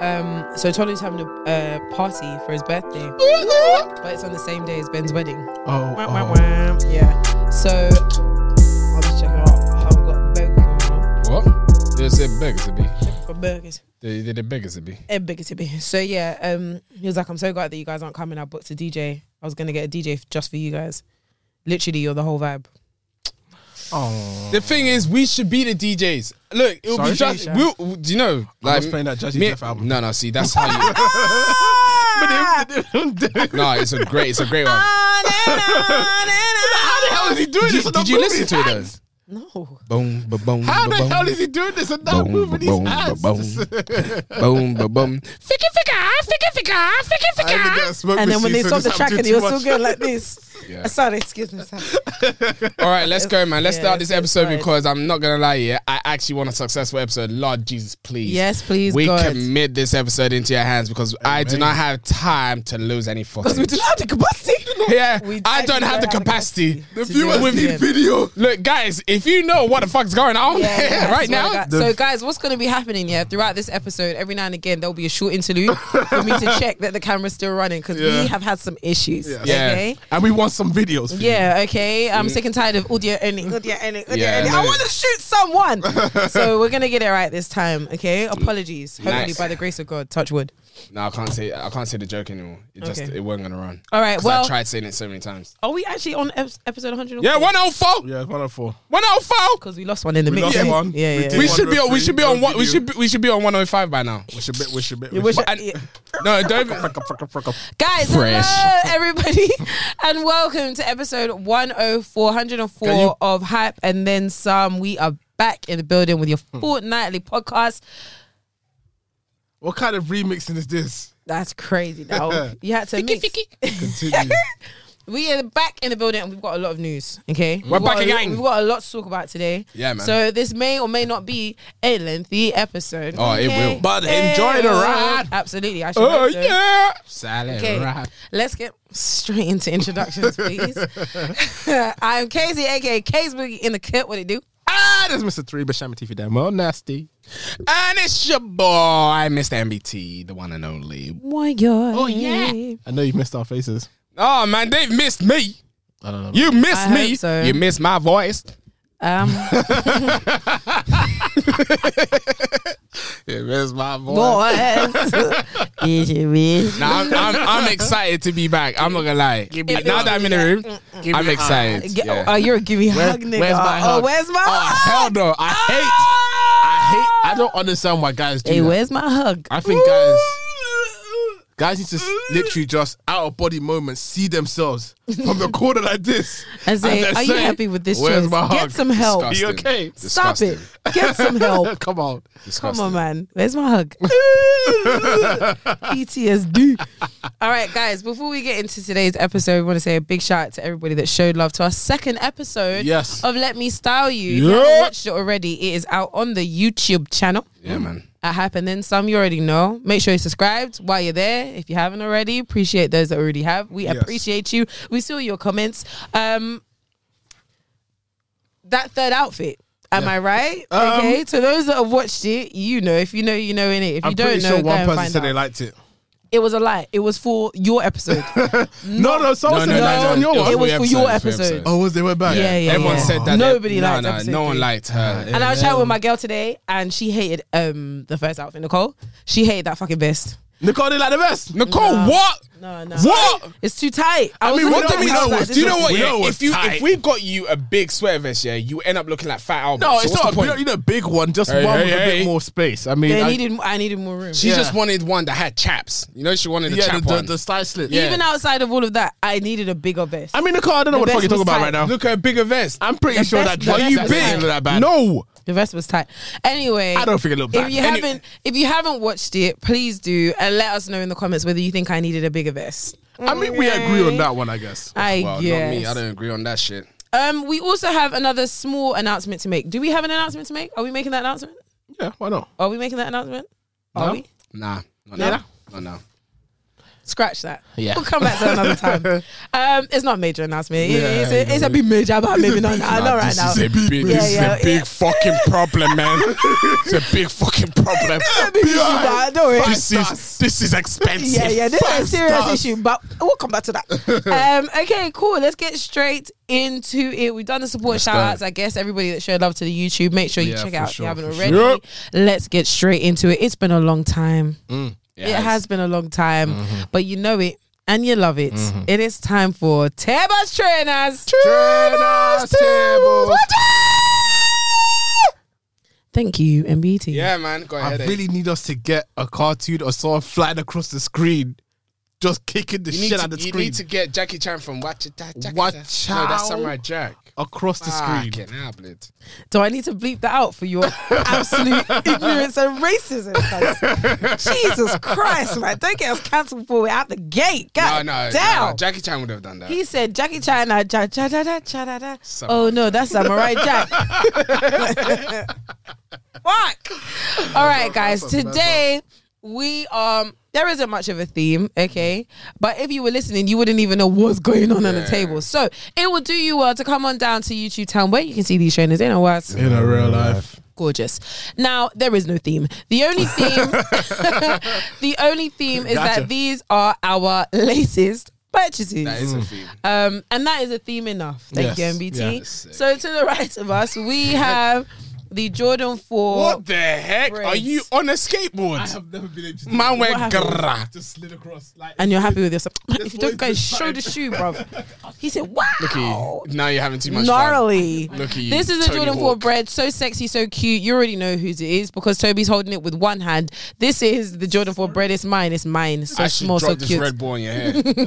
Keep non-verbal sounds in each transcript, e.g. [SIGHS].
Um, so Tolu's having a uh, party for his birthday, but it's on the same day as Ben's wedding. Oh, Wah, wah, oh. wah. Yeah. So I'll just check out how we got burgers going on. what? They said beggars to be. Check for burgers. They they did beggars to be. Eh, bigger to be. [LAUGHS] So yeah, um, he was like, "I'm so glad that you guys aren't coming. I booked a DJ. I was gonna get a DJ f- just for you guys. Literally, you're the whole vibe. Oh, The thing is, we should be the DJs. Look, it'll Sorry? be just. Sorry. We'll, do you know? was playing that Judge's me- Death album. No, no. See, that's how [LAUGHS] you. No, it's a great, it's a great one. How the hell is he doing Did, this? you- did you listen to it though? no, Boom, ba boom, How ba the boom, hell is he doing this and not Boom, moving his boom, hands? boom. boom, ba boom. Ficky, ficky, ficky, ficky, ficky, I didn't ficky. get a smoke and then when they machine, so stopped the track and this happened too he was much. still going like this, Yeah. I started, excuse me, sir. All right, let's go, man. Let's Yeah, start this it's- it's episode right. because I'm not gonna lie, yeah, I actually want a successful episode. Lord Jesus, please. yes, please, We God. commit this episode into your hands because I do not have time to lose [LAUGHS] [LAUGHS] any because we fucking. do not have the capacity. [LAUGHS] Yeah, We I actually don't have the don't have the capacity. capacity to do it. Yeah. video. Look, guys, if you know what the fuck's going on Yeah, yeah, [LAUGHS] right that's what now, I got. so guys, what's going to be happening? Yeah, throughout this episode, every now and again there'll be a short interlude for me to check that the camera's still running because Yeah. we have had some issues. Yeah. Yeah. Okay. And we want some videos. for you. Yeah, okay. I'm sick and tired of audio only, audio only, audio Yeah, only. no. I want to shoot someone. so we're gonna get it right this time, okay? Apologies. Hopefully, Nice. by the grace of God, touch wood. no, I can't say I can't say the joke anymore. It just Okay. it wasn't gonna run. All right. 'Cause Well, I tried saying it so many times. are we actually on ep- episode 100? Yeah, 104, Yeah, it's 104. 104. Because we lost one in the We mix. lost yeah. one. Yeah, We yeah. did. We should be on. We should be on. What we video. should be, we should be on 105 by [LAUGHS] now. We should be, we should be. We should- And- yeah. No, don't. Guys, Fresh. hello [LAUGHS] everybody, and welcome to episode 104, 104 Can you- of Hype and Then Some. We are back in the building with your Hmm. fortnightly podcast. What kind of remixing is this? That's crazy. [LAUGHS] Now you had to mix. Continue. We are back in the building and we've got a lot of news. Okay, We're We've got back a lot- again. We've got a lot to talk about today. Yeah, man. So this may or may not be a lengthy episode. Oh, it okay? will. But enjoy the Yeah. ride. Absolutely. I should. Oh hope so. yeah, salad Okay, wrap. let's get straight into introductions, please. [LAUGHS] I'm Casey, aka Case Boogie in the cut. What it do? ah, there's Mr. Three Bashamity for them. Well, nasty. And it's your boy, Mr. MBT, the one and only. Why your Oh, yeah. I know you've missed our faces. Oh man, they've missed me. I don't know. You missed I me. hope so. You missed my voice. [LAUGHS] Um, You missed my voice. [LAUGHS] what? Is it me? Nah, I'm, I'm, [LAUGHS] I'm excited to be back. I'm not gonna lie. now that I'm in the room, I'm excited. Mm, Get- yeah. Oh, you're a gimme hug, nigga. where's my oh, hug? where's my oh hug? hell no! I hate. I hate. I don't understand why guys do Hey, that. where's my hug? I think guys, guys need to s- literally just out of body moments see themselves from the corner like this. And say, then "Are you happy with this Where's choice? my Get hug?" some help. Are you Disgusting. okay? Stop Disgusting. it. Get some [LAUGHS] help. Come on. Come Disgusting. on, man. Where's my [LAUGHS] hug? [LAUGHS] PTSD. All right, guys, before we get into today's episode, we want to say a big shout out to everybody that showed love to our second episode Yes. of Let Me Style You. If you Yeah. haven't watched it already, it is out on the YouTube channel. Yeah, man. At Hype and Then Some, you already know. Make sure you're subscribed while you're there. If you haven't already, appreciate those that already have. We appreciate you. We saw your comments. Um, that third outfit. Am I right? Um, okay. To those that have watched it, you know. If you know, you know in it. If you I'm don't pretty know, sure go one and person find said they out. liked it. It was a lie. It was for your episode. [LAUGHS] No, no, someone said they liked it on your It was- one. for your It was episode. Oh, was they went back? Yeah, yeah, Everyone yeah. said that. Nobody nah, liked nah, episode No one three. liked her. and I was chatting with my girl today, and she hated um the first outfit. Nicole, she hated that fucking vest. Nicole, they like the best. Nicole, Nah. what? No, no, What? It's too tight. I, was mean, looking What We do at it, I was you mean? know- we know like, it's- do you this know is- what? we yeah? know if it's you tight. if we got you a big sweater vest, yeah, you end up looking like Fat Albert. No, So it's what's not. the You don't point? need a big one. Just Hey, one hey, with a hey. bit more space. I mean, Yeah, I I- needed, I needed more room. She Yeah. just wanted one that had chaps. You know, she wanted a yeah, chap the, the, one. the side slit. Yeah. Even outside of all of that, I needed a bigger vest. I mean, Nicole, I don't know The what the fuck vest you're talking was about tight. right now. Look at a bigger vest. I'm pretty The sure best- that the dress best you was tight. big. Look that bad. No. The rest was tight. Anyway, I don't think it looked If bad. you Any- haven't, if you haven't watched it, please do and let us know in the comments whether you think I needed a bigger vest. I mean, we Mm. agree on that one, I guess. I Well, not me. guess. I don't agree on that shit. um, we also have another small announcement to make. Do we have an announcement to make? Are we making that announcement? Yeah, why not? Are we making that announcement? Are No. we? Nah. Not Yeah. now. Not now. Scratch that. Yeah. We'll come back to that another time. Um, it's not a major announcement. It- Yeah, it's, a, yeah. it's a big major, but maybe not now. Not right this now. is a big, Yeah, this yeah, is a big yeah. fucking [LAUGHS] problem, man. it's a big fucking problem. It's a big issue, but don't worry. this is this is expensive. Yeah, yeah, this is a Five serious stars. issue, but we'll come back to that. um, okay, cool. Let's get straight into it. We've done the support shout outs. I guess everybody that showed love to the YouTube, make sure you Yeah, check it for out sure, if you haven't for already. sure. Let's get straight into it. It's been a long time. Yeah, it has been a long time, Mm-hmm. but you know it and you love it. It is time for Tebas Trainers. Trainers tables. Thank you, MBT. Yeah, man. Go I ahead. eh? really need us to get a cartoon or someone flying across the screen, just kicking the You need, shit to, out the you screen need to get Jackie Chan from Watch It. That, Jackie Watch Chan. No, that's out. Samurai Jack. across the screen. Fucking hell, blood. Do I need to bleep that out for your [LAUGHS] absolute ignorance and racism? guys? Jesus Christ, man. Don't get us cancelled before we're out the gate. No, God no, damn. no, no. Jackie Chan would have done that. he said Jackie Chan. uh, Cha cha da da cha da da. Samurai Oh no, that's Samurai [LAUGHS] Jack. Fuck. All right, guys. That's a mess Today we um there isn't much of a theme, okay? But if you were listening, you wouldn't even know what's going on on the Yeah. table. So it will do you well to come on down to YouTube Town where you can see these trainers in a while In a real life. gorgeous. Now there is no theme. The only [LAUGHS] theme, [LAUGHS] the only theme is Gotcha. that these are our latest purchases. That is a theme. um, and that is a theme enough. Thank Yes. you, MBT. Yeah. Sick. so to the right of us, we have the Jordan Four. What the heck? Great. Are you on a skateboard? have never been able to Man went What happened? grrra. just slid across like And you're happy with yourself? if you [LAUGHS] what don't is go, this show time? the shoe, bro. [LAUGHS] He said, "Wow." [LAUGHS] Okay, Now you're having too much fun. gnarly. Look at you, This is a Tony Jordan Hawk. 4 bread, so sexy, so cute. You already know whose it is because Toby's holding it with one hand. This is the Jordan 4 bread. It's mine. It's mine. So I should small, drop so this Oh, cute. Red Bull in your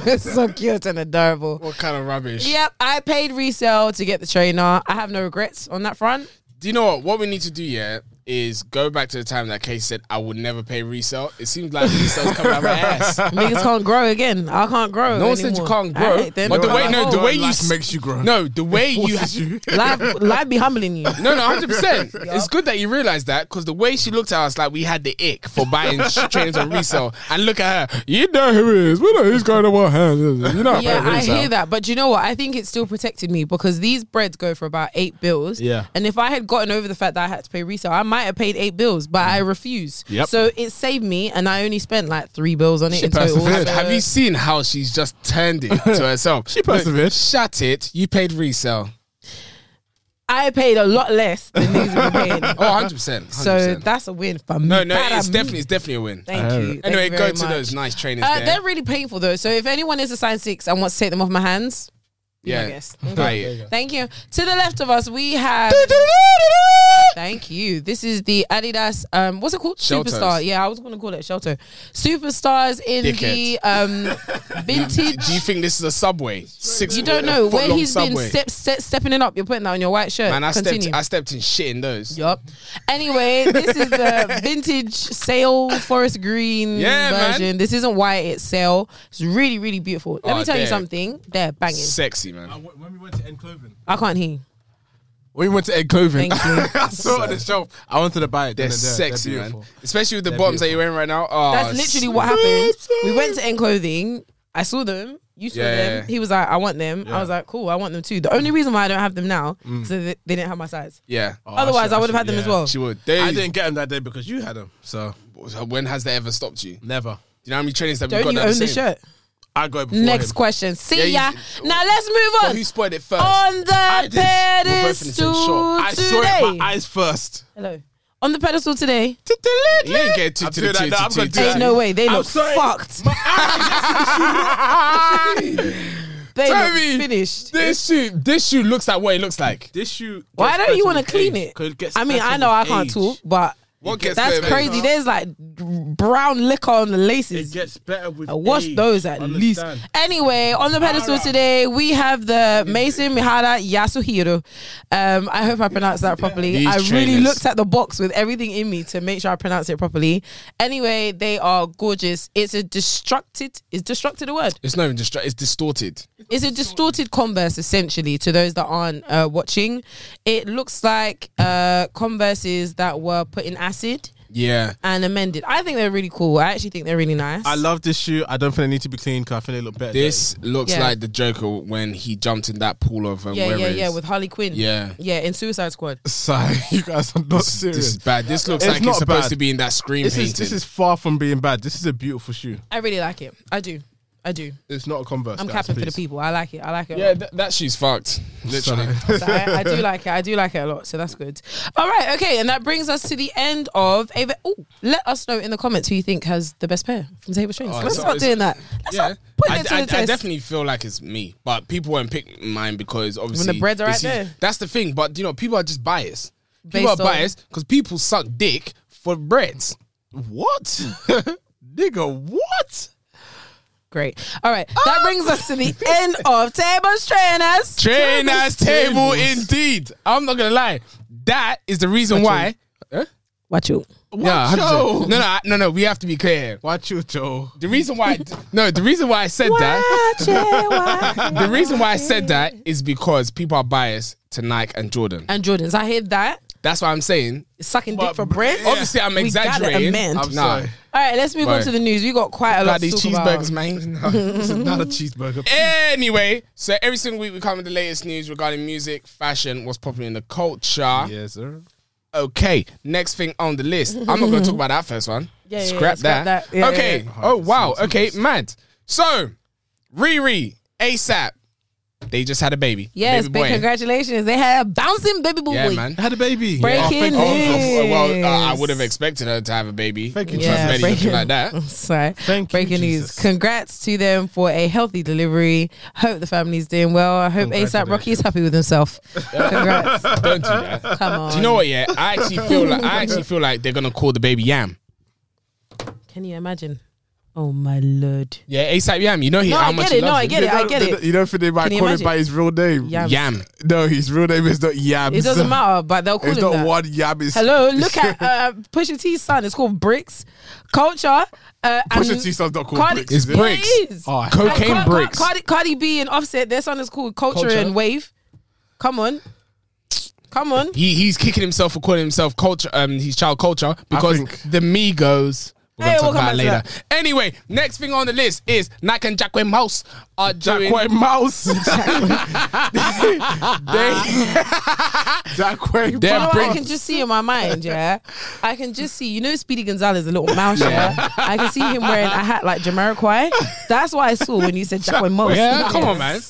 [LAUGHS] head. so cute and adorable. what kind of rubbish? Yep, I paid resale to get the trainer. I have no regrets on that front. Do you know what? What we need to do, yeah, is go back to the time that Kay said, I would never pay resale. It seems like resale's coming out of my [LAUGHS] ass. Niggas can't grow again. I can't grow. Uh-huh. No one said you anymore. can't I grow, hate them. but the way- "Oh, no, the way you s- life makes you grow. No, the way [LAUGHS] you. forces you. [LAUGHS] [LAUGHS] life, life be humbling you. [LAUGHS] No, no, [LAUGHS] hundred percent. It's good that you realized that because the way she looked at us, like we had the ick for buying sh- trainers on resale, and look at her. You know who it is. We know who's going to what hands. You know. Yeah, I hear that. that, but you know what? I think it still protected me because these breads go for about eight bills. Yeah. and if I had gotten over the fact that I had to pay resale, I might have paid eight bills, but I refused. Mm. Yep. So it saved me, and I only spent like three bills on it in total. Have, So- have you seen how she's just turned it to herself? she persevered. Shut it. You paid resale. I paid a lot less than these were [LAUGHS] paying, Oh, [LAUGHS] 100%. 100%. so that's a win for me. no, no, Bada it's me. definitely, it's definitely a win. Thank you. Thank anyway, you go very to much. those nice trainers Uh, there. they're really painful though. So if anyone is a size six and wants to take them off my hands, yeah, I guess. buy it. Thank you. To the left of us, we have. Thank you. This is the Adidas. Um, what's it called? Shelters. Superstar. Yeah, I was going to call it shelter. Superstars in the um vintage. Do [LAUGHS] you think this is a subway? Six. you don't a know foot where long he's Subway. been step, step, stepping it up. You're putting that on your white shirt. Man, I Continue. stepped, I stepped in shit in those. Yup. Anyway, this is [LAUGHS] the vintage sale forest green Yeah, man. version. This isn't white, it's sale. It's really, really beautiful. Let Oh, me tell you there. something. They're banging. Sexy man. Uh, When we went to End Clothing, I can't hear. you. when we went to End Clothing, Thank you. [LAUGHS] I saw it on the shelf. I wanted to buy it. They're then and there. sexy, They're man. beautiful. Especially with the bottoms that you're wearing right now. Oh, That's literally what happened. We went to N Clothing. I saw them. You saw Yeah. Mm. them. He was like, I want them. I was like, cool, I want them too. The only reason why I don't have them now is that they, they didn't have my size. Yeah. Oh, Otherwise, should- I would have had them yeah. as well. She would. They, I didn't get them that day because you had them, so When has that ever stopped you? Do never. you know how many trainings that we Don't got you that own the the shirt? I got it before Next him. question. See ya. Yeah, you- oh. Now let's move But on. who spoiled it first? on the did. We're both in the same pedestal shop. I saw it. My today. eyes first. Hello. On the pedestal today. you ain't get two I'm to doing the that two now, to I'm two gonna to do two. Ain't no way. They I'm look sorry. fucked. [LAUGHS] they look Toby. finished. This shoe, this shoe looks like what it looks like. This shoe. Why gets don't you better want to with clean age, it? 'cause gets I mean, better I know I with can't age. talk, but What gets that's better, crazy. man? There's like brown liquor on the It laces. gets better with I wash age, those at least. understand? Anyway, on the pedestal today, we have the Mason Mihara Yasuhiro. Um, I hope I pronounced that properly. These I really trainers. looked at the box with everything in me to make sure I pronounce it properly. Anyway, they are gorgeous. It's a destructed, is destructed a word? It's not even distra- It's distorted. It's a distorted Converse, essentially, to those that aren't uh, watching. It looks like uh, Converses that were put in acid. Yeah. and amended. I think they're really cool. I actually think they're really nice. I love this shoe. I don't think they need to be clean because I think they look better. This looks Yeah. like the Joker when he jumped in that pool of um, yeah, where yeah, it yeah, is. with Harley Quinn. Yeah. yeah, in Suicide Squad. [LAUGHS] Sorry, you guys are not serious. This is bad. This looks It's like it's not supposed bad. to be in that screen This is painting. this is far from being bad. This is a beautiful shoe. I really like it. I do. I do. It's not a Converse. I'm guys, capping for the please. people. I like it. I like it. a yeah, lot. th- that shoe's fucked. Literally. So I, I do like it. I do like it a lot. So that's good. All right. Okay. And that brings us to the end of Ava. Oh, let us know in the comments who you think has the best pair from Table Strings. Oh, Let's so start it's- doing that. Let's Yeah, start putting I, it to I- the I test. definitely feel like it's me, but people won't pick mine because obviously breads are they right see- there. That's the thing, but you know, people are just biased. Based people are on- biased because people suck dick for breads. [LAUGHS] What, nigga? What? Great. All right. That brings us to the end of Table Trainers. Trainers table, indeed. I'm not gonna lie, that is the reason why. Huh? Watch out. Yeah, 100%. Joe? No, no, I- no, no. We have to be clear. Watch you, Joe. [LAUGHS] The reason why, no, the reason why I said that. Watch it. watch The reason why I it. said that is because people are biased to Nike and Jordan. And Jordan's. I hear that. That's why I'm saying. Sucking dick But- for bread. Obviously, I'm We gotta exaggerating. amend. I'm Nah. sorry. All right, let's move on Right. to the news. We got quite a lot to Like these talk about. cheeseburgers, man. No. This is not [LAUGHS] a [LAUGHS] cheeseburger. anyway, so every single week we come with the latest news regarding music, fashion, what's popular in the culture. Yes, sir. Okay, next thing on the list. I'm not going to talk about that first one. [LAUGHS] Yeah, yeah, yeah, scrap scrap that. that. Yeah, okay. yeah, Oh wow. Okay, mad. So, Riri, ASAP. They just had a baby. Yes, baby but congratulations. They had a bouncing baby boy. Yeah, man. Had a baby. Breaking Oh, news. well, uh, I would have expected her to have a baby. Thank you, Trust Yeah, me, breaking- nothing [LAUGHS] like that. Sorry. Thank you, Breaking news. Jesus. Congrats to them for a healthy delivery. Hope the family's doing well. I hope ASAP Rocky is happy with [LAUGHS] himself. Congrats. Don't do that. Come on. Do you know what? Yeah, I actually feel like I actually feel like they're gonna call the baby Yam. Can you imagine? Oh my lord. Yeah, ASAP Yam. You know he, No, how I much get he it. No, loves I him. get They it. I don't- get they it. don't- You don't think they might Can you call imagine? it by his real name? Yam. Yam. No, his real name is not Yams. It doesn't matter, but they'll [LAUGHS] call It's him not that. one Yam. It's [LAUGHS] Hello, look at uh, Pusha T's son. It's called Bricks Culture. Uh, and Pusha T's son's not called Cardi- Bricks, is it? Bricks. Yeah, it is. Oh, Like, Cocaine Car- Car- Bricks. Cardi-, Cardi B and Offset. Their son is called Culture, Culture. and Wave. Come on, come on. He, he's kicking himself for calling himself culture, um, his child culture because think- the Migos. We're Hey, we'll gonna talk come about it later. back to Anyway, next thing on the list is Nike and Jacqueline Mouse are doing. Jacque [LAUGHS] Mouse. Jacque They're You know Mouse. what I Bricks. can just see in my mind, yeah. I can just see, you know, Speedy Gonzalez, a little mouse, yeah. I can see him wearing a hat like Jamiroquai. That's what I saw when you said Jacqueline Moss. [LAUGHS] Yeah, come on, man.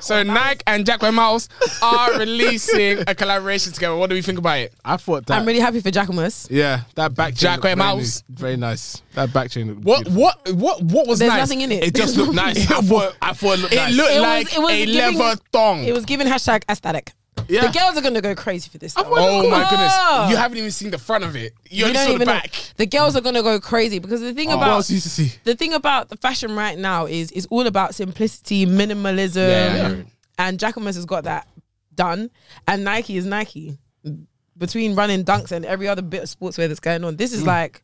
So Nike and Jacqueline Mouse are releasing a collaboration together. What do we think about it? I thought that. I'm really happy for Jacqueline. yeah, that back chain. Jacque looked very Mouse. nice- Very nice. That back chain. looked What beautiful. what what what was There's nice? nothing in it. It just [LAUGHS] looked nice. [LAUGHS] I thought. I thought it looked It nice. looked was- like it was a giving- leather thong. It was given hashtag aesthetic. Yeah. The girls are gonna go crazy for this. though. oh my goodness! Oh. You haven't even seen the front of it. You, You only don't saw the even know. back. Oh. The girls are gonna go crazy because the thing What about else you used to see? the thing about the fashion right now is it's all about simplicity, minimalism, Yeah, yeah, yeah. and Jacquemus has got that done. And Nike is Nike. Between running dunks and every other bit of sportswear that's going on, Mm. this is like,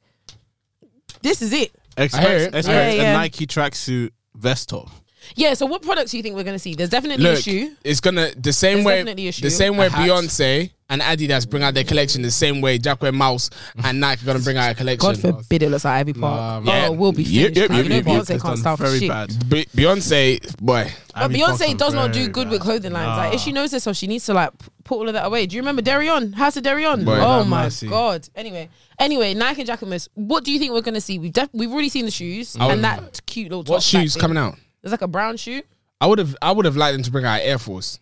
this is it. Expect, hear it. expect Yeah, yeah. a Nike tracksuit vest top. Yeah. So, what products do you think we're gonna see? There's definitely a Look, shoe. it's gonna the same There's way. definitely a shoe. The same way A hat. Beyonce and Adidas bring out their collection. The same way Jacqueline Mouse and Nike are gonna bring out a collection. God forbid it looks like Ivy Park. Nah, man. oh, we'll be Yeah, finished. yeah, man. yeah, You know yeah, Beyonce It's can't done style for very shit. bad. Be- Beyonce, boy, But Abby Beyonce Parker, does not do very good bad. with clothing lines. Like if she knows herself, she needs to like p- put all of that away. Do you remember Darion? House of Darion? Boy, oh have my mercy. god. Anyway, anyway, Nike and Jacquemus. What do you think we're gonna see? We've def- we've already seen the shoes would- and that cute little. Oh. what shoes coming out? There's like a brown shoe. I would have, I would have liked them to bring out Air Force.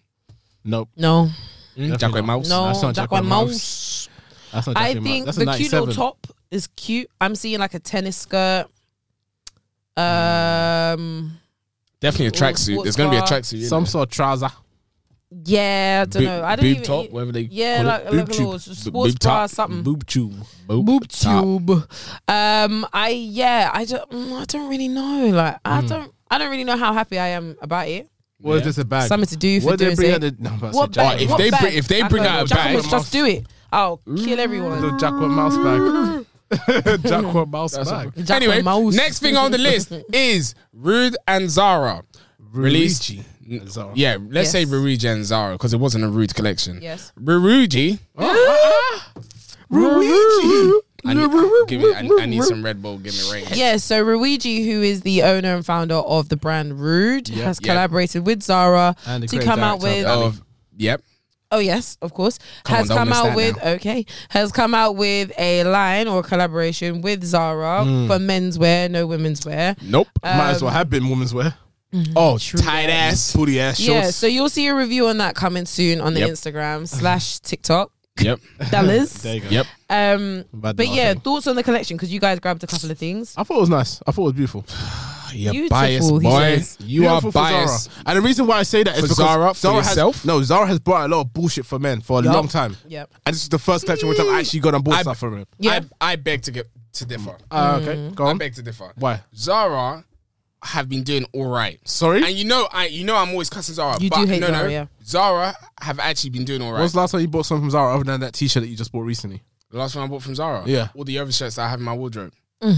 Nope. No, Mm, Jacqueline Mouse. no, that's not Jacquemus. Jacquemus. That's not I Jacque Mouse. think That's a the cute little 97. top is cute. I'm seeing like a tennis skirt. Um. Definitely a tracksuit. sports There's gonna be a bra. tracksuit. Some sort of trouser. Yeah, I don't Boob- know. I don't boob even. e-, top, whatever they yeah, call it. like, like Boob a little tube. s- B- sports boob bra, top. something. Boob tube. boob, top. tube. Um, I yeah, I don't, mm, I don't really know. Like, I Mm. don't, I don't really know how happy I am about it. What is this a bag? Something to do for What did doing they bring sake. out? The, no, I'm about to say What Jacque bag? if what they bag? bring- if they I bring don't out know. a Mm. Jack bag- Wolf's just do it. I'll kill everyone. [GASPS] The Jacqueline Mouse bag. [LAUGHS] [LAUGHS] the Jacqueline Mouse bag. Jack anyway, and Mouse. next thing on [LAUGHS] the list is Rude and Zara. Released. Luigi. N- Zara. Yeah, let's say Yes. Ruruji and Zara because it wasn't a Rude collection. Yes. Ruruji. Luigi. I need, give me, I, I need some Red Bull. Give me rain. Yeah, so Ruigi, who is the owner and founder of the brand Rude, has yeah. collaborated with Zara And the to creative come out director with. of Of, yep. Oh yes, of course. Come has on, don't come miss out that with okay. Has come out with a line or collaboration with Zara Mm. for menswear, no women's wear. Nope. Uh, Might as well have been women's wear. oh, tight ass. Booty ass shorts. Yeah, so you'll see a review on that coming soon on the Yep. Instagram [LAUGHS] slash TikTok. Yep. [LAUGHS] Dollars. There you go. Yep. um, Bad but dog, yeah, I think. thoughts on the collection because you guys grabbed a couple of things. I thought it was nice. I thought it was beautiful. You're Beautiful, biased, he boy. says. You Beautiful are for biased. Zara. And the reason why I say that is For because Zara, for has, yourself? No, Zara has brought a lot of bullshit for men for a long time. Yep. Oh, And this is the first collection which I've actually gone and bought Mm. I- stuff for him. Yeah. I, I beg to get to differ. Uh, okay, go I on. beg to differ. Why? Zara have been doing all right. Sorry? And you know, I you know, I'm always cussing Zara. You but do hate no, No, Zara, yeah. Zara have actually been doing all right. When was the last time you bought something from Zara other than that T-shirt that you just bought recently? The last one I bought from Zara. Yeah. All the other shirts that I have in my wardrobe. Mm.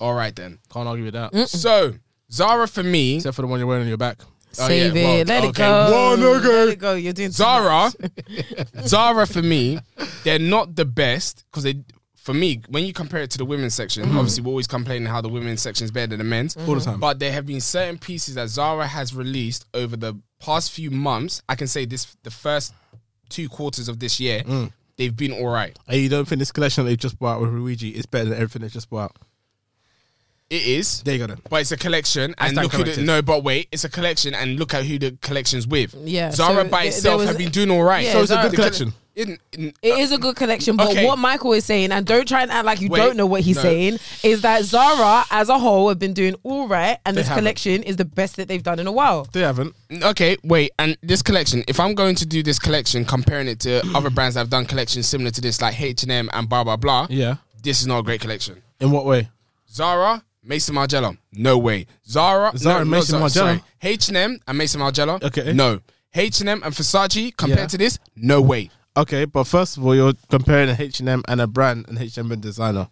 All right then. Can't argue with Mm. that. So Zara for me. Except for the one you're wearing on your back. Save yeah, well, it. Let it okay. go. Well, nigga. Let it go. You're doing too [LAUGHS] Zara, Zara for me, they're not the best because they. For me, when you compare it to the women's section, Mm. obviously we're always complaining how the women's section is better than the men's all the time. But there have been certain pieces that Zara has released over the past few months. I can say this: the first two quarters of this year, Mm. they've been all right. And you don't think this collection they just bought out with Luigi is better than everything they just bought out? It is, There you go then. but it's a collection, I and stand look at it. corrected. No, but wait, it's a collection, and look at who the collection's with. Yeah, so Zara by th- there itself was- have been doing all right. Yeah, So it's a Zara- good collection. In- in- It is a good collection, but Okay. what Michael is saying, and don't try and act like you Wait, don't know what he's no. saying, is that Zara as a whole have been doing all right, and this haven't. collection is the best that they've done in a while. They haven't. Okay, wait, and this collection, if I'm going to do this collection, comparing it to other [CLEARS THROAT] brands that have done collections similar to this, like H&M and blah, blah, blah, Yeah. this is not a great collection. In what way? Zara, Mason Margiela, no way. Zara, Zara no, and not Mason Margiela. sorry. H&M and Mason Margiela, Okay. no. H&M and Versace, compared Yeah. to this, no way. Okay, but first of all, you're comparing a H&M and a brand and H&M and designer.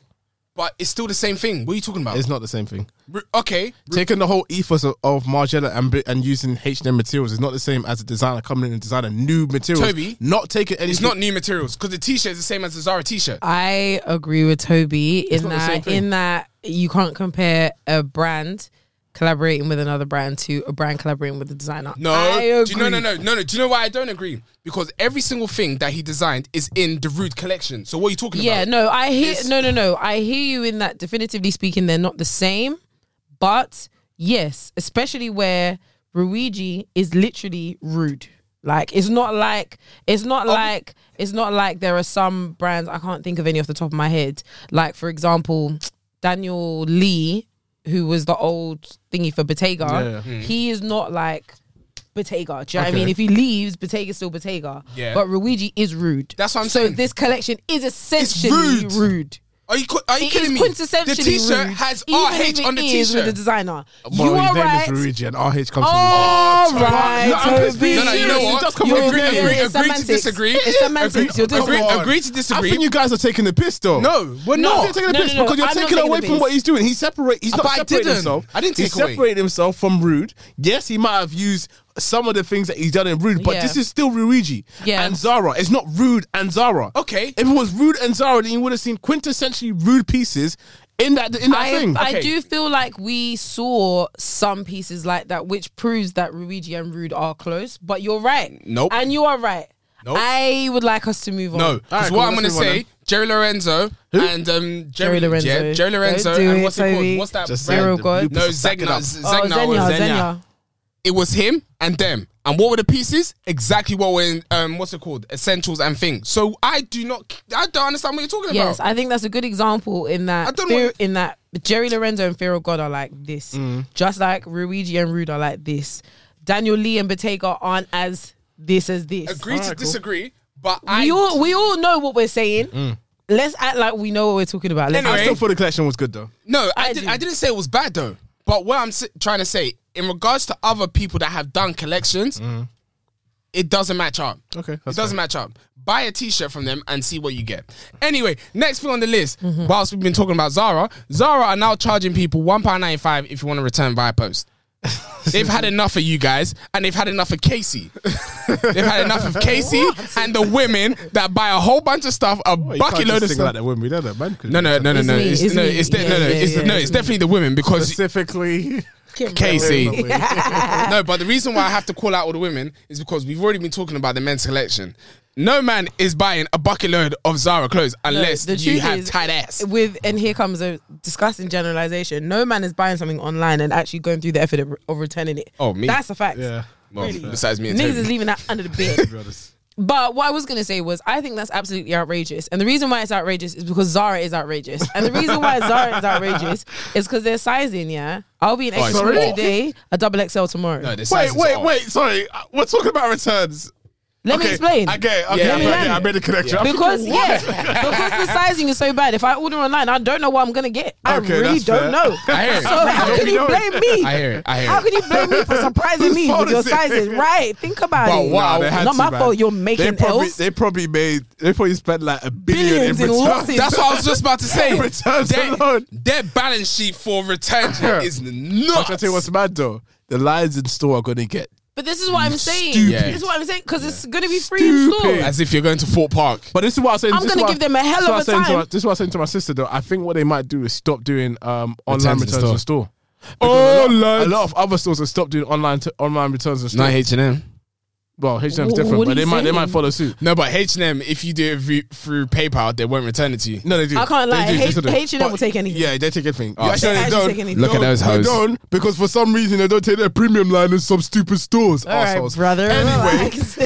But it's still the same thing. What are you talking about? It's not the same thing. Re- okay, Taking the whole ethos of, of Margiela and bri- and using H and M materials is not the same as a designer coming in and designing new materials. Toby, not taking anything. it's not new materials because the t-shirt is the same as the Zara t-shirt. I agree with Toby in not the same that thing. in that you can't compare a brand collaborating with another brand to a brand collaborating with a designer. No, I agree. Do you, no, no, no, no, no. Do you know why I don't agree? Because every single thing that he designed is in the Rude collection. So what are you talking Yeah, about? no, I hear It's- no, no, no. I hear you in that. Definitively speaking, they're not the same, but yes, especially where Ruigi is literally rude. Like it's not like it's not like it's not like there are some brands I can't think of any off the top of my head. Like for example, Daniel Lee, who was the old thingy for Bottega, Yeah. he is not like. Bottega, do you know what I Okay. mean? If he leaves, Bottega's still Bottega. Yeah. But Ruigi is rude. That's what I'm so saying. this collection is essentially rude. rude. Are you co- are you It kidding is me? quintessentially The t-shirt rude, has even RH if on the it is with the t-shirt. designer. Well, you his are name right. is Luigi and RH comes from Luigi. All Oh, right, no, I'm Toby. just being No, no, you know serious. what? Just come on, agree, agree, agree, it's agree to semantics. disagree. It's semantics. You're Agree, doing agree, it. Come on. agree to I disagree. think you guys are taking the piss, though. no, we're No, not. you're taking the No, piss no, no, because you're I'm not taking taking away the from piss. what he's doing. He's separate. He's not But I separating didn't. himself. I didn't He's take away. separating himself from Rude. Yes, he might have used some of the things that he's done in Rude, but Yeah. this is still Luigi Yeah. and Zara. It's not Rude and Zara. Okay. If it was Rude and Zara, then you would have seen quintessentially Rude pieces in that in that I, thing. I Okay. do feel like we saw some pieces like that, which proves that Ruigi and Rude are close. But you're right. Nope. And you are right. Nope. I would like us to move on. No, because All right, cool, what I'm going to let's move on say, Jerry Lorenzo and um, Jerry, Jerry Lorenzo. yeah, Jerry Lorenzo, Don't do and it, what's it Toby. called? What's that? Just brand? Zero saying, God. the people No, just stacking Zegna. up. Z- Oh, Zegna. Zenya, was- Zenya. It was him and them. And what were the pieces? Exactly what were in um, what's it called? Essentials and things. So I do not, I don't understand what you're talking Yes, about. I think that's a good example in I that don't Fear- want- in that Jerry Lorenzo and Fear of God are like this, Mm. just like Ruigi and Rude are like this. Daniel Lee and Bottega aren't as this as this. Agree to disagree, but I We all we all know what we're saying. Let's act like we know what we're talking about. Let's I Mm. Anyway. still thought the collection was good though. no, I, I did, do. I didn't say it was bad though. But what I'm s- trying to say in regards to other people that have done collections, Mm-hmm. it doesn't match up. Okay, it that's doesn't match up. Buy a T-shirt from them and see what you get. Anyway, next thing on the list. Whilst we've [LAUGHS] been talking about Zara, Zara are now charging people one pound ninety five if you want to return via post. They've had enough of you guys, and they've had enough of Casey. they've had [LAUGHS] enough of Casey and the women that buy a whole bunch of stuff, a Well, you can't bucket just load of sing stuff. like that when we know that man. 'cause No, no, no, no, It's no. me, It's, it's no, me. it's de- no, no, Yeah, it's, yeah, no, yeah. it's definitely the women because [LAUGHS] specifically. Casey. no, but the reason why I have to call out all the women is because we've already been talking about the men's collection. No man is buying a bucket load of Zara clothes unless the you truth have is- tight ass. with and here comes a disgusting generalization. No man is buying something online and actually going through the effort of, of returning it. Oh, me. That's a fact. Yeah. Well, Really? besides me and Niggas Toby. is leaving that under the [LAUGHS] bed. To be honest. But what I was gonna say was I think that's absolutely outrageous. And the reason why it's outrageous is because Zara is outrageous. And the reason why Zara is outrageous is because they're sizing, yeah. I'll be an Oh, it's XL off. today, a double XL tomorrow. No, the size Wait, is wait, off. wait. Sorry, Uh, we're talking about returns. Let me okay, explain. I get. it. Okay, Yeah, yeah, I, made it. yeah. I made a connection. I'm because thinking, yeah, [LAUGHS] because the sizing is so bad. If I order online, I don't know what I'm gonna get. I Okay, really that's don't fair. know. I hear it. So how Don't can we you know it? blame me? I hear it. I hear How it. can you blame [LAUGHS] me for surprising me fault with your is it? sizes? Right. Think about But it. wow, they had Not to, my man. fault you're They making probably, L's. they probably made. They probably spent like a billion Billions in in returns. losses. That's what I was just about to say. [LAUGHS] Returns their, alone. their balance sheet for [LAUGHS] returns is I'm trying to nuts. tell you what's mad though. The lines in store are gonna get. But this is what I'm saying. Stupid. This is what I'm saying because it's going to be free in store. Stupid. As if you're going to Fort Park. But this is what I'm saying. I'm this is gonna what give them a hell this of what I'm a saying to time. my- This is what I'm saying to my sister though. I think what they might do is stop doing um online Returns in returns, store. in store. Oh, Because a lot, lads. a lot of other stores have stopped doing online to, online returns in store. Not H&M. well, H&M's Wh- different, what are but they you might they saying? might follow suit. No, but H&M, if you do it v- through PayPal, they won't return it to you. No, they do. I can't They lie. do, H- they do. H&M will But- take anything. Yeah, they take everything. Oh, actually, They they actually don't. take anything. Look at those hoes. They don't because for some reason they don't take their premium line in some stupid stores. All right, arseholes. brother. Anyway, relax.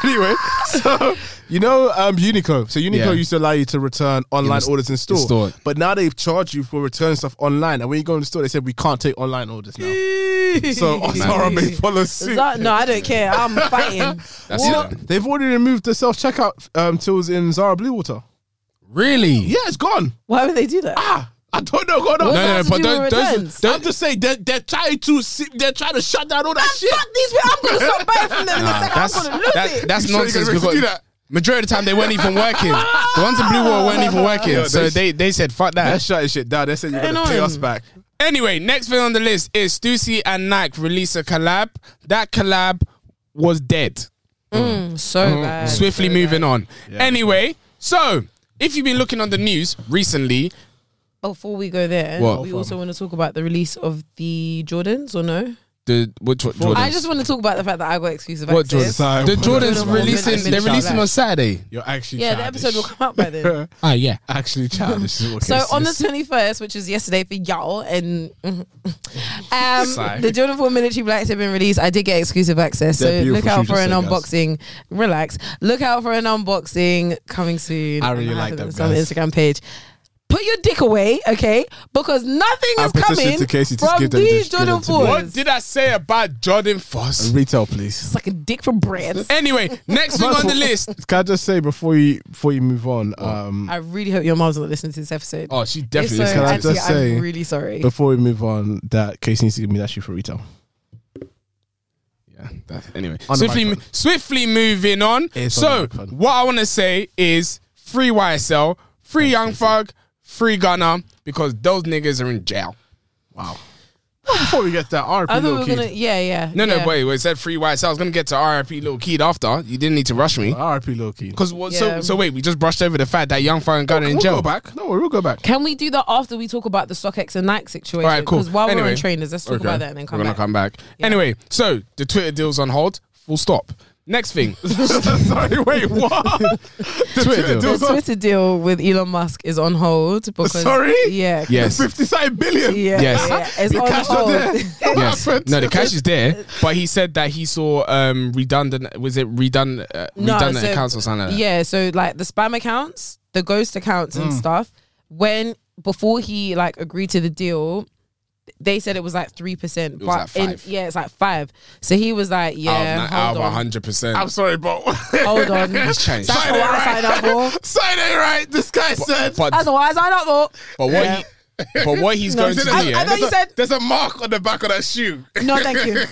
[LAUGHS] anyway, so you know um, Uniqlo. So Uniqlo Yeah. used to allow you to return online the- orders in store, store. but now they've charged you for returning stuff online. And when you go in the store, they said we can't take online orders [LAUGHS] now. [LAUGHS] so Osara may follow Is suit. that- no, I don't care. I'm fighting. [LAUGHS] That's You know, it. they've already removed the self checkout um, tools in Zara Blue Water. Really? Yeah, it's gone. Why would they do that? Ah, I don't know. What What on. does no, that have no, to but do don't- with don't- returns? I'm just saying they're, they're trying to si- they're trying to shut down all that shit. Fuck these people. I'm going to stop buying from them in a Nah, second. I'm that's going to lose that, it. that's You sure you nonsense guys because do that? majority of the time they weren't even working. the ones in Blue Wall weren't even working, Yeah, so they they- they said fuck They're that. shutting shit down. They said you Going gotta pay on. us back. Anyway, next thing on the list is Stussy and Nike release a collab. That collab was dead. Mm, so bad. Swiftly so moving bad. on. anyway, so if you've been looking on the news recently, Before we go there, What? we also want to talk about the release of the Jordans, or no? the which what, Jordans? I just want to talk about the fact that I got exclusive what access. Jordans? Sorry, The what Jordan Jordans Brand. releasing. They're Shout releasing out. on Saturday. You're actually Yeah, the episode will come out by [LAUGHS] then. Ah, yeah. actually childish. Is what So Casey on the is. twenty first, which was yesterday for y'all, [LAUGHS] and um, Sigh. the Jordan Four military blacks have been released. I did get exclusive access, so They're look beautiful out shoes, for just an saying, guys. unboxing. Relax. Look out for an unboxing coming soon. I really And have like them, it on the guys. Instagram page. Put your dick away, okay? Because nothing I is petitioned coming to Casey to from give them this- these give them Jordan to me. What Fours. did I say about Jordan Foss? [LAUGHS] retail, please. Suck a dick for [LAUGHS] bread. Anyway, next thing on the list. Can I just say before you before you move on, um, I really hope your mom's not listening to this episode. Oh, she If definitely. so, is. Can I Auntie, just say- I'm really sorry. before we move on, that Casey needs to give me that shoe for retail. Yeah. That, anyway, On the swiftly, microphone. swiftly moving on. It's on the so, microphone. what I want to say is free YSL, free Young Thug, free Gunner, because those niggas are in jail. Wow. before we get that, RP I thought we little were kid. gonna, yeah, yeah. No, yeah. no, wait, wait. It said free YSL. I was gonna get to RIP Little Kid after. You didn't need to rush me. RP little kid. Cause what, so Yeah. so wait, we just brushed over the fact that Young Thug and Gunner in Oh, We'll jail. go back. No, we'll go back. Can we do that after we talk about the StockX and Nike situation? All right, cool. Because while we're Anyway. on trainers, let's talk Okay. about that and then come We're gonna back. come back. Anyway, so the Twitter deal's on hold. Full stop. Next thing, [LAUGHS] Sorry, [LAUGHS] wait, what? Twitter deal. The Twitter deal with Elon Musk is on hold because Sorry? yeah, Yes. Fifty-seven billion. yeah, Yes. yeah, it's The on cash not [LAUGHS] there. hold. What Yes. happened? No, the [LAUGHS] cash is there, but he said that he saw um redundant. Was it redundant? Uh, redundant so- accounts or something. Like that. yeah, so like the spam accounts, the ghost accounts and Mm. stuff. When before he like agreed to the deal, they said it was like three percent, was but like in- five. yeah, it's like five. So he was like, yeah, out hold of on, hundred percent. I'm sorry, but hold on. [LAUGHS] He's Oh, That's changed. not what I signed up for. [LAUGHS] Sign it right. This guy said. But That's not what I signed up for. but what he, but [LAUGHS] what he's going to do? I- I yeah, thought you said There's a mark on the back of that shoe. No, thank you.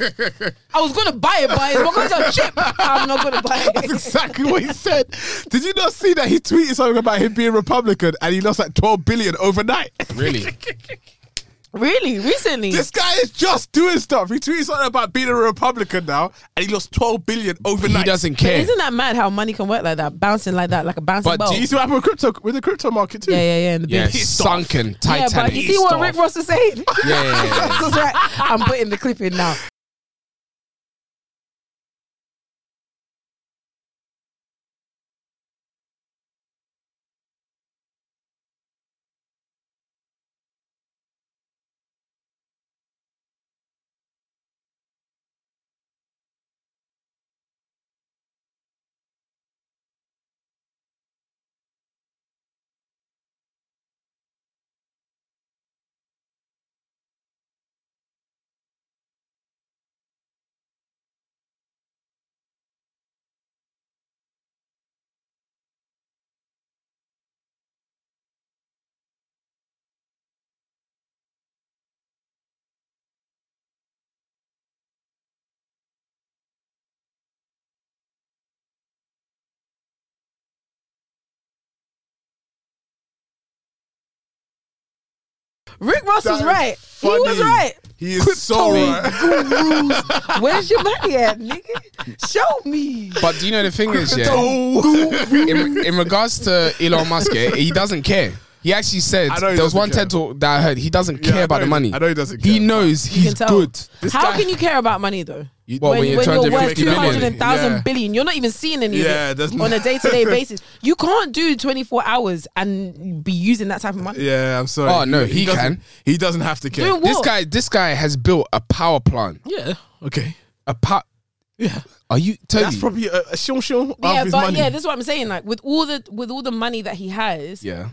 I was gonna buy it, but it's not going to chip. I'm not gonna buy That's it. exactly what he said. Did you not see that he Mm. [LAUGHS] tweeted something about him being Republican and he lost like 12 billion overnight? really. [LAUGHS] Really? Recently? This guy is just doing stuff. He tweets something about being a Republican now, and he lost 12 billion He overnight. doesn't care. Isn't that mad how money can work like that? Bouncing like that, like a bouncing But ball. do You see what happened with crypto with the crypto market too. yeah, yeah, yeah. In the Yeah, big- Pissed off. [LAUGHS] sunken yeah, Titanic. but you see what stuff. Rick Ross is [LAUGHS] saying? Yeah, yeah, yeah. That's what's right. I'm putting the clip in now. Rick Ross was That is right. He was funny. right. He is so [LAUGHS] right. [LAUGHS] Where's your money at, nigga? Show me. But do you know the thing is, yeah, Oh. in, in regards to Elon Musk, yeah, he doesn't care. He actually said I know he there was doesn't one care. TED talk that I heard. He doesn't Yeah, I care about know the he- money. I know he doesn't He care. knows You he's can tell. good. How guy- can you care about money though? Well, when when you're you're worth 250 two million. hundred and thousand Yeah. billion, you're not even seeing any Yeah, of there's it no- on a day to day basis. You can't do twenty four hours and be using that type of money. [LAUGHS] Yeah, I'm sorry. Oh, no, he doesn't- can. He doesn't have to care. Doing This what? guy, this guy has built a power plant. Yeah. Okay. A power. Yeah. Are you Toby? That's probably a, a shion shion yeah, of his but money. yeah, this is what I'm saying. Like with all the with all the money that he has, yeah.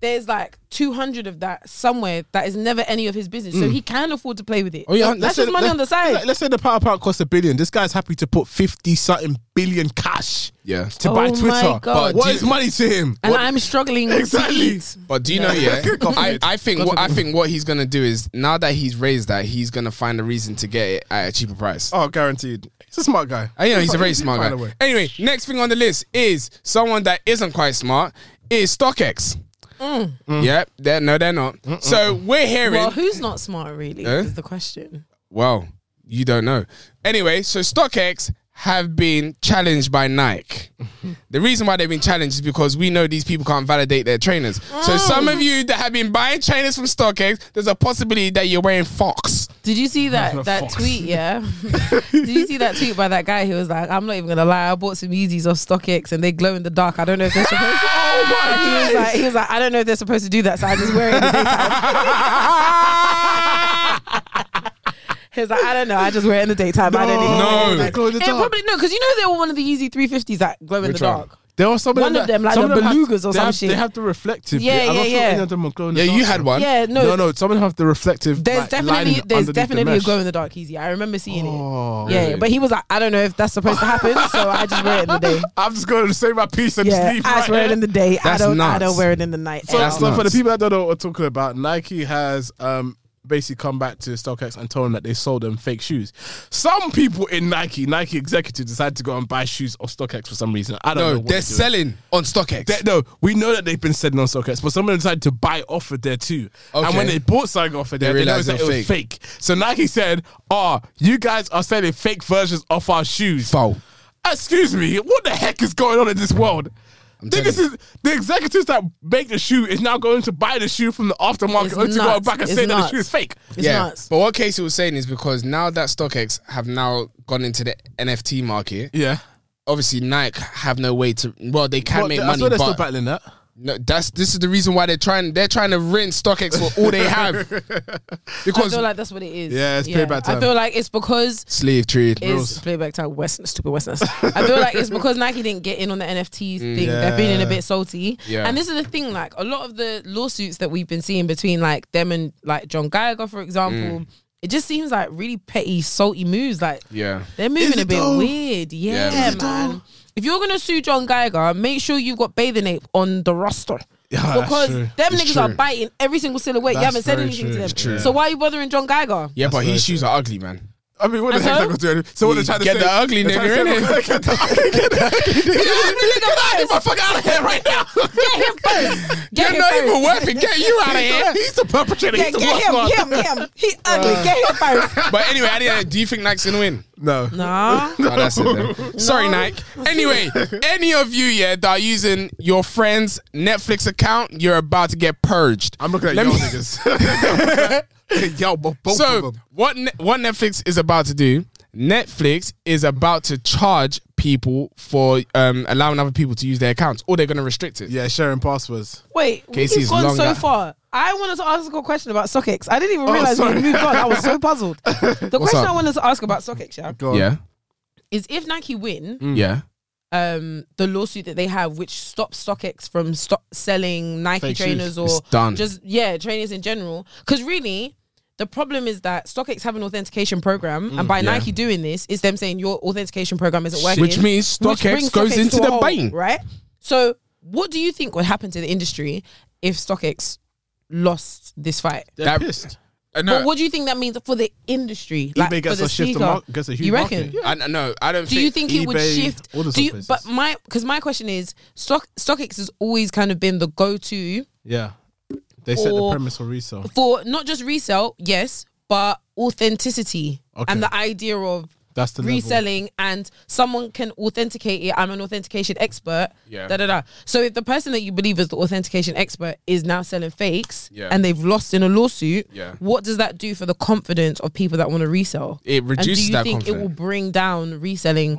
there's like 200 of that somewhere that is never any of his business. So he can afford to play with it. Oh, yeah, that's just money on Um, the side. Let's, say the power plant costs a billion. This guy's happy to put fifty something billion cash Yeah. to buy Oh my Twitter. God. But what do is you- money to him? and What- I'm struggling Exactly. to eat. But do you [LAUGHS] know? Yeah, I, I think what, I think what he's gonna do is now that he's raised that, he's gonna find a reason to get it at a cheaper price. oh, guaranteed. He's a smart guy. I know he's a very smart Find a guy. way. Anyway, next thing on the list is someone that isn't quite smart is StockX. Mm. Mm. Yeah, they're, no, they're not. So we're hearing. Well, Well, who's not smart really Eh? is the question. you don't know. Anyway, so StockX have been challenged by Nike. the reason why they've been challenged is because we know these people can't validate their trainers. So some of you that have been buying trainers from StockX, there's a possibility that you're wearing Fox. Did you see that that Fox. tweet? Yeah. Did you see that tweet by that guy who was like, "I'm not even gonna lie, I bought some Yeezys off StockX and they glow in the dark. I don't know if they're supposed." to. oh he was like, he was like, "I don't know if they're supposed to do that, so I just wear it in the daytime." [LAUGHS] He was like, I don't know. I just wear it in the daytime. I don't even No. know. They glow in the It dark. probably no, because you know they were one of the Yeezy 350s that glow in Which the one? dark. There are some One of of them, that- like some the of them have- belugas or they some have, shit. They have the reflective. Yeah, bit. I'm yeah, not yeah. Sure any of them are glowing in Yeah, the you dark. had one. Yeah, no. No, no, some of them have the reflective. There's like, definitely lining there's underneath the definitely a mesh. [LAUGHS] glow in the dark Yeezy. I remember seeing it. Oh. Yeah, but he was like, I don't know if that's supposed to happen, so I just wear it in the day. I'm just going to say my piece and just Yeah, leave. I right wear it here. in the day. That's I don't. I nuts. don't wear it in the night. So, Ever. That's so for the nuts. people that don't know what we're talking about, Nike has um, basically come back to StockX and told them that they sold them fake shoes. Some people in Nike, Nike executives, decided to go and buy shoes off StockX for some reason. I don't know. No, what they're they're doing. selling on StockX. They- no, we know that they've been selling on StockX, but someone decided to buy off of there too. Okay. And when they bought something off of there, they, realised realized that they it were was fake. So Nike said, "Ah, you guys are selling fake versions of our shoes." Foul. Excuse me, what the heck is going on in this world? telling Niggas is, the executives that make the shoe is now going to buy the shoe from the aftermarket It's only to go nuts. back and It's say that the nuts. shoe is fake. It's yeah. nuts. But what Casey was saying is because now that StockX have now gone into the NFT market, Yeah. obviously Nike have no way to. Well, they can make I money, saw they're still but battling that. no, that's this is the reason why they're trying. They're trying to rinse StockX for all they [LAUGHS] have I because feel like that's what it is. Yeah, it's payback I time. feel like it's because slave trade. is playback time West stupid Westerners. I feel like it's because Nike didn't get in on the NFTs thing. They're feeling a bit salty. Yeah. And this is the thing, like a lot of the lawsuits that we've been seeing between like them and like John Gallagher, for example, it just seems like really petty, salty moves. Like Yeah. they're moving it a bit though? weird. Yeah, Yeah. Is it man. If you're gonna sue John Geiger, make sure you've got Bathing Ape on the roster. because them niggas are true. biting every single silhouette. you That's haven't said very anything true. to them. It's true. So why are you bothering John Geiger? Yeah, but very his shoes are ugly, man. [LAUGHS] I mean, what the And heck so? that got to do? So what they're trying to Get say? the ugly they're trying nigga, to say- [LAUGHS] Get the ugly [LAUGHS] Get nigga fuck out of here right now. [LAUGHS] him first. Get You're him not first. even worth it. Get you out of here. He's the perpetrator. Get, He's the get worst one. him, him, him. He ugly. Uh. get him [LAUGHS] first. But anyway, at the end, do you think Nike's gonna win? No. [LAUGHS] Nah. Oh, that's it then. Sorry, Nike. Anyway, any of you yeah that are using your friend's Netflix account, you're about to get purged. I'm looking at Let y'all me- niggas. y'all, bo- both so of them. what Ne- what Netflix is about to do? Netflix is about to charge people for um, allowing other people to use their accounts, or they're going to restrict it. Yeah, sharing passwords. Wait, Casey's we've gone long so that- far. I wanted to ask a question about SockX. I didn't even realize sorry. we moved on. I was [LAUGHS] so puzzled. The question Oh, up? I wanted to ask about SockX, yeah, Mm. Go on. yeah, is if Nike win yeah. um, the lawsuit that they have, which stops StockX from stop selling Nike Fake shoes. trainers It's or done. just yeah trainers in general. Because really, the problem is that StockX have an authentication program, and by Mm. yeah. Nike doing this, is them saying your authentication program isn't working, Which means which brings StockX goes StockX into to a the hole, bank. right? So, what do you think would happen to the industry if StockX lost this fight? They're That- pissed. Uh, no, But what do you think that means for the industry? eBay for gets the a shift. of sneaker? mar- gets a huge You reckon? market. I, no, I don't. do you think it would eBay, shift? all those do you, places. but my because my question is stock StockX has always kind of been the go to Yeah. They set the Or- premise for resale. for not just resale, yes, but authenticity Okay. and the idea of That's the level. reselling and someone can authenticate it. I'm an authentication expert. Yeah. Da, da, da. So if the person that you believe is the authentication expert is now selling fakes Yeah. and they've lost in a lawsuit, Yeah. what does that do for the confidence of people that want to resell? It and reduces do you that think it confidence. Oh. will bring down reselling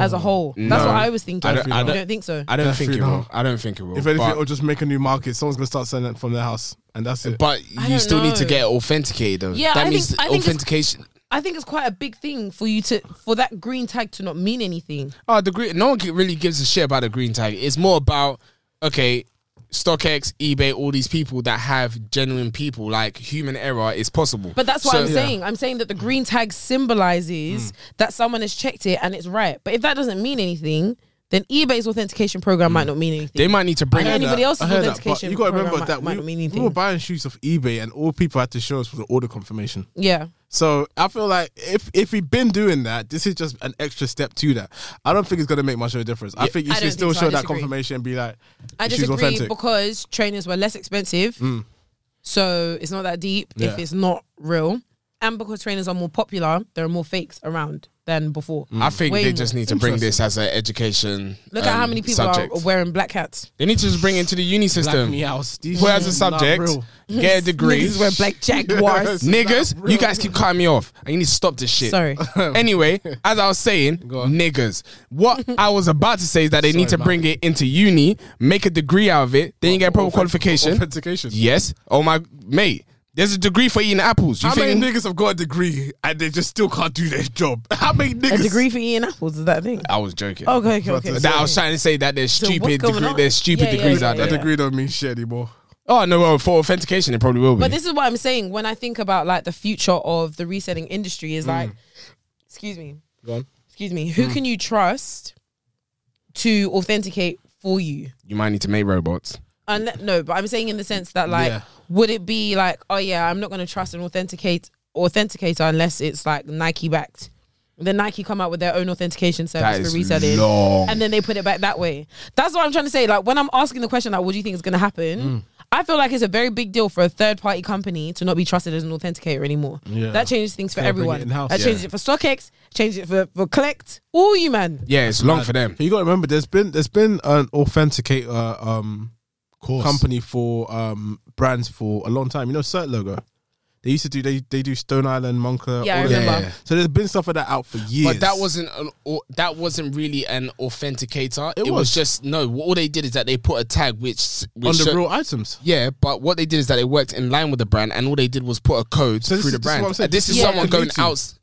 as a whole? That's No. what I was thinking. I I don't- don't, I don't- think so. I don't think it Definitely will. not. I don't think it will. If anything, but- it'll just make a new market. Someone's gonna start selling it from their house, and that's it. But I you don't still need to know. get authenticated though. Yeah, that I means think- I think it's- authentication. I think it's quite a big thing for you to for that green tag to not mean anything. Oh, the green. No one gi- really gives a shit about the green tag. It's more about okay, StockX, eBay, all these people that have genuine people. Like human error is possible. But that's what So- I'm saying. I'm saying that the green tag symbolizes that someone has checked it and it's right. But if that doesn't mean anything, then eBay's authentication program might not mean anything. They might need to bring. I it. heard anybody that. else's heard authentication you gotta program remember might- that might we, not mean we anything. were buying shoes off eBay, and all people had to show us was the order confirmation. yeah. So I feel like if if we've been doing that, this is just an extra step to that. I don't think it's gonna make much of a difference. I think you I should don't still think so. show I that disagree. confirmation and be like, I she's disagree authentic. because trainers were less expensive. So it's not that deep Yeah. if it's not real. And because trainers are more popular, there are more fakes around than before. I think Way they more. just need to bring this as an education. Look at um, how many people subject. are wearing black hats. They need to just bring it into the uni Black system. meows. These Well, as a shoes are not subject, real. get a degree. Niggas wear [LAUGHS] black jaguars. Niggas, you guys keep cutting me off. I need to stop this shit. Sorry. [LAUGHS] anyway, as I was saying, niggas. [LAUGHS] What I was about to say is that they need to bring it into uni, make a degree out of it, then you get proper qualification. authentication. Yes. Oh my mate, there's a degree for eating apples. You How many think niggas have got a degree and they just still can't do their job? [LAUGHS] How many niggas? A degree for eating apples is that a thing? I was joking? Okay, okay, okay. That I was trying to say that there's what's stupid going degree, on? there's stupid Yeah, yeah, degrees yeah, out That yeah. there. degree don't mean shit anymore. Oh no, well, for authentication it probably will be. But this is what I'm saying when I think about like the future of the reselling industry is like, excuse me, Mm. Go on. Mm. excuse me, who can you trust to authenticate for you? you might need to make robots. And no, but I'm saying in the sense that like, Yeah. would it be like, oh yeah, I'm not going to trust an authenticate authenticator unless it's like Nike backed. Then Nike come out with their own authentication That service for is reselling, long. and then they put it back that way. That's what I'm trying to say. Like when I'm asking the question, like, what do you think is going to happen? I feel like it's a very big deal for a third party company to not be trusted as an authenticator anymore. Yeah. That changes things for Gotta bring it everyone. in-house. That Yeah. changes it for StockX. Changes it for for Collect. All you man. Yeah, it's long for them. You got to remember, there's been there's been an authenticator um, course. company for um, brands for a long time. You know, Cert logo. They used to do they they do Stone Island, Moncler. Yeah, I all of them. remember. Yeah. So there's been stuff like that out for years. But that wasn't an au- that wasn't really an authenticator. It, was. was. just no. All they did is that they put a tag which, s- which on the showed- real items. Yeah, but what they did is that they worked in line with the brand, and all they did was put a code So this through is- the this is brand. what I'm saying. This is Yeah. someone going Community. out.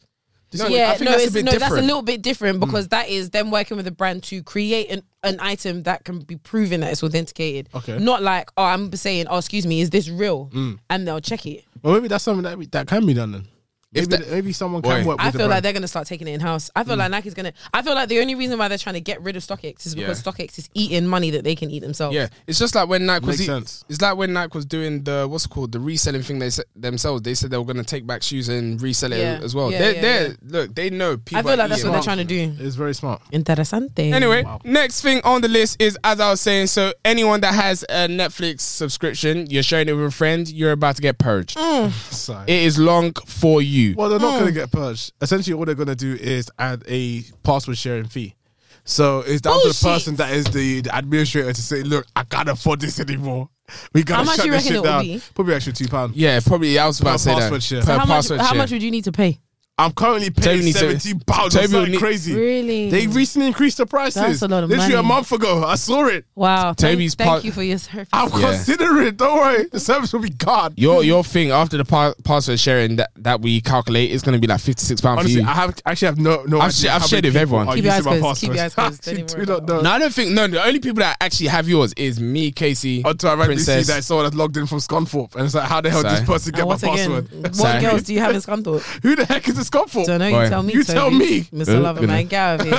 This No, is- Yeah, I think no, that's a it's, bit no, that's a different. little bit different because that is them working with a brand to create an, an item that can be proven that it's authenticated. Okay. Not like, oh, I'm saying, oh, excuse me, is this real? And they'll check it. Well, maybe that's something that we, that can be done then. Maybe, If the- Mm. maybe someone Boy. can work with I the feel like brand. they're gonna start taking it in house. I feel like Nike's gonna. I feel like the only reason why they're trying to get rid of StockX is because Yeah. StockX is eating money that they can eat themselves. Yeah, it's just like when Nike was. Makes e- sense. It's like when Nike was doing the what's it called the reselling thing. They said themselves they said they were going to take back shoes and resell it Yeah. as well. Yeah, they're, yeah, they're look they know people. I feel are like that's eating what they're it. trying to do. It's very smart. Interesante. Anyway, Wow. next thing on the list is as I was saying. So anyone that has a Netflix subscription, you're sharing it with a friend, you're about to get purged. Mm. Sorry. It is long for you. Well, they're not Hmm. going to get purged. Essentially, all they're going to do is add a password sharing fee. So it's down to Bullshit. the person that is the, the administrator to say, "Look, I can't afford this anymore. We How gotta much shut you this reckon shit it will down." be? Probably extra two pounds. Yeah, probably. I was about to say that. password share. Per so how much? password How share. much would you need to pay? I'm currently Toby paying needs to- seventeen pounds. Toby Or will something need- crazy. Really? They recently increased the prices. That's a lot of Literally a money. month ago, I saw it. wow. Toby's Thank, thank part- you for your service. I'm Yeah. considering it. Don't worry, the service will be gone. Your your thing after the pa- password sharing that, that we calculate is going to be like fifty six pounds for Honestly, you. I have actually have no no. I've idea sh- I've how shared many it with people everyone. are Keep your using eyes my closed, keep your [LAUGHS] eyes passwords. closed, don't You even worry do not about know. no, I don't think. No, the only people that actually have yours is me, Casey, Until Oh, I randomly Princess. see that someone that's logged in from Scunthorpe, and it's like, how the hell did Sorry. this person And get Uh, my once again, [LAUGHS] password? [LAUGHS] what Sorry. girls do you have in [LAUGHS] Scunthorpe? Who the heck is this Scunthorpe? Don't know. You Boy. tell me. You tell Toby. me. Mr. Lover Man. Get out of [LAUGHS] here.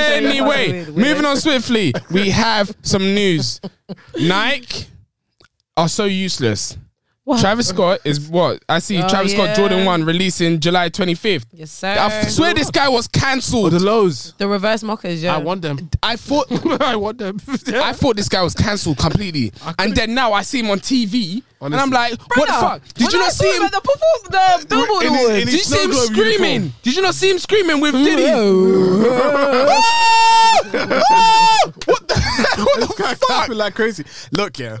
Anyway, moving on swiftly, we have some news. Nike are so useless. What? Travis Scott is what I see. Oh, Travis yeah. Scott Jordan One releasing July twenty fifth. Yes, I f- sir. swear this guy was Oh, cancelled. the lows. The reverse mockers. Yeah. I want them. I thought [LAUGHS] I want them. [LAUGHS] [LAUGHS] I thought this guy was cancelled completely, and then now I see him on TV, and I'm Honestly. like, what the Brother, fuck? Did you when I not saw see him? at The, perform- the billboard in his- award. in Did you see him snow globe screaming? uniform. Did you not see him screaming with Diddy? [LAUGHS] This guy clapping like crazy. Look, yeah,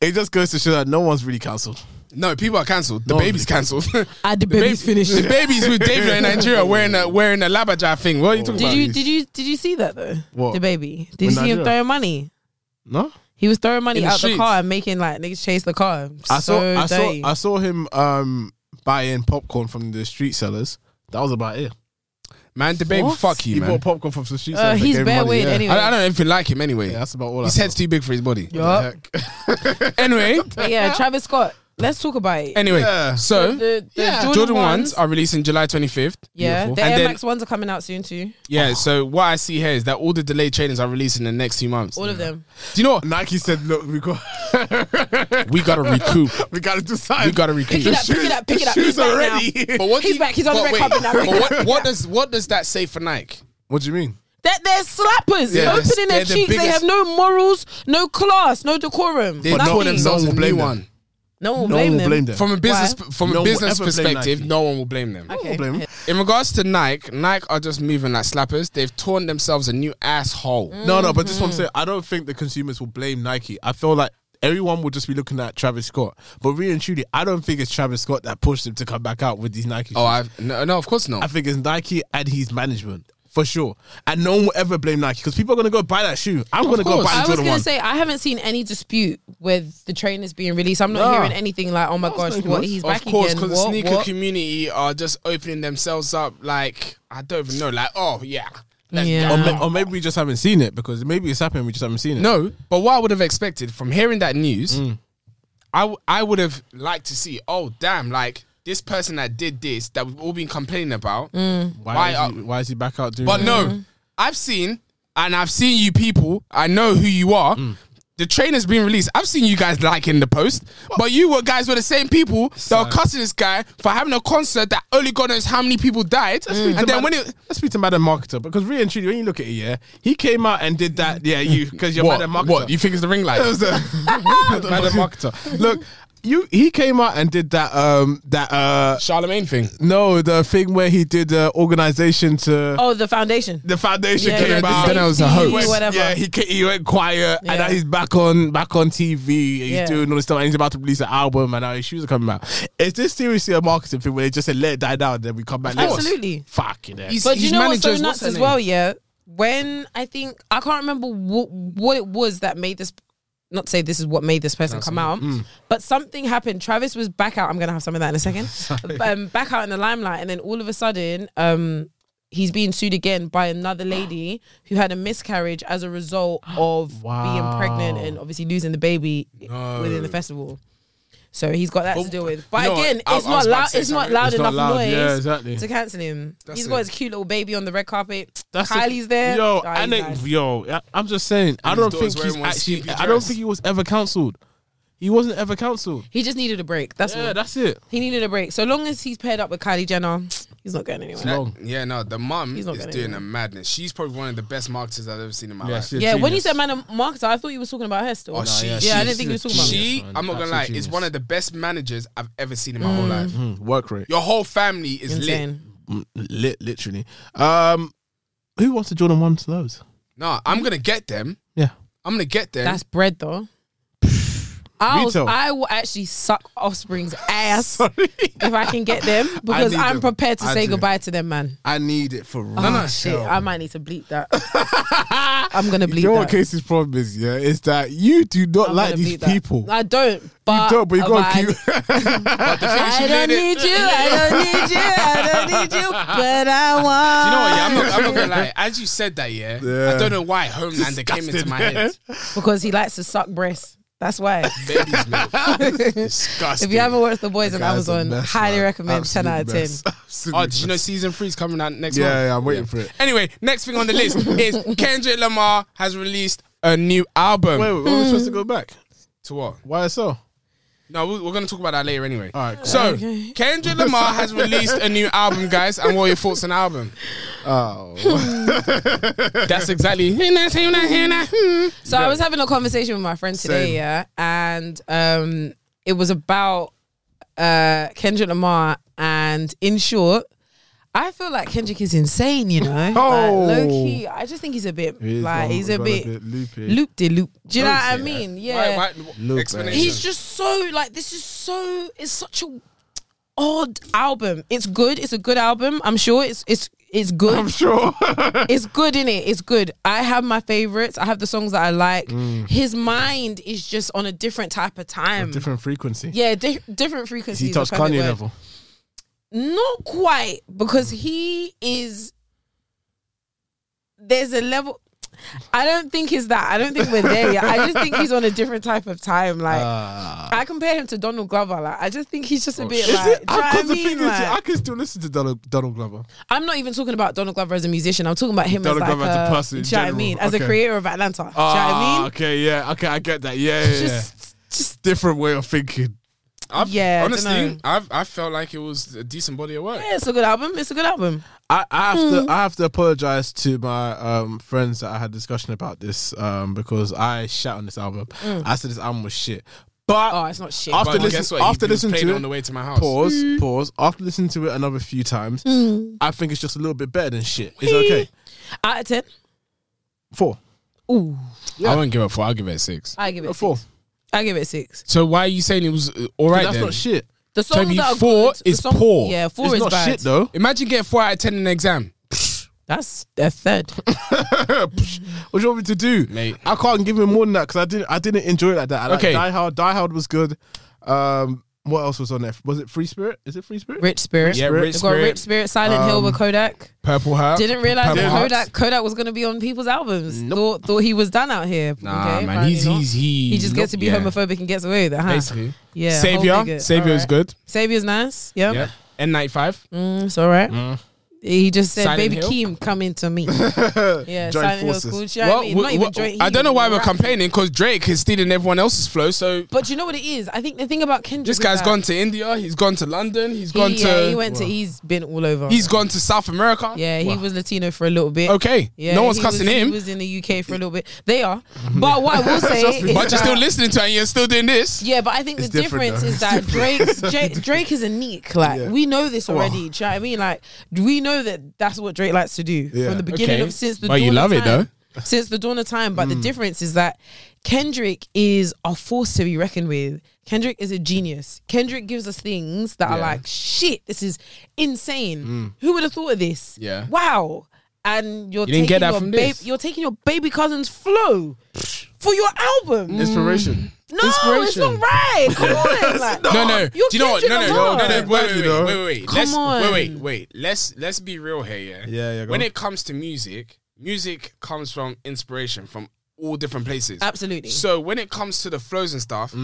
it just goes to show that no one's really cancelled. No, people are cancelled. The [LAUGHS] No, baby's cancelled. And the baby's finished. The baby's with David in Nigeria wearing a wearing a labaja thing. What are you talking Did about? you did you did you see that though? What? The baby. Did you With see him Nigeria? throwing money? No, He was throwing money In the out the streets. car and making like niggas chase the car. I saw. so I dirty. saw. I saw him um, buying popcorn from the street sellers. That was about it. man, the baby, What? fuck you, He man. bought popcorn from the street uh, sellers. that he's gave him bare money, weight yeah. anyway. I, I don't even like him anyway. Yeah, that's about all. His I head's too big for his body. Yup. saw. [LAUGHS] Anyway, But yeah, Travis Scott. Let's talk about it. anyway, Yeah. so the, the Yeah. Jordan, Jordan ones. ones are releasing July 25th. yeah, Beautiful. the and Air then Max ones are coming out soon too. yeah. [SIGHS] So what I see here is that all the delayed trainings are released in the next few months. All of them. Do you know what? [LAUGHS] Nike said, "Look, we got, [LAUGHS] [LAUGHS] We gotta recoup. we got to do something. We [LAUGHS] gotta Pick it recoup. up. Pick it up. Pick it up. He's Shoes back already. [LAUGHS] now. But what do He's you- back. He's on the but red wait, carpet now. but what, what does what does that say for Nike? What do you mean? They're, they're slappers. Yeah, Opening they're- their they're the cheeks. They biggest- have no morals, no class, no decorum. They nothing. taught themselves no a one new blame them. one. No one will No blame one them. will blame [LAUGHS] them. From a business Why? from a No one business will ever blame perspective, Nike. no one will blame them. Okay. Don't blame them. In regards to Nike, Nike are just moving like slappers. They've torn themselves a new asshole. Mm. No, no, but just want to say, I don't think the consumers will blame Nike. I feel like everyone will just be looking at Travis Scott. But really and truly, I don't think it's Travis Scott that pushed him to come back out with these Nike. Oh, shoes. I no, no, of course not. I think it's Nike and his management. For sure, and no one will ever blame Nike because people are gonna go buy that shoe. I'm gonna go course. buy I the was Jordan gonna one. say I haven't seen any dispute with the trainers being released. I'm not Nah. hearing anything like, "Oh my gosh, thinking what this. he's of back course, again." because the What, sneaker what? community are just opening themselves up. Like I don't even know. Like oh yeah, Like, Yeah. or, ma- or maybe we just haven't seen it because maybe it's happened. We just haven't seen it. No, but what I would have expected from hearing that news, I w- I would have liked to see. Oh damn! Like this person that did this that we've all been complaining about. Mm. why? Why is are- he, why is he back out doing? But that? no, I've seen and I've seen you people. I know who you are. The trainer's been released. I've seen you guys liking the post, but you were guys were the same people that were cussing this guy for having a concert that only God knows how many people died. And then when it Let's speak to Madam Marketer because really and truly, when you look at it, yeah, he came out and did that. Yeah, you because you're what Madam Marketer. what you think is [LAUGHS] the ring light? [LAUGHS] It was a- Madam Marketer. Look, you he came out and did that um that uh Charlemagne thing. no the thing where he did uh, organization to Oh, the foundation. the foundation Yeah, came the out. Then it was a safety, hoax. Went- Whatever. Yeah, he ca- he went quiet, Yeah. and now he's back on back on TV. And he's Yeah. doing all this stuff. And he's about to release an album, and now his shoes are coming out. Is this seriously a marketing thing where they just said let it die down, then we come back? later? Absolutely. fucking hell. He's- But you he's know what's so managers- nuts her as name? well? Yeah, when I think I can't remember what what it was that made this. Not to say this is what made this person come out, Mm. but something happened. Travis was back out. I'm gonna have some of that in a [LAUGHS] second. um, back out in the limelight, and then all of a sudden, um, he's being sued again by another lady [GASPS] who had a miscarriage as a [GASPS] result of being pregnant and obviously losing the baby within the festival. So he's got that to deal with. But you know what? again, it's I- I was not about loud. to say It's not something. loud It's not enough loud. noise Yeah, exactly. to cancel him. he's it. got his cute little baby on the red carpet. That's the- Kylie's there. Yo, Oh, he's and nice. it, yo, I- I'm just saying. I his don't daughter's think he's wearing one actually. sleepy I don't dress. think he was ever cancelled. He wasn't ever cancelled. he just needed a break. That's Yeah, all. that's it. he needed a break. So long as he's paired up with Kylie Jenner, he's not going anywhere. That- long. yeah, no, the mum is He's not doing gonna do a it. madness. She's probably one of the best marketers I've ever seen in my Yeah, life. she- yeah, when you genius. said man marketer, I thought you were talking about her still. Oh, she, yeah, she, yeah, I she- didn't think you were talking about her. She, Genius, man. I'm not gonna Absolute lie, genius. is one of the best managers I've ever seen in my whole life. Mm, work rate. Your whole family is lit. Mm-hmm. Insane. Mm, Lit, literally. Um, who wants the Jordan ones? Those. No, I'm gonna get them. Yeah. I'm gonna get them. That's bread though. I Retail. I will actually suck [LAUGHS] offspring's ass if I can get them because need I'm them. prepared to I say do. goodbye to them, man. I need it for real. Oh, shit, I might need to bleep [LAUGHS] that. I'm gonna bleep You know what that. Casey's problem is, yeah, is that you do not I'm like gonna these bleep that. people. I don't. But, you don't, but you but I- gotta [LAUGHS] keep. but the thing is, I she don't made it- need you. I don't need you. I don't need [LAUGHS] you. But I want. You know what? Yeah, I'm not, [LAUGHS] I'm not gonna lie. As you said that, yeah, Yeah. I don't know why Homelander came into my head. [LAUGHS] Because he likes to suck breasts. That's why. Baby's [LAUGHS] milk. Disgusting. If you haven't watched The Boys on Guys are Amazon, mess, highly man. recommend. Absolute 10 out of 10. mess. Absolute Oh, did you know mess. season three's coming out next month? Yeah, yeah, I'm waiting for it. Anyway, next thing on the list is [LAUGHS] Kendrick Lamar has released a new album. Wait, wait, when are we supposed to go back? To what? YSL. No, we- we're going to talk about that later anyway. All right, cool. So, Okay. Kendrick Lamar has released a new album, guys. And what are your thoughts on the album? Oh, That's exactly. That's So I was having a conversation with my friend today, Same. yeah, and um, it was about uh, Kendrick Lamar. And in short, I feel like Kendrick is insane, you [LAUGHS] know. Oh. like, low key. I just think he's a bit like he's a bit loopy. loop de loop. Do you know Don't what I say mean? Why, Yeah, why, Look, explanation. he's just so like this is so it's such a odd album. It's good. It's a good album. I'm sure it's it's it's good I'm sure. it's good in it. It's good. I have my favorites. I have the songs that I like. His mind is just on a different type of time. [LAUGHS] Mm. Different frequency. yeah, di- different frequencies. He touched Kanye level. Mm. Not quite because he is. There's a level. I don't think it's that. I don't think we're there yet. I just think he's on a different type of time. Like Ah. Oh, I compare him to Donald Glover. Like I just think he's just a bit Is like. it? do you know what I Because the mean? thing is, Like, yeah, I can still listen to Donald, Donald Glover. I'm not even talking about Donald Glover as a musician. I'm talking about him Donald as like Glover as a person in Do you know what I general. mean? As Okay. a creator of Atlanta. do you know what I Ah, mean? Okay, yeah, okay, I get that. Yeah, yeah, yeah. Just, just Different way of thinking. I've, Yeah, I don't know. honestly, I've, I felt like it was a decent body of work. yeah, it's a good album. It's a good album. I, I have Hmm. to I have to apologize to my um, friends that I had discussion about this um, because I shat on this album. I said this album was shit, but Mm. Oh, it's not shit. After But listen- guess what? after he, was listening playing to it it- on the way to my house. pause, mm. pause. After listening to it another few times, I think it's just a little bit better than shit. It's okay. Out of ten, Four, ooh, I won't give it a four. I'll give it a six. I give it a a four. six. I give it a six. So why are you saying it was uh, all right? that's then? not shit. The songs Toby, that are four good, the is song- poor. Yeah, four it's is not bad. shit though. Imagine getting four out of ten in an exam. That's a third. What do you want me to do? Mate. I can't give him more than that because I didn't. I didn't enjoy it like that. I Okay. okay. Die Hard. Die Hard was good. Um, what else was on there? Was it Free Spirit? Is it Free Spirit? Rich Spirit. Yeah, Rich We've got Spirit. Rich Spirit. Silent Hill with Kodak. Purple Heart. Didn't realize Purple that Heart. Kodak Kodak was gonna be on people's albums. Thought thought he was done out here. Nah, okay, man. He's, apparently not. he's he. he just gets to be yeah. homophobic and gets away with it. Huh? Basically. Yeah. whole Savior. nigga. Savior is Alright. good. Savior's nice. Yep. Yeah. N95. Mm, it's all right. He just said, Mm-hmm. Silent "Baby Hill? Keem, come into me." yeah, Joint Silent Hill's forces. cool. Do you know what I mean? Well, Not we- even well, joint. I he don't know why we're rap. complaining because Drake is stealing everyone else's flow. So But you know what it is? I think the thing about Kendrick. this is guy's that gone to India. He's gone to London. He's He, gone yeah, he to. went to. He's been all over. He's gone to South America. yeah, he was Latino for a little bit. Okay. Yeah, no one's he cussing was, him. He was in the UK for a little bit. They [LAUGHS] are. But what I will say is but you're that- [LAUGHS] still listening to it and you're still doing this. Yeah, but I think the It's different, difference though. is that Drake's [LAUGHS] Drake, Drake is a neek. Like Yeah. we know this already. Do you know what I mean? Like we know that that's what Drake likes to do Yeah. from the beginning Okay. of since the. But dawn you love of it, time, though. Since the dawn of time, but Mm. the difference is that Kendrick is a force to be reckoned with. Kendrick is a genius. Kendrick gives us things that are like shit. This is insane. Mm. Who would have thought of this? Yeah. Wow. And you're You taking didn't get that your from bab- this. you're taking your baby cousin's flow for your album. Inspiration. No, it's not right. [LAUGHS] Come on, like, No, no. Do You're you know what? No, no, Kendrick no, no, Lamar. no. Wait, wait, wait, You know? wait, wait. Come let's, Wait, on. wait, wait. Let's let's be real here. Yeah. Yeah, yeah, go when on. it comes to music, music comes from inspiration from all different places. Absolutely. Mm. So when it comes to the flows and stuff,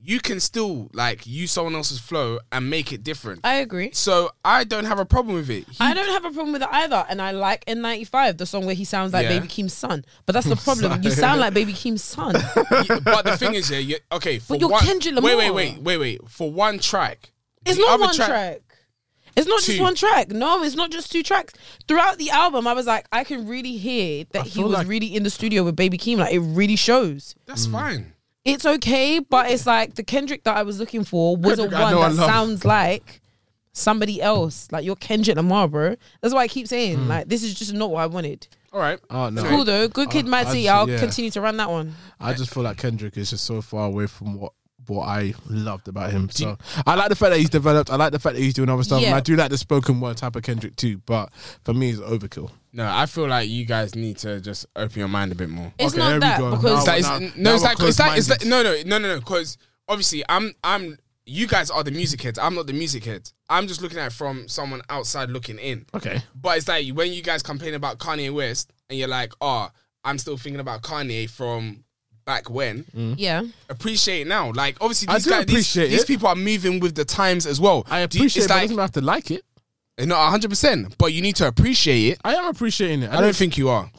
you can still like use someone else's flow and make it different. I agree. so I don't have a problem [LAUGHS] with it. He- I don't have a problem with it either, and I like N95, the song where he sounds like Yeah. Baby Keem's son. But [LAUGHS] that's the problem. you sound like Baby Keem's son. but the thing is, yeah, you okay. For you're one, Kendrick Wait, wait, Lamar. wait, wait, wait. For one track, It's the not other one track. It's not just Two. one track. No, it's not just two tracks. Throughout the album, I was like, I can really hear that he was really in the studio with Baby Keem. Like, it really shows. That's fine. It's okay, but it's like the Kendrick that I was looking for wasn't Kendrick I know I one that love. sounds like somebody else. Like, you're Kendrick Lamar, bro. That's why I keep saying, Hmm. like, this is just not what I wanted. All right. Uh, Oh no. Cool, though. Good Kid, Mad I City. just- I'll yeah. continue to run that one. I just feel like Kendrick is just so far away from what what I loved about him. So I like the fact that he's developed. I like the fact that he's doing other stuff. And Yeah. I do like the spoken word type of Kendrick too. But for me, it's overkill. No, I feel like you guys need to just open your mind a bit more. It's Okay, not there we that go. because Now- It's now- like, it's, no, now it's we're like, it's like, it's like, close-minded. no, no, no, no, no. Because obviously, I'm, I'm. You guys are the music heads. I'm not the music head. I'm just looking at it from someone outside looking in. Okay. But it's like when you guys complain about Kanye West, and you're like, "Oh, I'm still thinking about Kanye from back when." Yeah. Appreciate it now. Like, obviously, Mm. I these do guys, these, appreciate these it. people are moving with the times as well. I Do you- appreciate it. It's But I like doesn't have to like it. not 100, percent but you need to appreciate it. I am appreciating it. I, I don't. don't think you are.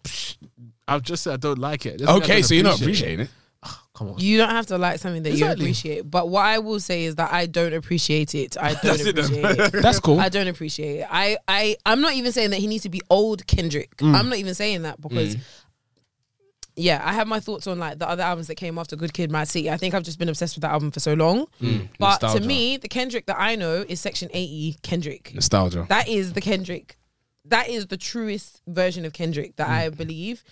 I've just said I don't like it. It doesn't mean I Okay, don't so you're not appreciate appreciating it. it. Come on. You don't have to like something that Exactly. you appreciate. But what I will say is that I don't appreciate it. I don't appreciate it. [LAUGHS] That's cool. I don't appreciate it. I, I, I'm not even saying that he needs to be old Kendrick. Mm. I'm not even saying that because, yeah, I have my thoughts on like the other albums that came after Good Kid, Mad City. I think I've just been obsessed with that album for so long. Mm. But to nostalgia. me, the Kendrick that I know is Section 80 Kendrick. Nostalgia. That is the Kendrick. That is the truest version of Kendrick that Mm. I believe.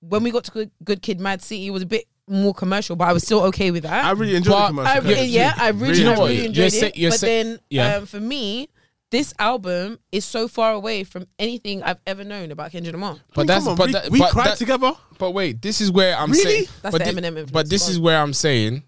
When we got to Good, Good Kid, Mad City, it was a bit more commercial, but I was still okay with that. I really enjoy the But I commercial. re- Kendrick. yeah, I really, Really really enjoyed it. You're enjoyed sick- it. you're But sick- then, yeah. um, for me, this album is so far away from anything I've ever known about Kendrick Lamar. But that's Come on, but we, that- we but cried that- together. But wait, this is where I'm Really? saying. That's but the thi- Eminem influence, But this go is on. where I'm saying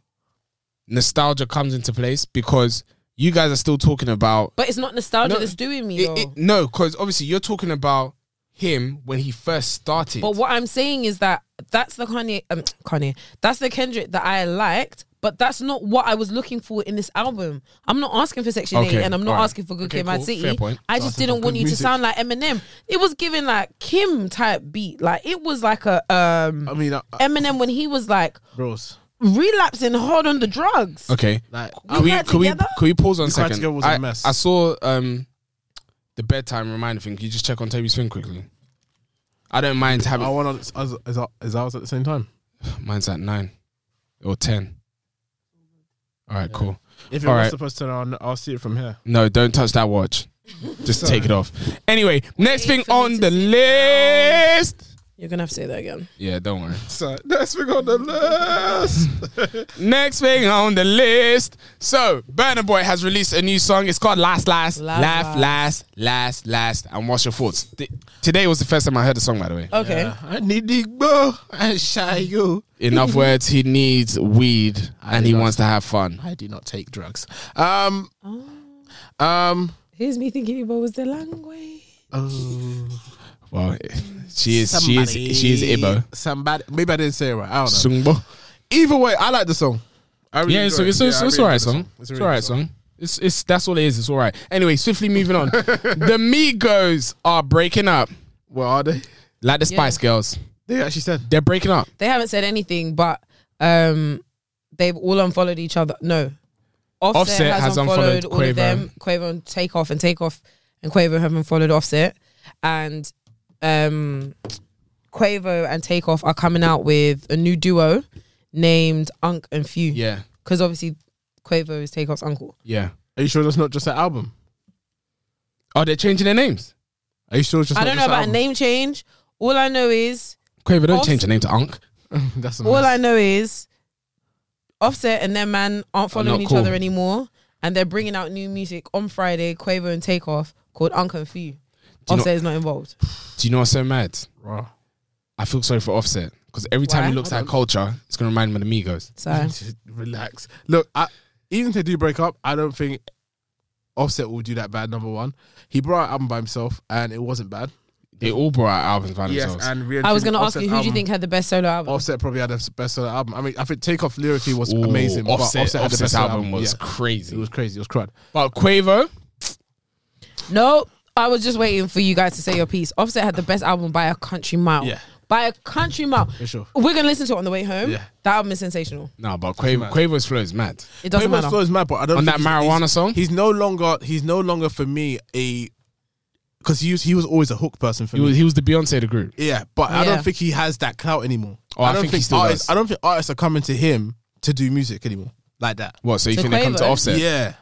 nostalgia comes into place because you guys are still talking about. But it's not nostalgia No, that's doing me. It, though. it, no, because obviously you're talking about him when he first started. But what I'm saying is that that's the Kanye, um, Kanye, that's the Kendrick that I liked, but that's not what I was looking for in this album. I'm not asking for Section Okay, 8 and I'm not alright. asking for Good Okay, Kid, Mad cool, City. fair point. I just didn't want you to sound like Eminem. It was giving like Kim type beat. Like it was like a um Uh, I mean, I, I, Eminem when he was like bros. relapsing hard on the drugs. okay, Like, We can we cried can we together? can we pause on a cried second? together was a I, mess. I saw um the bedtime reminder thing. Can you just check on Toby's thing quickly? I don't mind having. I want to as as as ours at the same time. Mine's at nine or ten. All right, cool. If it All was right. supposed to, I'll, I'll see it from here. No, don't touch that watch. Just take it off. Anyway, Wait next thing for me on to the sit down. list. You're gonna have to say that again. Yeah, don't worry. So next thing on the list. Next thing on the list. So, Burner Boy has released a new song. It's called Last, Last, Last, Laugh, Last, Last, Last. And what's your thoughts? Th- today was the first time I heard the song, by the way. Okay. Uh, I need the go and shy you. [LAUGHS] In other words, he needs weed and he wants to have fun. I do not take drugs. Um, um, Here's me thinking what was the language. Well, she is, she is, she is Ibo. Somebody, maybe I didn't say it right. I don't know. Sungbo. Either way, I like the song. I really Yeah, it's, enjoy it's, it. it's, Yeah, I it's really alright enjoy the song. It's, a really alright good song. It's it's that's all it is. It's alright. Anyway, swiftly moving [LAUGHS] on. the Migos are breaking up Well, are they? like the Spice Girls. They actually said They're breaking up. they haven't said anything, but um, they've all unfollowed each other. No, Offset, Offset has, has unfollowed, unfollowed all Quavo. of them. Quavo and Takeoff and Takeoff and Quavo haven't followed Offset, and um, Quavo and Takeoff are coming out with a new duo named Unk and Few. Yeah, because obviously Quavo is Takeoff's uncle. yeah. Are you sure that's not just an album? Oh, they're changing their names. Are you sure it's just I not don't know just about an a name change. All I know is Quaver, don't Offs- change your name to [LAUGHS] Unk. album? that's a All mess. I know is Offset and their man aren't following not each cool. other anymore, and they're bringing out new music on Friday. Quavo and Takeoff called Unconfused. you know- Offset is not involved. Do you know what's so mad? Raw. I feel sorry for Offset because every time Why? he looks at culture, it's gonna remind him of the Migos. [LAUGHS] So Relax. Look, I, even if they do break up, I don't think Offset will do that bad. Number one, he brought out an album by himself, and it wasn't bad. They all brought out albums by Yes, themselves. and re- I was going to ask Offset's you, who do you album- think had the best solo album? Offset probably had the best solo album. I mean, I think Takeoff lyrically was Ooh, amazing. but Offset, Offset had the Offset's best solo album, was Yeah. crazy. It was crazy. It was crud. but Quavo, No, I was just waiting for you guys to say your piece. Offset had the best album by a country mile. Yeah. By a country mile. For sure. We're going to listen to it on the way home. Yeah. That album is sensational. no, but Quavo, Quavo's flow is mad. It doesn't Quavo's matter. flow is mad, but I don't On think that he's- marijuana he's- song? He's no longer. He's no longer for me a because he was he was always a hook person for He me. was, he was the Beyonce of the group. yeah, but I Yeah. don't think he has that clout anymore. Oh, I don't think he still artists. does. I don't think artists are coming to him to do music anymore like that. What? So you So think they come to Quavo? Offset? Yeah,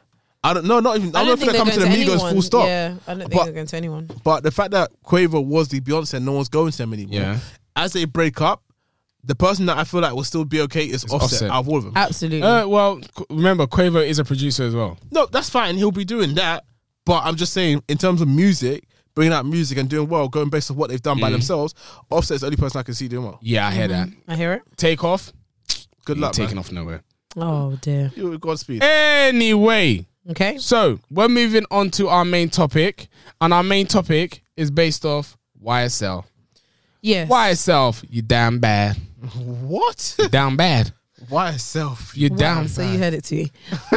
I don't. No, not even. I, don't think they come to the they're going Migos anyone. full stop. Yeah, I don't think But- they're going to anyone. But the fact that Quavo was the Beyonce, no one's going to him anymore. Yeah. As they break up, the person that I feel like will still be okay is Offset, Offset. out of all of them. Absolutely. Uh, well, Qu- remember Quavo is a producer as well. Mm-hmm. no, that's fine. He'll be doing that. But I'm just saying, in terms of music, bringing out music and doing well, going based on what they've done Mm-hmm. by themselves, Offset's the only person I can see doing well. Yeah, I hear that. I hear it. Take off. Good luck, taking man. off nowhere. Oh, dear. You- Godspeed. Eh. Anyway, Okay. so we're moving on to our main topic, and our main topic is based off YSL. Yes. YSL, you damn bad, What? down bad, Why self? you Wow, down. so you heard it [LAUGHS] too.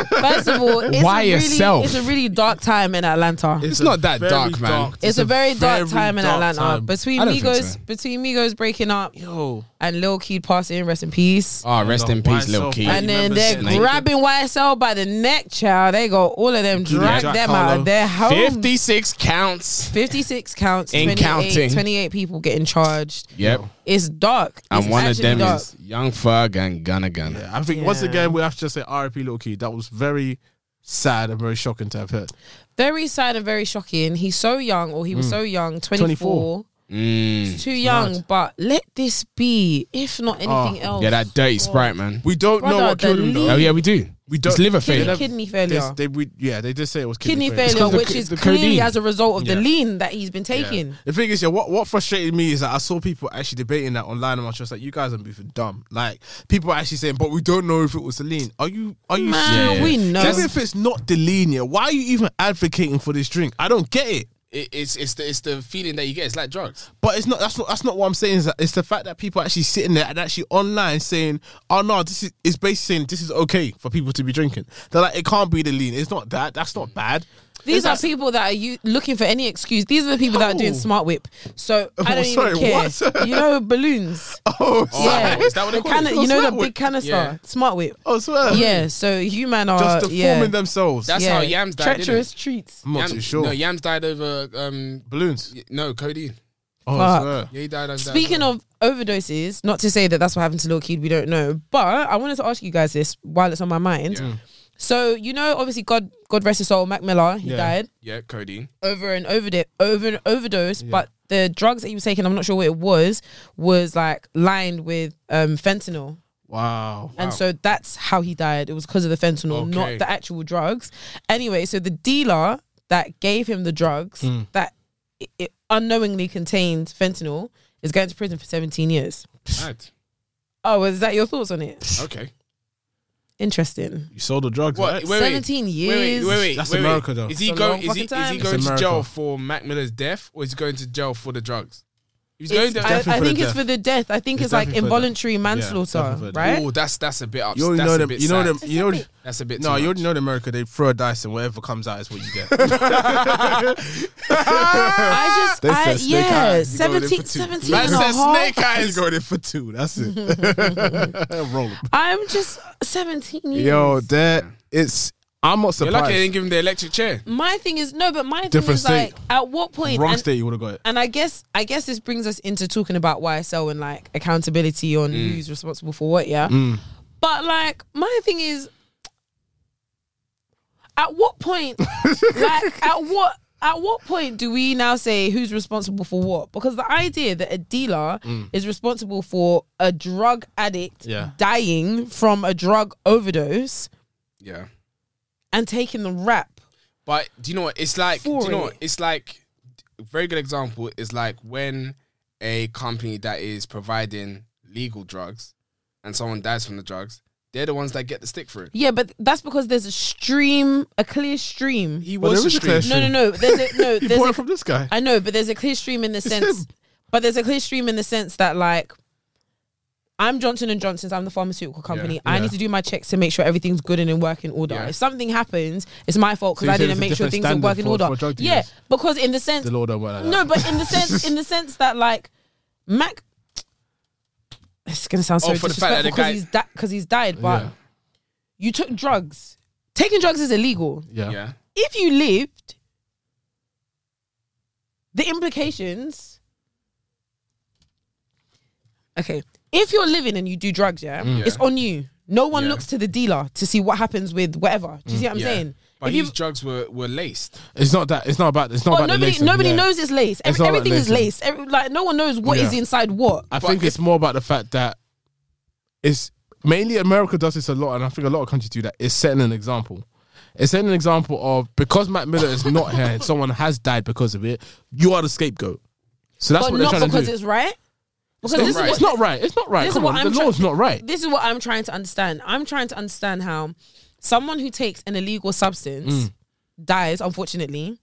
First of all, it's a Why really, yourself? It's a really dark time in Atlanta. It's, It's a not that very dark, man. dark- a, very dark very time in dark Atlanta. time. Between I don't think Migos, so. between Migos breaking up Yo. and Lil Kid passing, rest in peace. Ah, rest in peace, little YSL kid. fan. and then remember they're Snake. grabbing YSL by the neck, child. They go all of them, Including drag Jack them Harlow. out of their home. Fifty-six counts. 56 counts, In 28, counting. 28 people getting charged. Yep, It's dark. and It's one of actually them dark. is Young Thug and Gunna Gunna. I think once Yeah. again, we have to just say RIP Little Key. That was very sad and very shocking to have heard. very sad and very shocking. He's so young, or he Hmm. was so young, 24. 24. Mm. Too young, but let this be, if not anything else. Ah, Yeah, that dirty sprite, man. We don't Brother, know what killed him, the Oh though. lead- yeah, we do. We It's don't. liver kidney, failure. kidney They, failure. they, we, yeah, they did say it was kidney, Kidney failure. failure, the which co- is the clearly codeine. as a result of the Yeah. lean that he's been Yeah. taking. The thing is, yeah, what, what frustrated me is that I saw people actually debating that online, and I was just like, "You guys are beefing dumb." Like people are actually saying, "But we don't know if it was the lean." Are you? Are you? Man, serious? Yeah. we know. Even if it's not the lean, yeah, why are you even advocating for this drink? I don't get it. It- it's it's the it's the feeling that you get. It's like drugs. But it's not. That's not. That's not what I'm saying. Is that it's the fact that people are actually sitting there and actually online saying, "Oh no, this is." It's basically saying this is okay for people to be drinking. They're like, "It can't be the lean. It's not that. That's not bad." These It's are that- people that are you looking for any excuse. These are the people that are doing Oh. smart whip. [LAUGHS] So Oh, I don't Sorry, even care. what? You know balloons. [LAUGHS] Oh, yeah, is that what they The call it? canna- Oh, you know smart the whip. big canister, Yeah. smart [LAUGHS] whip. I swear. Yeah, so you man are Just deforming yeah, themselves. uh, That's yeah. how yams died. didn't it? Treacherous treats. I'm not Yams- too sure. No, yams died over um Balloons. y- no codeine. Oh, Fuck. I swear. Yeah, he died over Speaking of overdoses, not to say that that's what happened to Lil Kid, we don't know. But I wanted to ask you guys this while it's on my mind. Yeah. So you know, obviously, God, God rest his soul, Mac Miller, he Yeah. died yeah, codeine. over an overdose, over an overdose. But the drugs that he was taking, I'm not sure what it was, was like lined with um, fentanyl. Wow. And so that's how he died. It was because of the fentanyl, Okay. not the actual drugs. Anyway, so the dealer that gave him the drugs that it, it unknowingly contained fentanyl is going to prison for 17 years. Mad. Oh, is that your thoughts on it? Okay. Interesting. You sold the drugs. What? right? Wait, wait, 17 Wait, years. wait, wait, wait. That's wait, wait. America, though. Is he It's a going? long Is fucking he, is time. he It's going to America. jail for Mac Miller's death, or is he going to jail for the drugs? He's It's- going to. I, definitely I for the think it's death. for the death. I think it's, It's like definitely for the- involuntary manslaughter, definitely for the right? Oh, that's that's a bit up. You already that's know a them. bit You know sad. them. You know. That's a bit. No, too you much. already know in America they throw a dice and whatever comes out is what you get. I just, They I, said snake yeah, eyes. You go in 17, for two. 17 Man and a said half. snake eyes. going in for two. That's it. [LAUGHS] Roll 'em. I'm just 17 years. Yo, that it's. I'm not You're lucky they surprised. didn't give him the electric chair. my thing is no, but my thing Different is like state. at what point Wrong and, state, you would have got it. and I guess I guess this brings us into talking about YSL and like accountability on Mm. who's responsible for what, yeah. But like my thing is at what [LAUGHS] point like at what at what point do we now say who's responsible for what? Because the idea that a dealer is responsible for a drug addict Mm. Yeah. dying from a drug overdose Yeah. and taking the rap. But do you know what? It's like do you know Fury. what? It's like a very good example is like when a company that is providing legal drugs and someone dies from the drugs, They're the ones that get the stick through. Yeah, but that's because there's a stream, a clear stream. He But was there a is a stream. clash. No, no, no. There's a, no. [LAUGHS] He there's bought a, it from this guy. I know, but there's a clear stream in the sense, him. but there's a clear stream in the sense that like, I'm Johnson and Johnson's. I'm the pharmaceutical company. Yeah, I yeah. need to do my checks to make sure everything's good and in working order. Yeah. If something happens, it's my fault So you because I say didn't there's a make sure different things are standard working for- order. for drug dealers? yeah, because in the sense, The law don't work like that. no, but in [LAUGHS] the sense, in the sense that like Mac, it's gonna sound so Oh, for the fact that disrespectful the because guy- he's because he's died, but Yeah. you took drugs. Taking drugs is illegal. Yeah. Yeah. If you lived, the implications. Okay, if you're living and you do drugs, yeah, Mm. it's Yeah. on you. No one Yeah. looks to the dealer to see what happens with whatever. Do you see what I'm Mm. Yeah. saying? But If you- his drugs were, were laced. It's not that. It's not about. It's not Oh, about nobody, the lacing, nobody yeah. knows it's lace. Every- not about everything is lacing. lace. Every, like no one knows what is Yeah. inside what. I But think if- it's more about the fact that it's mainly America does this a lot, and I think a lot of countries do that. It's setting an example. It's setting an example of because Matt Miller is not here, and someone has died because of it. You are the scapegoat. So that's but what they're not trying to because do. it's right. Because not this right. is It's what not right. It's not right. this is Come what on, I'm the law's try- not right. this is what I'm trying to understand. I'm trying to understand how someone who takes an illegal substance Mm. dies, unfortunately,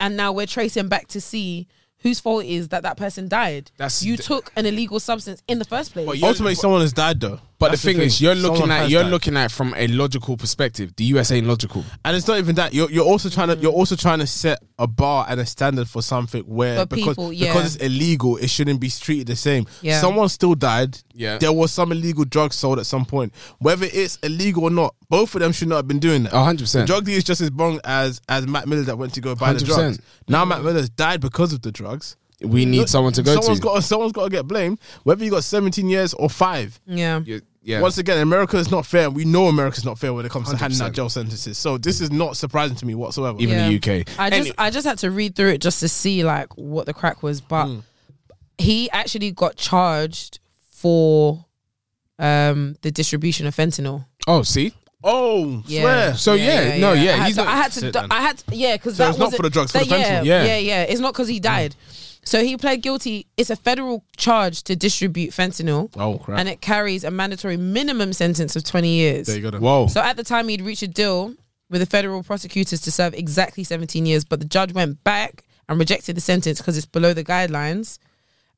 and now we're tracing back to see whose fault it is that that person died. That's you the- took an illegal substance in the first place. But you- Ultimately, someone has died though. But That's the thing, is, you're looking Someone at has you're died. looking at from a logical perspective. The US ain't logical. and it's not even that. You're, you're also trying to Mm. you're also trying to set a bar and a standard for something where For because people, yeah. because it's illegal, it shouldn't be treated the same. Yeah. Someone still died. Yeah. there was some illegal drugs sold at some point. Whether it's illegal or not, both of them should not have been doing that. A hundred percent. Drug deal is just as wrong as as Matt Miller that went to go buy the 100%. drugs. Now Matt Miller's died because of the drugs. We need someone to go someone's to. Got, someone's got to get blamed. Whether you got 17 years or five. yeah. You- yeah. Once again, America is not fair. We know America's not fair when it comes to handing 100%. out jail sentences. So this is not surprising to me whatsoever. Even Yeah. the UK. I just Any- I just had to read through it just to see like what the crack was, but Mm. he actually got charged for um the distribution of fentanyl. oh, see. oh, Yeah. swear. So yeah, no, yeah, I had he's to, not- I had to, Sit d- down. I had, to, yeah, because So that it's not wasn't- for the drugs, for that- the yeah, fentanyl. Mm. yeah, Yeah. yeah, It's not because he died. So he pled guilty. It's a federal charge to distribute fentanyl, Oh, crap. and it carries a mandatory minimum sentence of twenty years. there you go. Then. Whoa. So at the time, he'd reached a deal with the federal prosecutors to serve exactly 17 years, but the judge went back and rejected the sentence because it's below the guidelines,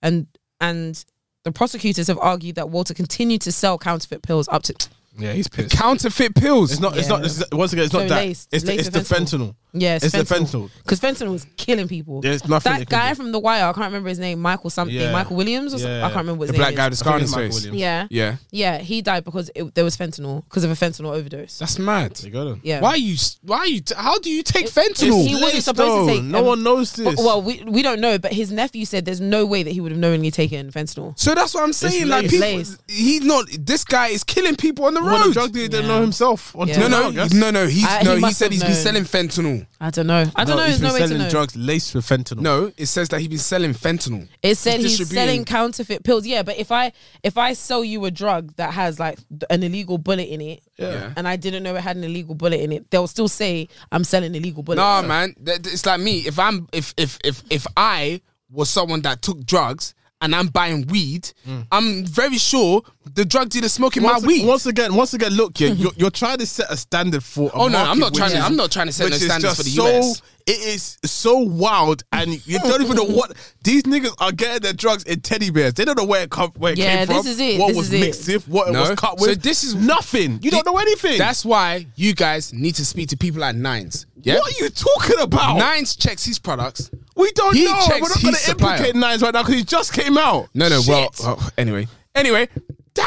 and and the prosecutors have argued that Walter continued to sell counterfeit pills up to Yeah, he's pissed. Counterfeit pills. It's not. It's Yeah. not. It's, once again, it's not So that. laced- it's the, laced it's the fentanyl. fentanyl. yes, It's the fentanyl. because fentanyl was killing people. There's nothing. they that can guy do. from The Wire, I can't remember his name, Michael something, Yeah. Michael Williams, or something. Yeah. I can't remember what his the name black guy is. with the scar on I think his it's Michael face. Williams. Yeah, Yeah. yeah, he died because it, there was fentanyl because of a fentanyl overdose. That's mad. There you go. Then. Yeah, Why are you? s- Why are you? T- how do you take if fentanyl? he wasn't Laced, supposed to though. take, No um, one knows But- this. well, we we don't know, but his nephew said there's no way that he would have knowingly taken fentanyl. so that's what I'm saying. Like laced. people, Laced. he's not. This guy is killing people on the Well, the road. drug dealer didn't Yeah. know himself. until Yeah. no, now, I no, guess. no, no. He's I- he no. He, must said have he's been selling known. fentanyl. I don't know. I don't know. he's There's been no way to selling know. drugs laced with fentanyl. No, it says that he's been selling fentanyl. It said He's he's distributing. selling counterfeit pills. Yeah, but if I if I sell you a drug that has like th- an illegal bullet in it, Yeah. and I didn't know it had an illegal bullet in it, they'll still say I'm selling illegal bullets. Nah, man. Th- th- It's like me. If I'm, if if if if I was someone that took drugs and I'm buying weed, Mm. I'm very sure the drug dealer smoking Once, my weed. once again, once again, look here. You're, you're trying to set a standard for. A Oh, no, I'm market not trying which to- is- I'm not trying to set which no is standards just for the so, US. It is so wild, and you [LAUGHS] don't even know what these niggas are getting their drugs in teddy bears. They don't know where it, come, where it Yeah, came from. this is it, What this was is it. mixed with, what No, it was cut so with. this is- nothing. You don't know anything. That's why you guys need to speak to people at Nines. Yeah. what are you talking about? Nines checks his products. We don't He know. checks We're not his going to supplier. implicate Nines right now because he just came out. No, no. Well, Shit. oh, anyway, anyway.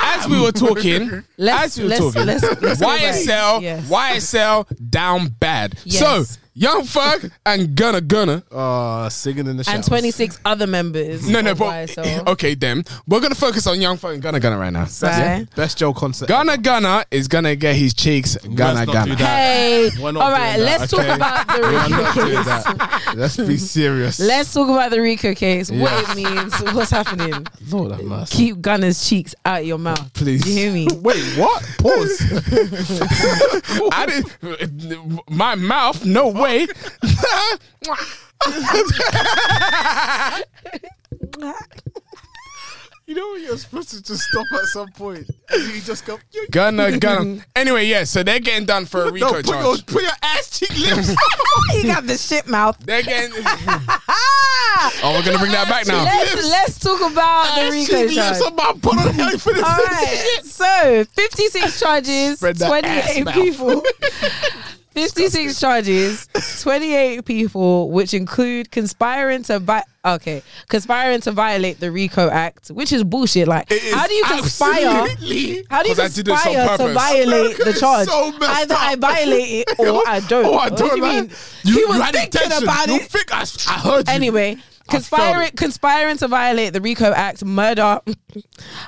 As we were talking, [LAUGHS] Let's- as we were let's- talking, let's- let's go back. YSL, Yes. YSL down bad. Yes. So young thug and gunna gunna. Uh, singing in the and showers. 26 other members. No, no, of but YSL. [LAUGHS] okay, then we're gonna focus on young thug and gunna gunna right now. Right. Best Joe concert. Gunna gunna is gonna get his cheeks gunna Let's not do gunna. that. [LAUGHS] Hey, We're all not right, doing that, let's okay? talk about the We're not Rico doing case. that. Let's be [LAUGHS] serious. Let's talk about the Rico case. What it means, what's happening. Lord have mercy. Keep Gunner's cheeks out of your mouth. Please. Do you hear [LAUGHS] me? [LAUGHS] Wait, what? Pause. I didn't. My mouth, no way. [LAUGHS] You know when you're supposed to just stop at some point, and you just go. You, Gunna, [LAUGHS] gunna. Anyway, yeah, so they're getting done for a RICO no, put charge. your, put your ass [LAUGHS] cheek lips. you got the shit mouth. [LAUGHS] They're getting. Ah! Oh, we're gonna bring that back now. Let's, let's talk about the ass Rico cheek lips charge. on my bottom [LAUGHS] line for this. [LAUGHS] All right, so 56 charges, Spread that 28 ass mouth. [LAUGHS] people. 56 charges, 28 people, which include conspiring to vi- okay, conspiring to violate the RICO Act, which is bullshit. Like, It is how do you conspire? absolutely- How do you 'Cause I did this on conspire to purpose. violate America the is charge? so messed Either I up. violate [LAUGHS] it or I don't. Oh, I What don't do you like- mean? he was had thinking intention. about You it. think I, I heard you. Anyway, conspiring conspiring to violate the RICO Act, murder,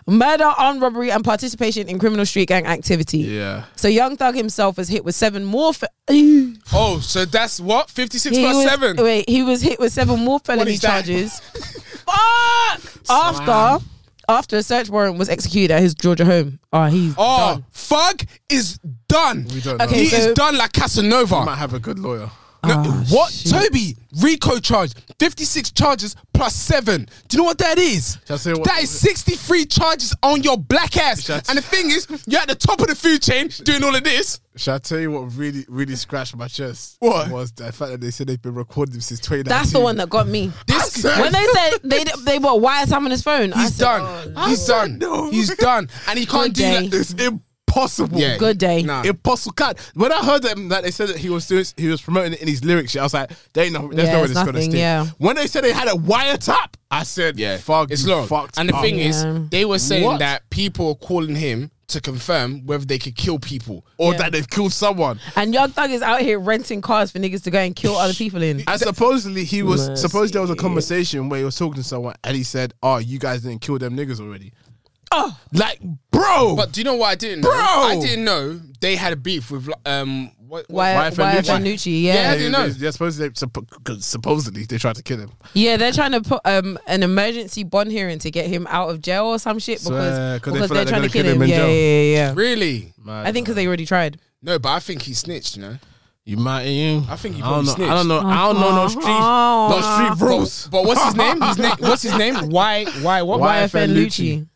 murder, armed robbery, and participation in criminal street gang activity. Yeah. So Young Thug himself was hit with seven more. [GASPS] Fe- he Oh, so that's what fifty six plus was, seven. Wait, he was hit with seven more felony is that? [LAUGHS] charges. Fuck! After after a search warrant was executed at his Georgia home. Oh, he's Oh, Fug is done. We don't know. Okay, he so- is done like Might Casanova. have a good lawyer. No, Ah, what? shit. Toby, Rico charge, 56 charges plus seven. Do you know what that is? Shall I say what- that is 63 charges on your black ass. Shall I- And the thing is, you're at the top of the food chain doing all of this. Shall I tell you what really, really scratched my chest? What? Was the fact that they said they've been recording him since 2019. that's the one that got me. This When they said they they were wiretapping his phone, I He's said, "Oh, done. He's done. no. He's done. And he can't Good do day. that. It's impossible. Yeah. Good day. Nah. Impossible. God, when I heard them that they said that he was doing, he was promoting it in his lyrics, shit, I was like, they know, there's Yeah, no way it's this is gonna nothing, stick. yeah. When they said they had a wiretap, I said, Yeah, fuck, it's you long. fucked And the up. thing is, Yeah. they were saying What? that people were calling him to confirm whether they could kill people. or Yeah. that they've killed someone. And Young Thug is out here renting cars for niggas to go and kill other people in. And supposedly he was Mercy. supposedly there was a conversation where he was talking to someone and he said, "Oh, you guys didn't kill them niggas already." Oh, Like, bro, But do you know what I didn't know? Bro! I didn't know they had a beef with um what, what- why, Wyeth and why Nucci. Fanucci? Yeah. how yeah, do you know? Yeah, supposedly, suppo- 'cause supposedly they tried to kill him. They're trying to put um an emergency bond hearing to get him out of jail or some shit Swear, because 'cause because they feel they are like trying to they're kill gonna him. kill yeah, him in jail. yeah, yeah, yeah. Really? I think because they already tried. No, but I think he snitched, you know. you might. You, I think he I don't probably know. snitched. I don't know. I don't know no street, no Oh. street rules. But, but what's [LAUGHS] his name? His name what's his name? Why why what Why- YF and Lucci. Lucci.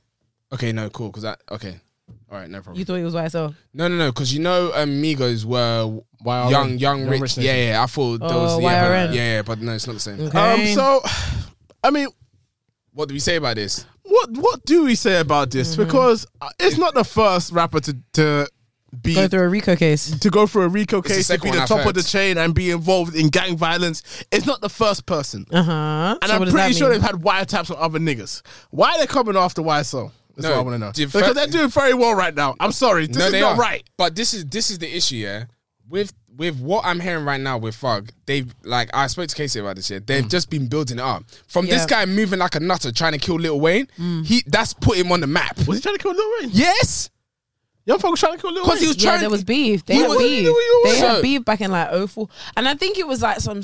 Okay, no, cool, because I okay. All right, no problem. You thought he was YSL. no, no, no, because you know um, Migos were Wow. young, young, rich. Rich Nation. yeah, yeah. I thought there Oh, was yeah, YRN. but, yeah, yeah, but no, it's not the same. Um, Okay. so, I mean, What do we say about this? what what do we say about this? Mm-hmm. Because uh, it's not the first rapper to to be go through a Rico case. [LAUGHS] to go through a Rico the case to second be one the I've top of heard. the chain and be involved in gang violence. It's not the first person, Uh huh. and so what I'm does that pretty sure mean? they've had wiretaps on other niggas. Why are they coming after YSL? That's No, what I want to know. the Because fact- they're doing very well right now. I'm sorry, this is not are. right. But this is this is the issue, yeah. With with what I'm hearing right now with Fug, they've like I spoke to Casey about this. Yeah, they've Mm. just been building it up from this Yeah. guy moving like a nutter, trying to kill Lil Wayne. He that's put him on the map. Was he trying to kill Lil Wayne? Yes, Young folk was trying to kill Lil Wayne. because he was Yeah, trying. there was beef. They He had was- beef. he was- They had So- beef back in like 04. And I think it was like some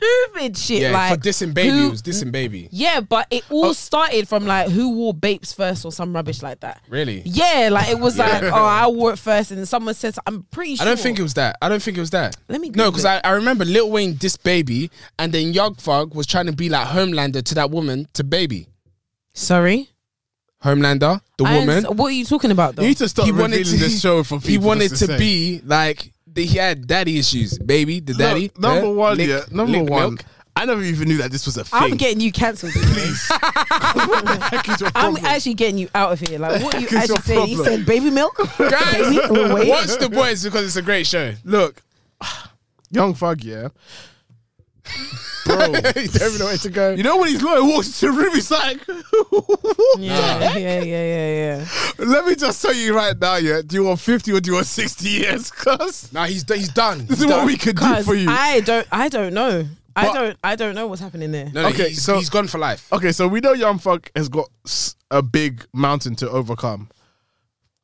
stupid shit. yeah, like for dissing baby, who- it was dissing Mm. baby. Yeah, but it all Oh. started from like who wore babes first or some rubbish like that. Really, Yeah, like it was [LAUGHS] like, oh, I wore it first, and someone said, I'm pretty I sure. don't think it was that. I don't think it was that. Let me no, Google because I, it. I remember Lil Wayne dissed baby, and then Young Fug was trying to be like Homelander to that woman to baby. Sorry, Homelander, the I woman. understand- what are you talking about though? You need to oh, stop revealing this show for [LAUGHS] people. He wanted just to say. be like the, he had daddy issues, baby. The daddy Look, number eh, one. lick- yeah, number lick one. milk. I never even knew that this was a thing. I'm getting you cancelled. Please. what the heck is your I'm problem? actually getting you out of here. Like, [LAUGHS] what are you Heck is your actually saying? You problem? said baby [LAUGHS] milk? Guys, Baby, wait. [LAUGHS] watch the boys because it's a great show. Look, young fag, yeah. [LAUGHS] Bro, you don't even know where to go. you know when his lawyer walks into the room, he's like, Yeah, yeah, yeah, yeah, yeah. "Let me just tell you right now, yeah. Do you want fifty or do you want sixty years? Cause Nah, he's he's done. this is what we could do Guys, for you." I don't, I don't know. I But- don't, I don't know what's happening there. No, no, Okay, he's, so- he's gone for life. okay, so we know young fag has got s- a big mountain to overcome.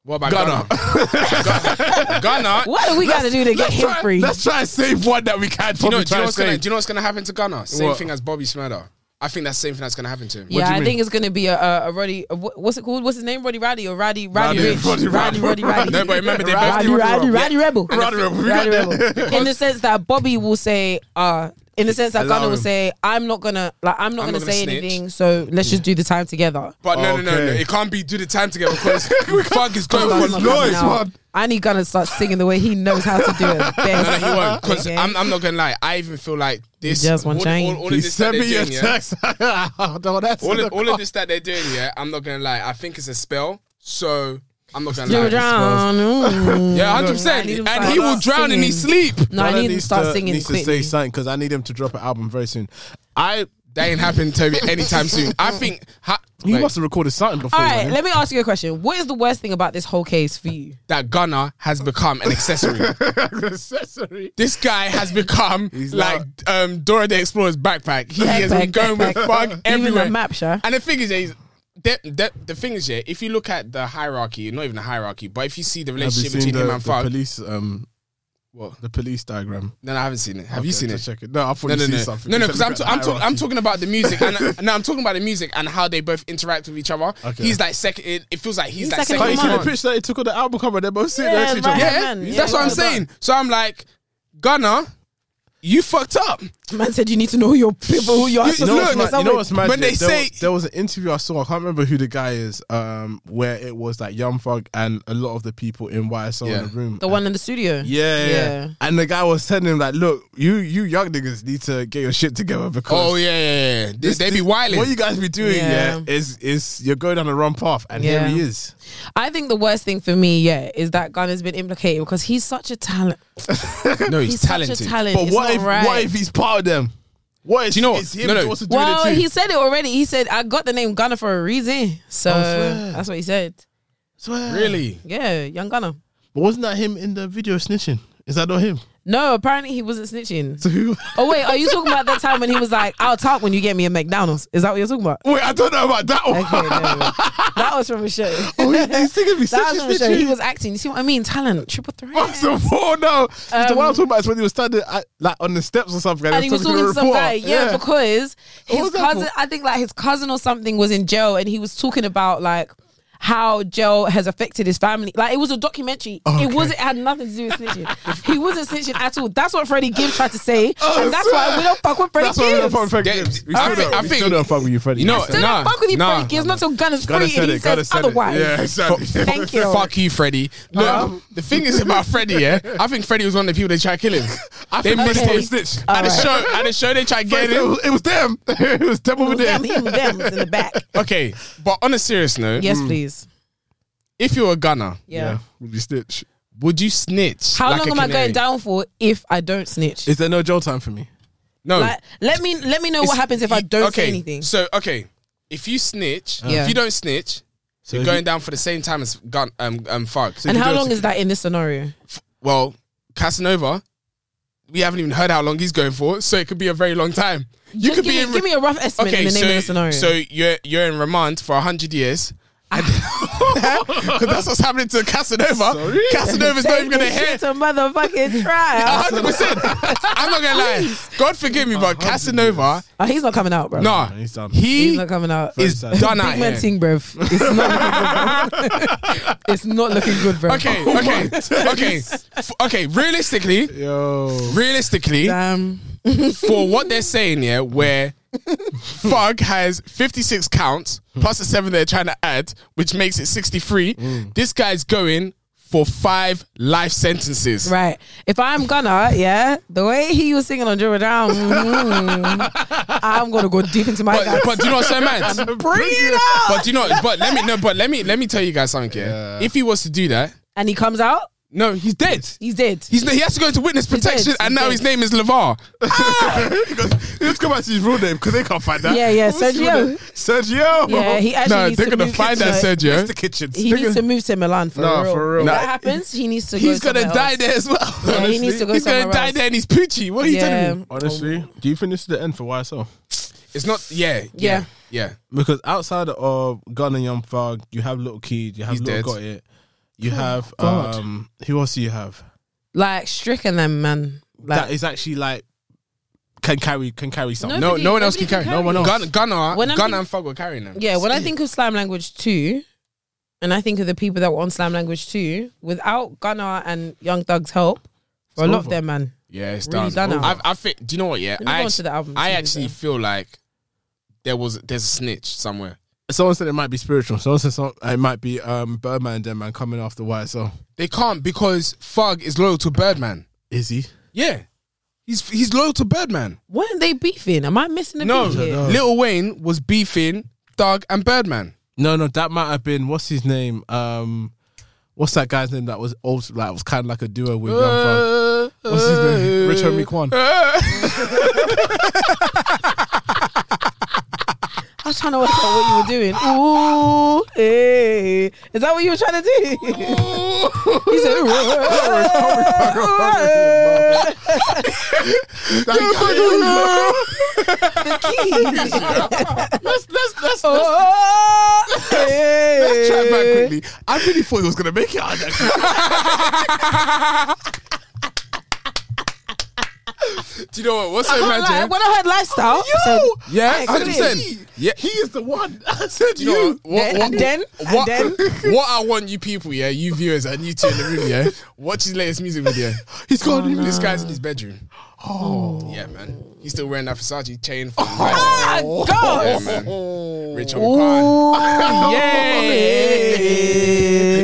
What about Gunna. Ghana? [LAUGHS] Ghana. What do we got to do to get Let's him try, free? let's try and save one that we can. Do you Probably know, do you know try and what's gonna save. do you know what's gonna happen to Ghana? Same What? thing as Bobby Smatter. I think that's the same thing that's gonna happen to him. Yeah, do you I mean? think it's gonna be a, a, a Roddy. A, wha- what's it called? What's his name? Roddy Roddy or Roddy Roddy Roddy, Rich? Roddy, Roddy Roddy [LAUGHS] Roddy, Roddy. No, but remember they both Roddy did- Roddy Roddy Rebel. Roddy Rebel, [LAUGHS] we Roddy got Rebel. In the sense that Bobby will say, "Ah, in the sense that Allow Gunner will him. say, "I'm not gonna like I'm not gonna, I'm not gonna say snitch. anything, so let's just do the time together." But no, no, no, no. Okay. It can't be do the time together [LAUGHS] because fuck is going Gunner's for not no, coming noise, out. man. I need Gunner to start singing the way he knows how to do [LAUGHS] it best. he [LAUGHS] won't. Because Okay. I'm, I'm not gonna lie. I even feel like this. You just want all, change. all, all of He this that sent they're me a doing, yeah. text. [LAUGHS] Oh, no, that's in All the of, all of car. this that they're doing, yeah. I'm not gonna lie. I think it's a spell. So I'm not gonna Do lie. it drown. ooh. Yeah, hundred I need him percent. to And start he will drown in his singing. sleep. No, I Brother need him to needs start singing needs to say quickly. something because I need him to drop an album very soon. I That ain't happening to me anytime soon. I think. Ha- you Wait. must have recorded something before. All right, man. let me ask you a question. What is the worst thing about this whole case for you? that Gunner has become an accessory. [LAUGHS] accessory. this guy has [LAUGHS] become like um, Dora the Explorer's backpack. He has been Backpack, going with backpack. fuck Even everywhere. the map, sure. And the thing is, yeah, is the, the, the thing is, yeah, if you look at the hierarchy, not even the hierarchy, but if you see the Have you relationship seen between him the, and the Fug, police? Um, What? the police diagram? no, no, I haven't seen it. Have you Okay, seen to it? Check it. No, I thought No, you no, seen no, something. no, You no, said because look I'm, at t- the I'm, talk- I'm hierarchy. talking about the music, and [LAUGHS] no, I'm talking about the music and how they both interact with each other. Okay. He's like second. It, it feels like he's, He's like second second. Can't you see Come the on. picture that he took of the album cover? They're both sitting Yeah, next to each other. right. Yeah, man. that's Yeah, what yeah, I'm saying. So I'm like, Gunner, you fucked up. Man said you need to know who your people, who your You- hustlers You know, Look, are. what's mad, you know what's mad? when yeah? they there say- was, there was an interview I saw, I can't remember who the guy is, um, where it was like Young Thug and a lot of the people in YSL Yeah. in the room. The one in the studio. Yeah, yeah, yeah. And the guy was telling him like, "Look, you you young niggas need to get your shit together because Oh yeah, yeah, yeah. They, they be wilding. what you guys be doing, Yeah. yeah, is is you're going down the wrong path." And Yeah. here he is. I think the worst thing for me, yeah, is that Gunner's been implicated because he's such a talent. no, he's, He's, talented. such a talent. But It's what not if right. what if he's part of them? What if Do you know what? it's him No, no. also doing well, it too? he said it already. He said I got the name Gunner for a reason. So I swear. that's what he said. Swear. Really? Yeah, young Gunner. But wasn't that him in the video snitching? Is that not him? [LAUGHS] No, apparently he wasn't snitching. So who? Oh wait, are you talking about that time when he was like, "I'll talk when you get me a McDonald's"? Is that what you're talking about? Wait, I don't know about that one. [LAUGHS] Okay, no, that was from a show. oh, he, he's thinking he's That was from a snitching, show. He snitching. was acting. You see what I mean? Talent, triple What's threat. the four now? 'Cause the Um, one I'm talking about is when he was standing at, like on the steps or something, And he was talking to some reporter. guy, yeah, because his was that cousin, for? I think like his cousin or something was in jail, and he was talking about like how jail has affected his family. Like it was a documentary. It wasn't it had nothing to do with snitching. he wasn't snitching at all. That's what Freddie Gibbs tried to say, Oh, and that's why sir. we don't fuck with Freddie That's why we don't Gibbs. fuck with Freddie Yeah, Gibbs. We I still think- don't- I we think- still don't fuck with you, Freddie. You know, Gibbs. Still Nah, don't fuck with you, nah. Freddie Gibbs. Not till gun is Gotta free, and said he it. Gotta says said otherwise. it. Yeah, exactly. Thank you. Fuck you, Freddie. Look, Um, the thing is about Freddie, yeah. I think Freddie was one of the people they tried to kill him. I They think missed Okay. him. it. Snitch. All At the right. show, at the show they tried to get it, him. was, it was them. [LAUGHS] it was them over It was there. them, he was them, it was in the back. Okay, but on a serious note, Yes, Hmm. please. if you were a gunner, Yeah. Would you snitch? would you snitch? How like long a am I canary? going down for if I don't snitch? Is there no jail time for me? No, Like, let me let me know what It's- happens if I you- don't okay, say anything. So okay, if you snitch, Yeah. if you don't snitch, So you're if going you- down for the same time as gun um um fuck. and you how don't long say- is that in this scenario? well, Casanova, we haven't even heard how long he's going for, so it could be a very long time. You Just could give, be me, in give me a rough estimate in the name so, of the scenario. so you're you're in remand for hundred years. [LAUGHS] [LAUGHS] Because that's what's happening to Casanova. Casanova's not Take even going to this [LAUGHS] hear. shit to motherfucking [LAUGHS] trial. 100%. I'm not going to lie. God forgive me, but Casanova, oh, he's not coming out, bro. nah, he's done. He's he not coming out. is sad. done out Big man here. ting, bro. It's not looking good, [LAUGHS] bro. it's not looking good, Oh, bro. Okay, okay, [LAUGHS] okay, F- okay. Realistically, Yo. realistically, Damn. [LAUGHS] for what they're saying, yeah, where [LAUGHS] Fug has 56 counts plus the seven they're trying to add, which makes it 63. This guy's going for five life sentences. Right. If I'm gonna, yeah, the way he was singing on Dribble Down, mm, I'm gonna go deep into my But, guts. but do you know what's so mad? [LAUGHS] Bring it up. But do you know? But let me no. But let me let me tell you guys something. Yeah? Yeah. If he was to do that, and he comes out, no, he's dead. he's dead. He's he has to go into witness dead, protection, he's and now dead. his name is Levar. [LAUGHS] Let's go back to his real name because they can't find that. Yeah, yeah, What's his real Sergio. name? Sergio. yeah, he actually No, needs they're to gonna move find to, that It's Sergio. the kitchens. He needs to move to Milan for Nah, real. for real. If that Nah. happens, he needs to. He's go gonna somewhere die else. there as well. Yeah, he needs honestly. to go He's somewhere gonna die else. there, and he's poochie. What are you yeah. telling me? Honestly, Oh. do you think this is the end for YSL? It's not. Yeah, yeah, yeah. Because outside of Gun and Young Thug, you have Little Kid, you have He's Little dead. Got It, you have God. um, who else do you have Like stricken them, man. Like that is actually like can carry can carry something. No, Nobody- no one else can nobody carry. can No one carry. Gun, else. Gunner, When I'm Gunner, think- and Fug were carrying them. yeah. When I think of Slime Language two, and I think of the people that were on Slime Language two, without Gunnar and Young Thug's help, for a lot of over. them, man, Yeah, it's Really done. done now. I, I think. Do you know what? Yeah, Let me I go on to the album, I see actually then. feel like there was there's a snitch somewhere. Someone said it might be spiritual. Someone said some, it might be um, Birdman and them man coming after YSL. They can't because Fug is loyal to Birdman. Is he? Yeah, he's he's loyal to Birdman. Weren't they beefing? Am I missing a No, beat here? Lil Wayne was beefing Doug and Birdman. No, no, that might have been what's his name? Um, what's that guy's name that was also like was kind of like a duo with Young Thug? What's his name? Rich [LAUGHS] Homie Quan. I was trying to work out what [LAUGHS] you were doing. Ooh, hey. Is that what you were trying to do? [LAUGHS] he said, [LAUGHS] Let's let's let's Let's chat back quickly. I really thought he was gonna make it. out [LAUGHS] of that. Do you know what? What's so Like, imagine? Oh, when I heard lifestyle, I said, Yeah, I hundred couldn't. percent. Yeah, He is the one. [LAUGHS] I said Do you know what? then, and then, and what, then. [LAUGHS] what I want you people, yeah, you viewers and you two in the room, yeah, watch his latest [LAUGHS] music video. Oh, He's gone. This guy's in his bedroom. Oh, yeah, man. He's still wearing that Versace chain. For [LAUGHS] Ah, yeah, God. man. Rich Homie Ooh, [LAUGHS] Yay.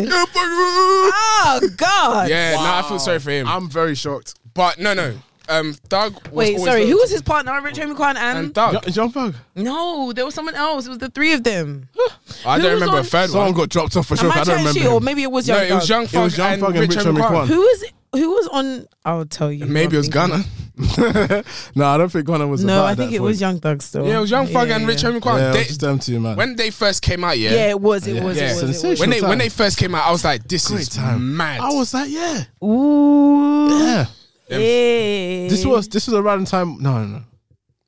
yeah. Oh, God. Yeah, no, I feel sorry for him. I'm very shocked. but no, no. Um, Doug. Was Wait, always sorry. the- Who was his partner? Rich Homie Kwan and, and Doug? John Thug. no, there was someone else. It was the three of them. who I don't was remember a on- third Someone one. got dropped off for Am sure. I I don't trying to remember. shit, or him. maybe it was Young No, it was Thug. Young It was Thug Young and Thug and Rich Rich Homie Homie Quan. Quan. Who was who was on? I'll tell you. Maybe it was Gunner. Ghana. [LAUGHS] no, I don't think Ghana was. No, I about at think that it was point. Young Thug still. Yeah, it was Young Thug and Yeah. Rich Homie Quan. Yeah, it They- was just them two, man. when they first came out, yeah, Yeah, it was. It was. Yeah. It was. It was. when they when time. they first came out, I was like, this is time. mad. I was like, yeah, Ooh. yeah. Hey. This was this was around the time. No, no, no.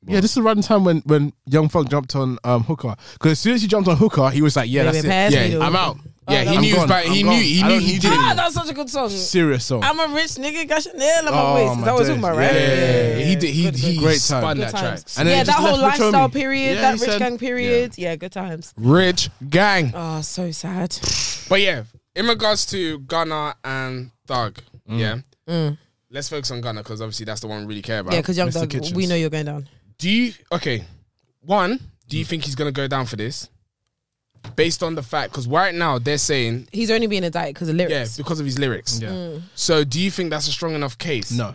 Yeah, this is around the time when when Young Thug jumped on um Hooker. Because as soon as he jumped on Hooker, he was like, yeah, Baby, that's it. pass me Yeah, the- I'm out. yeah, he I'm knew, gone. but he I'm knew, gone. he I knew, don't he need did Ah, it. that's such a good song. Serious song. I'm a rich nigga, got Chanel on my Oh, waist. Is my that was talking days. about, right? Yeah, yeah, Yeah, he did. He, Good, good, he good Great spun time. that times. track. And then yeah, that he just whole left Rich lifestyle Homie. period, Yeah, that he rich said- gang period. Yeah. good times. Rich gang. Oh, so sad. But yeah, in regards to Ghana and Thug, yeah, let's focus on Ghana because obviously that's the one we really care about. Mm. Yeah, because Young Mr. Thug, we Kitchens. know you're going down. do you okay? One, do you Mm. think he's gonna go down for this? Based on the fact, because right now they're saying He's only being a diet because of yeah lyrics. because of his lyrics. Yeah. Mm. So do you think that's a strong enough case? No,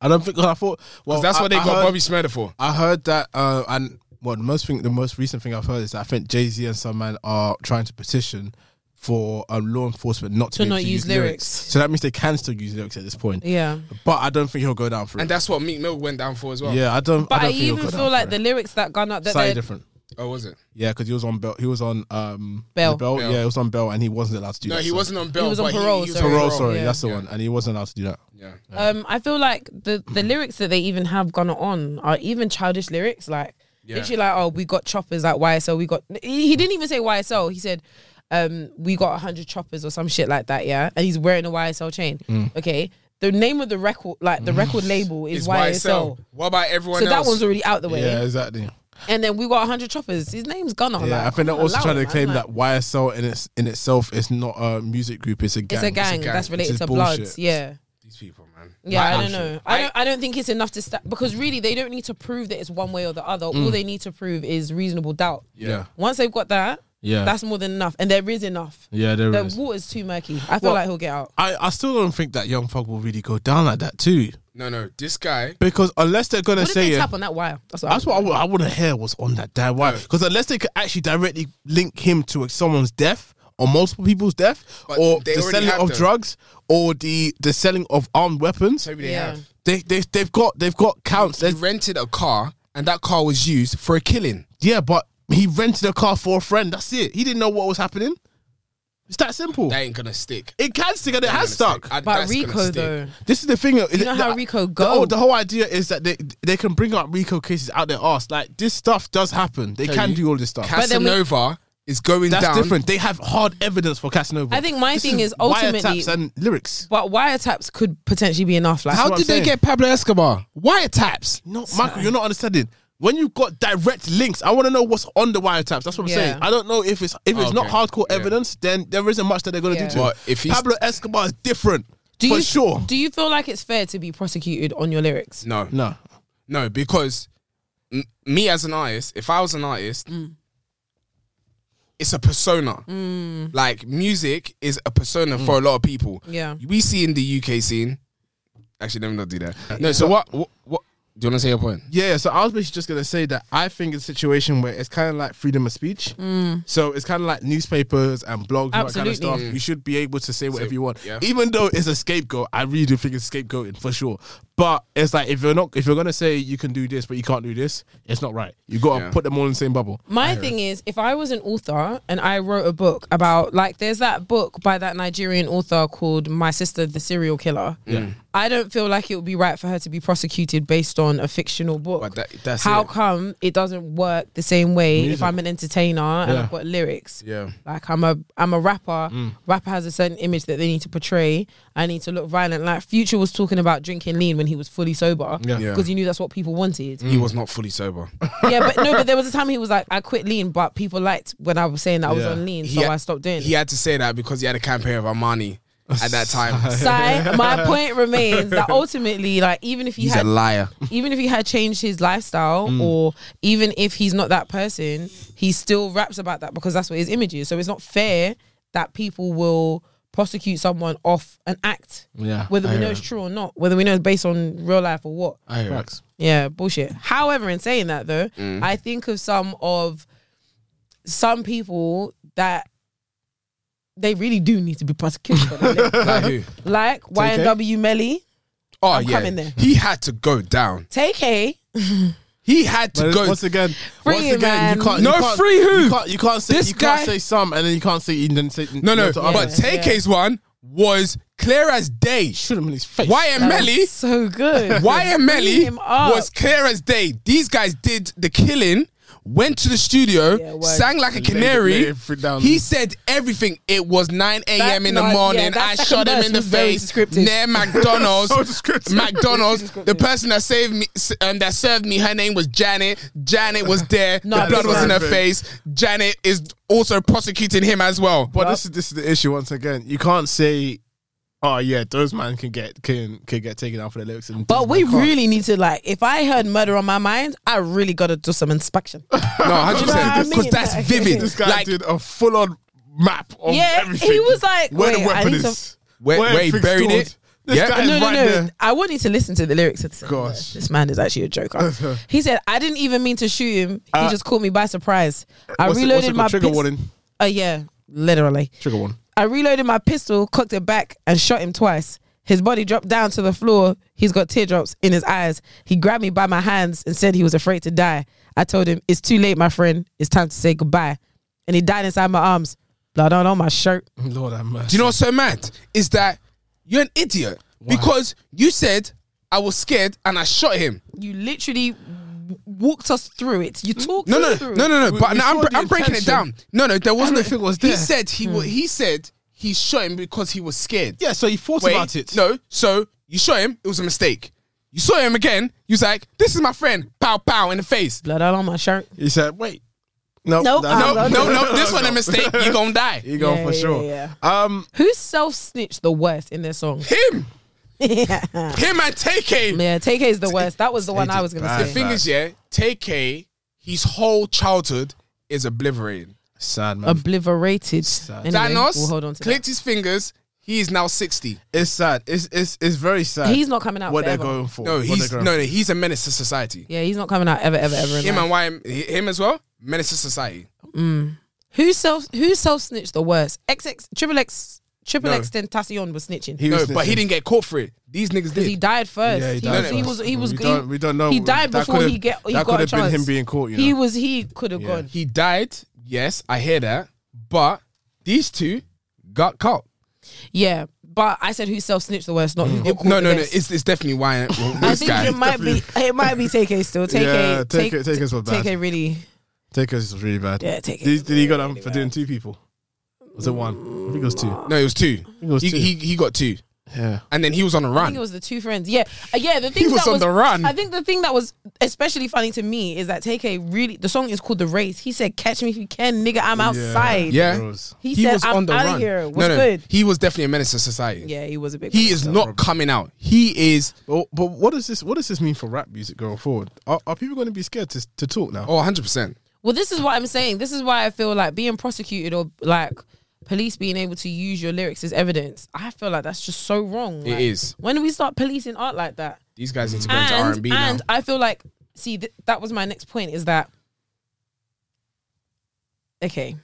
I don't think. I thought. Well, 'Cause that's I- what they I got heard- Bobby Smurder for. I heard that, uh, and well, the most thing, the most recent thing I've heard is that I think Jay Z and some man are trying to petition for um, law enforcement not to, To be able not to use use lyrics. lyrics. So that means they can still use lyrics at this point. Yeah. But I don't think he'll go down for And it. that's what Meek Mill went down for as well. yeah, I don't. But I I, don't think he'll even go down feel for like it. the lyrics that Ghana that slightly they're different. Oh, was it? Yeah, because he was on Bell. He was on um Bell. the Bell. Bell. Yeah, he was on Bell, and he wasn't allowed to do No, that. he so- wasn't on bail. was on but parole, He, he was sorry. on Parole, parole. sorry, Yeah. that's the one, and he wasn't allowed to do that. Yeah. Um, I feel like the the lyrics that they even have gone on are even childish lyrics. Like Yeah. literally, like oh, we got choppers at YSL. We got he, he didn't even say YSL. He said, um, we got hundred choppers or some shit like that. Yeah, and he's wearing a YSL chain. Mm. Okay, the name of the record, like the record label, is It's YSL. YSL. What about everyone So else? that one's already out the way. Yeah, exactly. And then we got hundred choppers. His name's Gunner. Yeah, like, I think they're I'm not also allowed, trying to man, claim like- that YSL in its in itself is not a music group; it's a gang. It's a gang, that's which related is to Bloods. bullshit. Yeah. These people, man. Yeah, Like, I don't know. I I- don't. I don't think it's enough to sta because really they don't need to prove that it's one way or the other. Mm. All they need to prove is reasonable doubt. Yeah, Once they've got that, yeah, that's more than enough, and there is enough. yeah. There The is. water's too murky. I feel Well- like he'll get out. I, I still don't think that Young Thug will really go down like that too, No, no. This guy. because unless they're gonna What did say they it, tap on that wire? That's what. that's what I, want to hear was on that damn wire. Because unless they could actually directly link him to someone's death or multiple people's death, But or they the already selling have of them. drugs, or the the selling of armed weapons, Maybe they Yeah. have. they they they've got they've got counts. He There's- rented a car, and that car was used for a killing. Yeah, but he rented a car for a friend. That's it. He didn't know what was happening. It's that simple. That ain't gonna stick. it can stick and it That ain't has gonna stick. stuck. I- But that's gonna Rico stick. though, This is the thing. You know how Rico The, whole- go. the whole idea is that they they can bring up Rico cases out their ass. Like this stuff does happen. They Tell can you, do all this stuff. then we- Casanova is going That's down. different. They have hard evidence for Casanova. I think my This thing is ultimately- wiretaps and lyrics. but wiretaps could potentially be enough. Like How That's what did I'm they saying. get Pablo Escobar? Wiretaps. No, Michael, you're not understanding. When you've got direct links, I want to know what's on the wiretaps. That's what I'm Yeah. saying. I don't know if it's if it's not Okay. hardcore Yeah. evidence, then there isn't much that they're gonna Yeah. do to But him. if he's- Pablo Escobar is different. Do For you, sure. Do you feel like it's fair to be prosecuted on your lyrics? No, No. no, because m- me as an artist, if I was an artist, Mm. it's a persona. Mm. Like music is a persona for a lot of people. Yeah. we see in the UK scene. Actually, let me not do that. No, so what? What? what do you want to say your point? Yeah, so I was basically just gonna say that I think it's a situation where it's kind of like freedom of speech. So it's kind of like newspapers and blogs, and that kind Mm. Absolutely. of stuff. You should be able to say whatever you want, yeah. even though it's a scapegoat. I really do think it's scapegoating for sure. But it's like if you're not, if you're gonna say you can do this but you can't do this, it's not right. You gotta Yeah. put them all in the same bubble. My thing is, if I was an author and I wrote a book about, like, there's that book by that Nigerian author called My Sister, the Serial Killer. Yeah. I don't feel like it would be right for her to be prosecuted based on a fictional book. But that, that's How it. come it doesn't work the same way if Music. I'm an entertainer and Yeah. I've got lyrics? Yeah. Mm. Like I'm a I'm a rapper. Rapper has a certain image that they need to portray. I need to look violent. Like Future was talking about drinking lean when he was fully sober because Yeah. he knew that's what people wanted. He was not fully sober. yeah, but no, but there was a time he was like, I quit lean, but people liked when I was saying that I was Yeah. on lean, He so had- I stopped doing he it. had to say that because he had a campaign of Armani at that [LAUGHS] time. Sai, my point remains that ultimately, like, even if he He's a Mm. had [LAUGHS] liar. even if he had changed his lifestyle or even if he's not that person, he still raps about that because that's what his image is. So it's not fair that people will prosecute someone off an act. Mm. Yeah, Whether we know it's true or not, whether we know it's based on real life or what. I hear it. Facts. Yeah, bullshit. However, in saying that though, Mm. I think of some of some people that they really do need to be prosecuted for that. [LAUGHS] lyrics. Like who? like YNW Melly, Oh I'm yeah, coming there. he had to go down. Take A. He had to But go. once again, Free once again, man. you can't. No, you can't, free who? You can't, you can't say. This you can't guy- say some, and then you can't say. You didn't say No, no, to Yeah. but others. Take's one was clear as day. shoot him in his face. That's YMLE, so [LAUGHS] good. YMLE him up. was clear as day. These guys did the killing, went to the studio, Yeah, word. sang like a Laid- canary. laid it down. He said everything. It was 9 a.m. That- in the no, yeah, morning. that I second shot him verse in the was very face descriptive. near McDonald's. [LAUGHS] So descriptive. McDonald's. The person that saved me, s- um, that served me, her name was Janet. Janet was there. [LAUGHS] No, the blood that's was in her perfect. face. Janet is also prosecuting him as well. [LAUGHS] But this is this is the issue once again. You can't say, "Oh yeah, those man can get can can get taken out for their lyrics." And But these we man can't." really need to like. If I heard murder on my mind, I really gotta do some inspection. [LAUGHS] No, hundred You know what I percent. Because mean? that's Like- vivid. this guy like did a full on map of Yeah, everything. he was like, "Where wait, the I weapon need is? to- Where- where he everything's buried stored. it? This Yeah. guy is no, no, right no. there. I would need to listen to the lyrics. Of the song. Gosh. this man is actually a joker. [LAUGHS] he said, "I didn't even mean to shoot him. He just caught me by surprise. I Uh, What's it- what's it reloaded called? my trigger pist- warning. Oh yeah, literally. Trigger warning. I reloaded my pistol, cocked it back, and shot him twice. His body dropped down to the floor. He's got teardrops in his eyes. He grabbed me by my hands and said he was afraid to die. I told him, It's too late, my friend. It's time to say goodbye. And he died inside my arms. Blood all on my shirt. Lord have mercy. Do you know what's so mad? Is that you're an idiot because you said I was scared and I shot him. You literally w- walked us through it. You talked No, no, us through no, it. no, no. We- But we now I'm, saw br- the I'm breaking it down. intention. No, no, there wasn't. Everything was He there. Hmm. said he wa- he said he shot him because he was scared. Yeah, so he thought Wait, about it. No, so you shot him. It was a mistake. You saw him again. You was like, "This is my friend." Pow, pow in the face. Blood all on my shirt. he said, "Wait, no, Nope, that's- I'm No, not no, no. This one a mistake. You gonna die. You go Yeah, for yeah, sure. yeah. Um, Who self snitched the worst in their song? [LAUGHS] Him, yeah, him, and TK. TK is the worst. That was the one I was going bad. to The say. thing is, yeah, TK, his whole childhood is obliterated. sad man. Obliterated. Anyway, Thanos we'll hold on to that. clicked his fingers. He is now sixty. it's sad. It's it's it's very sad. He's not coming out What forever. they're going for? No, What he's they're no, going no, he's a menace to society. Yeah, he's not coming out ever, ever, ever. in Him life. and why him as well, menace to society. Who self who self snitched the worst? XX Triple X Triple No. X Tentacion was snitching. He No, was but he snitching. didn't get caught for it. These niggas because did. he died first. Yeah, he he, died was, first. he was he was we he- don't, we don't know. He died That before could've- he get he that got a could've chance. been him being caught. You know, He was he could have gone. He died. Yes, I hear that. But these two got caught. Yeah, but I said who self snitched the worst, Mm. not who got caught No, the no, no. best. It's, it's [LAUGHS] definitely why I this think guy. it might be it might be TK still. TK Yeah, take, TK take, was bad. TK really Takers is really bad. yeah TK. Did, did he got um, for doing two people? Was it one? I think it was two. Mm, No, it was two. it was he, two. He, he got two. Yeah. and then he was on a I think it run. was the two friends. Yeah, Uh, yeah. The thing was that on the run. I think the thing that was especially funny to me is that TK really. The song is called "The Race." He said, "Catch me if you can, nigga. I'm outside." Yeah, Bros. He, said, "I'm out of run. here." What's good? he was definitely a menace to society. Yeah, he was a big. He is not coming out. He is But, but what does this what does this mean for rap music going forward? Are, are people going to be scared to, to talk now? oh 100 percent. Well, this is what I'm saying. This is why I feel like being prosecuted or like police being able to use your lyrics as evidence. I feel like that's just so wrong. It Like, is. When do we start policing art like that? These guys need to go into R and And B now. and I feel like see th- that was my next point is that okay.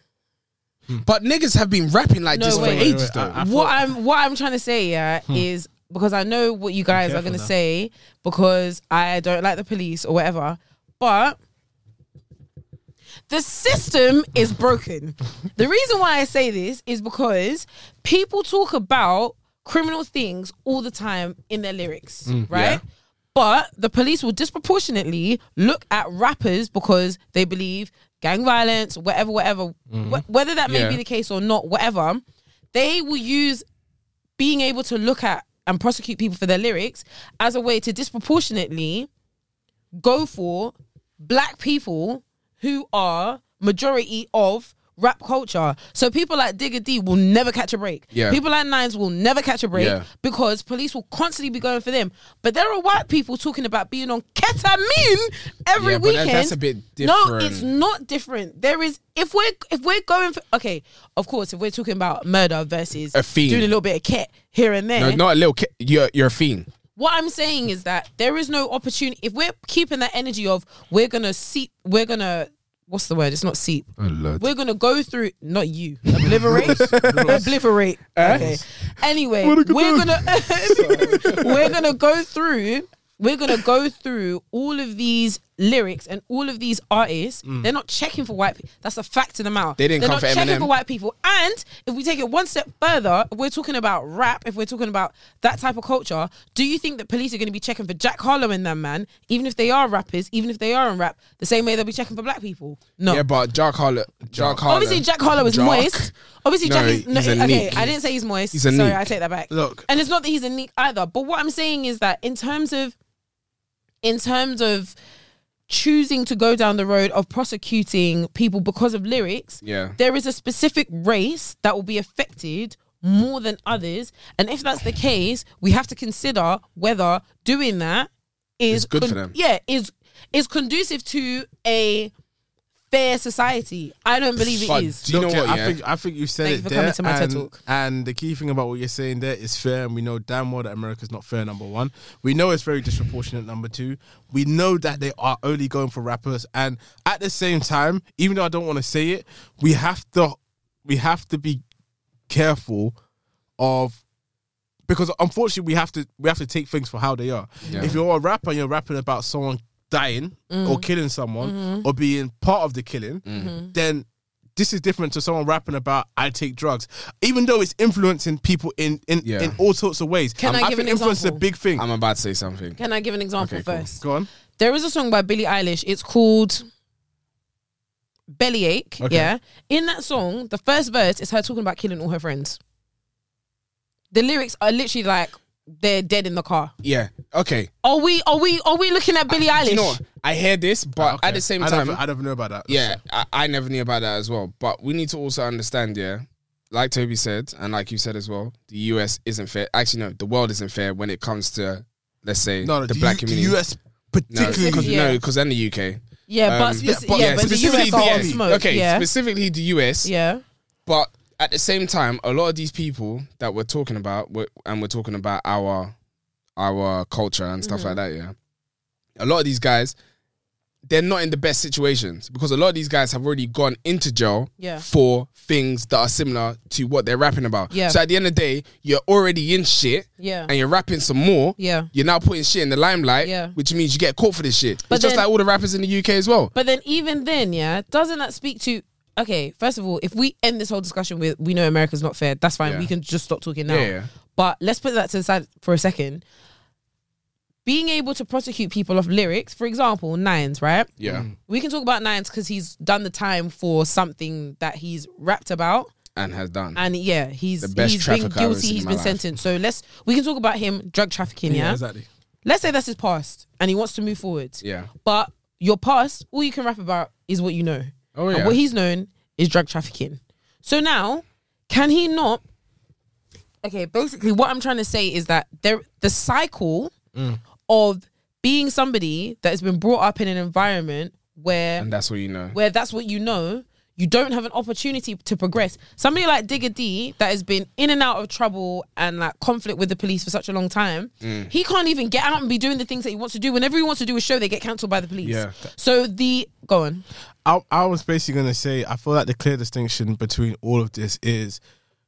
But niggas have been rapping like No, this wait. for ages, Wait, uh, though. wait, I- Hmm. what I'm what I'm trying to say, yeah, is because I know what you guys are careful gonna now. say because I don't like the police or whatever, but the system is [LAUGHS] broken. the reason why I say this is because people talk about criminal things all the time in their lyrics, Mm, right? But the police will disproportionately look at rappers because they believe gang violence, whatever, whatever, wh- whether that may Mm-hmm. Yeah. be the case or not, whatever, they will use being able to look at and prosecute people for their lyrics as a way to disproportionately go for black people who are majority of rap culture. So people like Digger D will never catch a break. Yeah. People like Nines will never catch a break Yeah. because police will constantly be going for them. But there are white people talking about being on ketamine every Yeah, but that- weekend. that's a bit No, it's different. not different. There is if we're if we're going for okay, of course, if we're talking about murder versus A fiend. doing a little bit of cat here and there. No, not a little kid. You're, you're a fiend. What I'm saying is that there is no opportunity. If we're keeping that energy of we're gonna seep, we're gonna what's the word? It's not seep. We're gonna go through. Not you. [LAUGHS] Obliterate. Obliterate. Eh? Okay. Anyway, we're gonna [LAUGHS] we're gonna go through. We're gonna go through all of these lyrics and all of these artists. They're not checking for white people. That's a fact of the matter. Mm. They didn't They're come not for checking Eminem. for white people. And if we take it one step further, if we're talking about rap, if we're talking about that type of culture, do you think that police are going to be checking for Jack Harlow and them, man? Even if they are rappers, even if they are in rap, the same way they'll be checking for black people? No. Yeah, but Jack Harlow. Jack Harlow. Oh. Obviously, Jack Harlow is Jack. moist. Obviously, No, Jack is. No, he's a okay, neek. I didn't say he's moist. He's a Sorry, neek. I take that back. Look. And it's not that he's a neek either. But what I'm saying is that in terms of. In terms of choosing to go down the road of prosecuting people because of lyrics, Yeah. there is a specific race that will be affected more than others. And if that's the case, we have to consider whether doing that is It's good for them. Yeah, is is conducive to a fair society. I don't believe But it is. do you Look, know what? I yeah? think I think you've said Thank it you for there, coming to my TED and, Talk. and the key thing about what you're saying there is fair, and we know damn well that America's not fair. Number one, we know it's very disproportionate. Number two, we know that they are only going for rappers, and at the same time, even though I don't want to say it, we have to we have to be careful of because unfortunately we have to we have to take things for how they are. Yeah. If you're a rapper and you're rapping about someone dying or Mm-hmm. killing someone or being part of the killing, Mm-hmm. then this is different to someone rapping about I take drugs, even though it's influencing people in in, Yeah. in all sorts of ways. Can I give think an influence is a example? big thing. I'm about to say something. Can I give an example Okay, cool. first? Go on. There is a song by Billie Eilish. It's called Bellyache. Okay. Yeah. In that song, the first verse is her talking about killing all her friends. The lyrics are literally like they're dead in the car. Yeah. Okay. Are we are we are we looking at Billie Ah, Do Eilish? you know what? I hear this, but Ah, Okay. at the same I don't- time, I don't know about that. yeah, I, I never knew about that as well. But we need to also understand, yeah, like Toby said, and like you said as well, the US isn't fair. Actually, no, the world isn't fair when it comes to, let's say, no, no the the, black U- the community. US particularly. because Yeah. no, because then the UK. yeah, but, Um, speci- yeah, yeah, but- but, yeah, the specifically US are on the- smoke. Okay, yeah. specifically the US. yeah. But at the same time, a lot of these people that we're talking about, we and we're talking about our our culture and stuff like Mm-hmm. that. Yeah, a lot of these guys, they're not in the best situations because a lot of these guys have already gone into jail Yeah. for things that are similar to what they're rapping about. Yeah. So at the end of the day, you're already in shit. Yeah. And you're rapping some more. Yeah. You're now putting shit in the limelight. Yeah. Which means you get caught for this shit. But it's just then- like all the rappers in the UK as well. But then even then, yeah, doesn't that speak to okay, first of all, if we end this whole discussion with we know America's not fair, that's fine. Yeah. We can just stop talking now. Yeah, yeah. But let's put that to the side for a second. Being able to prosecute people off lyrics, for example, Nines, right? Yeah. Mm. We can talk about Nines because he's done the time for something that he's rapped about. and has done. and yeah, he's The best he's been trafficker I've ever guilty. seen He's in been my life. sentenced. So let's we can talk about him drug trafficking. Yeah, exactly. let's say that's his past, and he wants to move forward. yeah. But your past, all you can rap about is what you know. Oh And yeah. what he's known is drug trafficking. So now, can he not? Okay, basically, what I'm trying to say is that there the cycle Mm. of being somebody that has been brought up in an environment where and that's what you know. where that's what you know, you don't have an opportunity to progress. Somebody like Digger D that has been in and out of trouble and like conflict with the police for such a long time, Mm. he can't even get out and be doing the things that he wants to do. Whenever he wants to do a show, they get cancelled by the police. Yeah. So the go on. I, I was basically going to say, I feel like the clear distinction between all of this is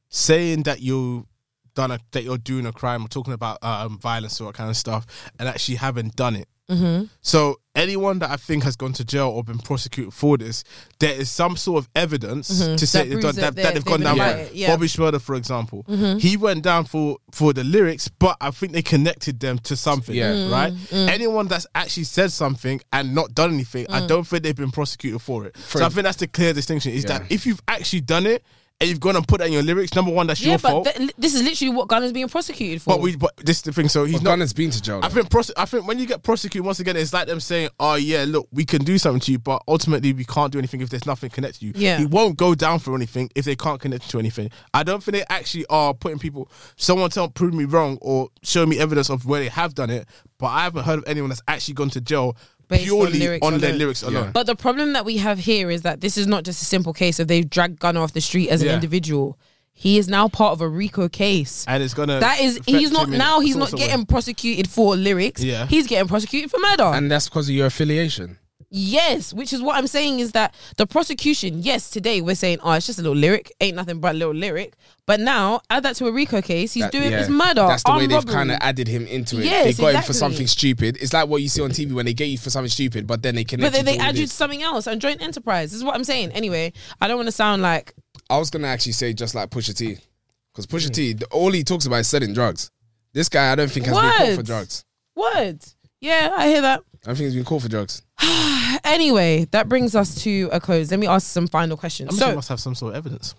saying that you done a, that you're doing a crime or talking about um, violence or that kind of stuff and actually haven't done it. Mm-hmm. So anyone that I think has gone to jail or been prosecuted for this, there is some sort of evidence to say Mm-hmm. That that they've, proves done, that that, they- that they've they've gone been down. about for it, yeah. Bobby Schmurder, for example, he went down for for the lyrics, but I think they connected them to something. Yeah. Mm, right. Anyone that's actually said something and not done anything, I don't think they've been prosecuted for it. so I think that's the clear distinction: is that if you've actually done it and you've gone and put that in your lyrics, number one, that's Yeah, your but fault. th- this is literally what Gunner's being prosecuted for. but we, but this is the thing. So he's But not. Gunner's been to jail. I though. think prose- I think when you get prosecuted once again, it's like them saying, "Oh yeah, look, we can do something to you, but ultimately we can't do anything if there's nothing connected to you. Yeah. He won't go down for anything if they can't connect to anything. I don't think they actually are putting people. Someone tell prove me wrong or show me evidence of where they have done it, but I haven't heard of anyone that's actually gone to jail Based on purely on, lyrics their alone. lyrics alone. But the problem that we have here is that this is not just a simple case of they've dragged Gunner off the street as Yeah. an individual. He is now part of a RICO case. And it's gonna. That is, affect he's not him in now. He's not sorts of getting ways. prosecuted for lyrics. Yeah. he's getting prosecuted for murder. and that's because of your affiliation. yes, which is what I'm saying is that the prosecution. Yes, today we're saying, oh, it's just a little lyric, ain't nothing but a little lyric. But now add that to a Rico case. He's That- doing yeah. his murder. That's the way armed they've robbery. kind of added him into it. Yes, they got him for exactly. something stupid. It's like what you see on TV when they get you for something stupid, but then they connect. But then you they to all add you this. to something else and joint enterprise. This is what I'm saying. Anyway, I don't want to sound like I was gonna actually say just like Pusha T, because Pusha Hmm. T, th- all he talks about is selling drugs. This guy, I don't think has been caught for Words. drugs. words. Yeah, I hear that. I don't think he's been caught for drugs. Anyway, that brings us to a close. Let me ask some final questions. I'm so, sure he must have some sort of evidence.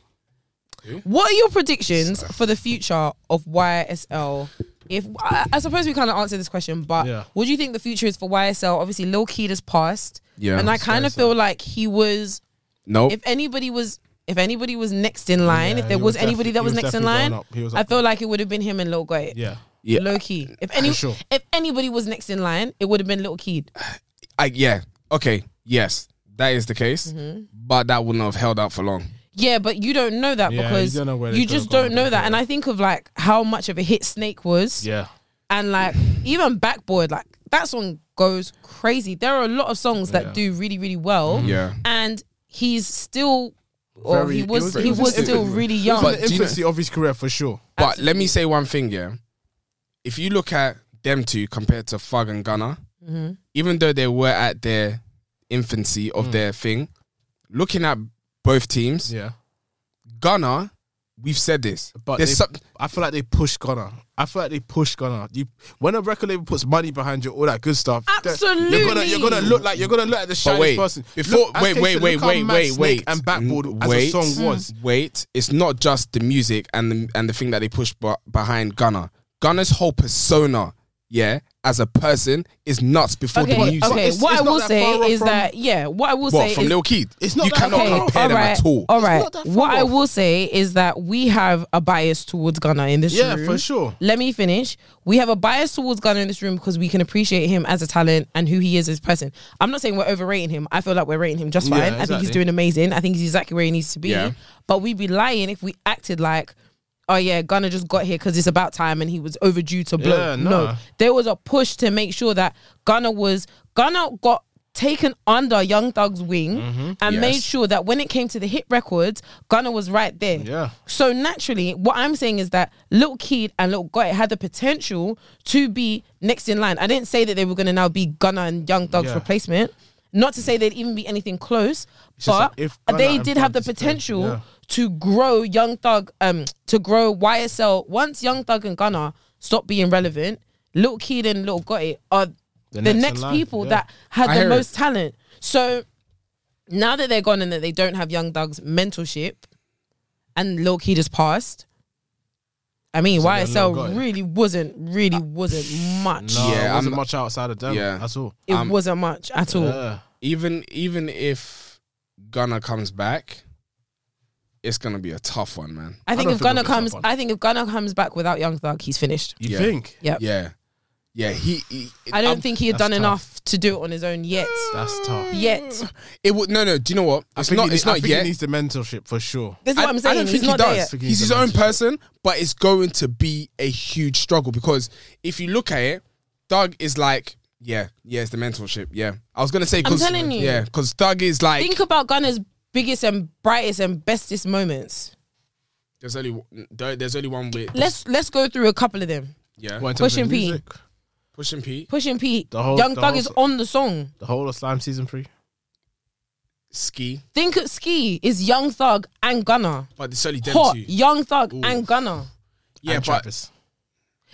What are your predictions for the future of YSL? If I, I suppose we kind of answered this question, but Yeah. what do you think the future is for YSL? Obviously, Lil Keed has passed, Yeah. and I kind of feel like he was. Nope. If anybody was, if anybody was next in line, Yeah, if there he was, was anybody defi- that he was, was next in definitely line, going up. He was I up feel like it would have been him and Lil Goy. Yeah. Yeah. Low key. If any, For sure. if anybody was next in line, it would have been Lil Keed. I, yeah. Okay. Yes, that is the case, Mm-hmm. but that wouldn't have held out for long. Yeah, but you don't know that Yeah, you because you, don't know where they could've just gone don't with know it, that. yeah. And I think of like how much of a hit Snake was. Yeah. and like even backboard like that song goes crazy there are a lot of songs that Yeah. Mm-hmm. do really really well Hmm. Yeah. and he's still or Very- he it was, was- he it was was just still different. really young But In do the you know- infancy of his career, for sure. But let me say one thing, yeah. If you look at them two compared to Fug and Gunner, Mm-hmm. even though they were at their infancy of their thing, looking at both teams, Mm. Yeah. Gunner, we've said this, But but there's they- some, I feel like they push Ghana. I feel like they push Ghana. You, when a record label puts money behind you, all that good stuff. that- you're gonna, you're gonna Absolutely. look like you're gonna look at the But shiniest wait, person. before Look, as wait, Kay wait, said, wait, look how wait, mad wait, Snake wait, and backboard as wait, Mm. a Mm. song was. Wait, it's not just the music and the and the thing that they push b- behind Gunner. Gunner's whole persona, yeah, as a person, is nuts before okay the music. okay it's- what it's i not will that say far off is from- that yeah what i will What say from is Lil Keed? It's not you that cannot far off. compare them alright, at all. All right. not that far What I off. will say is that we have a bias towards Gunner in this Yeah, room. for sure. Let me finish. We have a bias towards Gunner in this room because we can appreciate him as a talent and who he is as a person. I'm not saying we're overrating him. I feel like we're rating him just fine. Yeah, I think he's exactly. doing amazing. I think he's exactly where he needs to be. Yeah. But we'd be lying if we acted like, oh yeah, Gunner just got here because it's about time and he was overdue to blow. Yeah, No, nah. there was a push to make sure that Gunner was Gunner got taken under Young Thug's wing and Mm-hmm. Yes. made sure that when it came to the hit records, Gunner was right there. Yeah. So naturally, what I'm saying is that Lil Keed and Lil Gotti had the potential to be next in line. I didn't say that they were going to now be Gunner and Young Thug's Yeah. replacement. Not to say they'd even be anything close, just but that if Gunna they and did have the Thug just played, potential yeah. to grow Young Thug, um, to grow YSL. Once Young Thug and Gunna stop being relevant, Lil Keed and Lil Gotti are the, next in next, line, people yeah. that had I the hear most talent. So now that they're gone and that they don't have Young Thug's mentorship, and low key just passed. I mean, So they're low YSL guy. really wasn't really wasn't much. Ah. No, Yeah, yeah, wasn't I'm- much outside of them. Yeah. Yeah, that's all. It Um, wasn't much at all. Yeah. even even if Gunner comes back, it's gonna be a tough one, man. I think don't if think Gunner we'll get comes, that one. I think if Gunner comes back without Young Thug, he's finished. You Yeah. think Yep. Yeah, yeah. He, he I don't um, think he had that's done tough. enough to do it on his own yet. that's tough? Yet. it would. No, no. Do you know what? I It's think not. he- It's I not think yet. He needs the mentorship for sure. This is what I'm saying. I don't he's think he not there does. yet. Think He's he's his the own mentorship. person, but it's going to be a huge struggle because if you look at it, Doug is like, yeah, yeah, it's the mentorship. Yeah, I was gonna say, I'm 'cause- telling you. yeah, because Doug is like, Think about Gunner's biggest and brightest and bestest moments. there's only one- there- there's only one way. Let's let's go through a couple of them. yeah, What, in terms Push and of pee. music? pushing P, Pushing Pete, The whole- Young the Thug whole is song. on the song. The whole of Slime season three. ski, Think of Ski is Young Thug and Gunner. but it's only them Hot two. Young Thug Ooh. and Gunner. Yeah, and but [LAUGHS] Travis.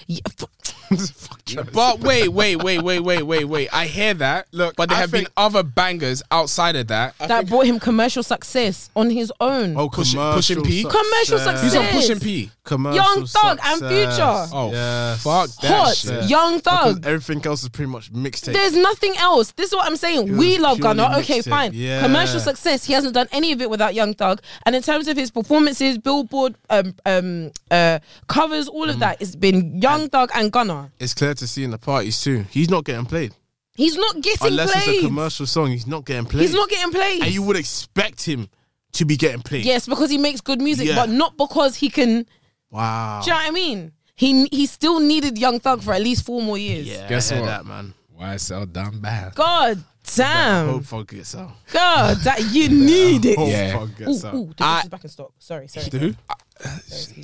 Yeah, f- Fuck Travis. But wait, wait, wait, wait, wait, wait, wait. I hear that. Look, but there I have been think- other bangers outside of that. that brought him commercial success on his own. oh, Push- commercial Pushing P? success. Commercial success. He's on Yes. pushing P. Commercial Young Thug and success. Future. Oh, Yes. fuck that Hot shit. Young Because Thug. everything else is pretty much mixtape. There's nothing else. This is what I'm saying. was We love purely Gunner. Okay, mixtape. fine. Yeah. Commercial success. He hasn't done any of it without Young Thug. And in terms of his performances, Billboard um, um, uh, covers, all of Mm. that, it's been Young Thug and Gunner. It's clear to see in the parties too. He's not getting played He's not getting unless it's a played. commercial song. He's not getting played. He's not getting played. and you would expect him to be getting played. Yes, because he makes good music, Yeah. Oh. but not because he can. Wow. Do you know what I mean? He he still needed Young Thug for at least four more years. yeah. Guess I hear what? that man. Mm. Why so damn bad? God Hope damn. Fog [LAUGHS] gets out. God, that [LAUGHS] you need it. Hope Yeah. Fog Ooh, gets out. ooh, the I- is back in stock. Sorry, sorry. Who?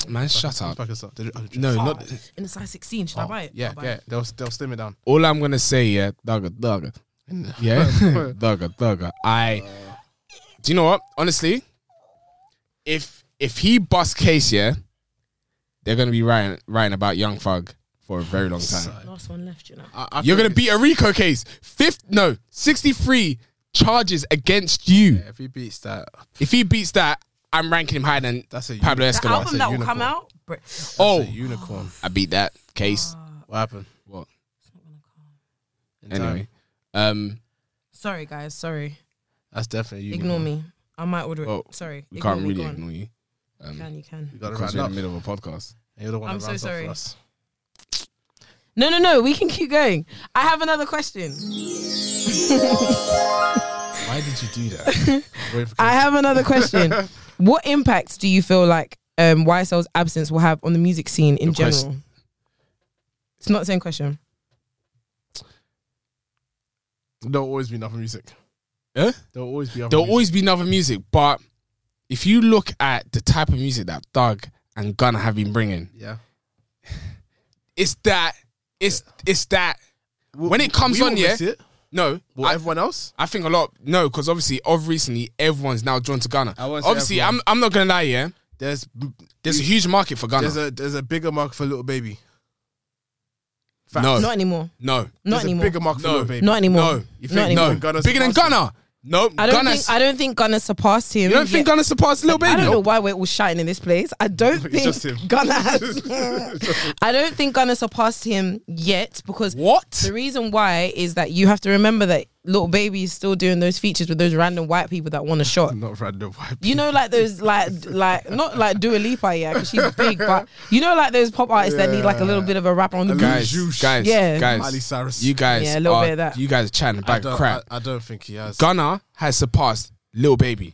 Man, shut Who's up. back us up? Did- oh, did- No, Oh, not. in the size 16. Oh, Should I buy it? Yeah, I'll buy yeah. it. They'll they'll slim it down. All I'm gonna say, yeah, thugger, thugger, yeah, [LAUGHS] thugger, thugger. I. Do you know what? Honestly, if if he busts case, yeah, they're gonna be writing writing about Young Thug for a very long time. Last one left, you know. I- I You're think gonna beat a Rico case. Fifth, no, sixty-three charges against you. If he beats that, If he beats that, I'm ranking him higher than that's a Pablo The Escobar. album a that will unicorn. come out. Br- that's a Ah, Oh, unicorn. I beat that case. What happened? What? In time. Anyway, um, Sorry, guys. Sorry. that's definitely a unicorn. Ignore me. I might order it. Well, sorry. we ignore can't me, really go on. ignore Oh, you. You Um, Can you can? You gotta because round we're in up. the middle of a podcast. You're the one I'm that so rounds up sorry. for us. No, no, no. We can keep going. I have another question. Why did you do [LAUGHS] that? Wait for I have another [LAUGHS] question. what impact do you feel like um, YSL's absence will have on the music scene in The quest- general? It's not the same question. There'll always be nothing music. Huh? There'll always be. There'll always be another music, but if you look at the type of music that Doug and Gunna have been bringing, Yeah. it's that, it's it's that. When it comes we on, won't yeah, miss it. no, Will I- everyone else? I think a lot. No, because obviously, of recently, everyone's now drawn to Ghana. I won't say Obviously, I'm everyone. I'm not gonna lie. Yeah, There's there's a huge market for there's Ghana. a there's a bigger market for little baby. Facts. No, Not anymore. no, Not there's anymore. a bigger market for No. little baby. Not anymore. no, You Not think anymore. no. even Ghana's Bigger than surpassed Ghana. No, I don't Ghana's. think I don't think Gunna surpassed him. you don't think yet. Ghana surpassed Little Baby? I don't know why we're all shouting in this place. I don't It's just think him. Gunna has. [LAUGHS] I don't think Gunna surpassed him yet because What? The reason why is that you have to remember that little baby is still doing those features with those random white people that want a shot. Not random white. You know, like those, like, like not like Dua Lipa, yeah, because she's big, but you know, like those pop artists that need like a little bit of a rap on the Guys, Juice. guys, Yeah. Miley guys, Cyrus. you guys, Yeah, a little are- bit of that. You guys are chatting [LAUGHS] I about don't, crap. I, I don't think he has. Ghana has surpassed Little Baby.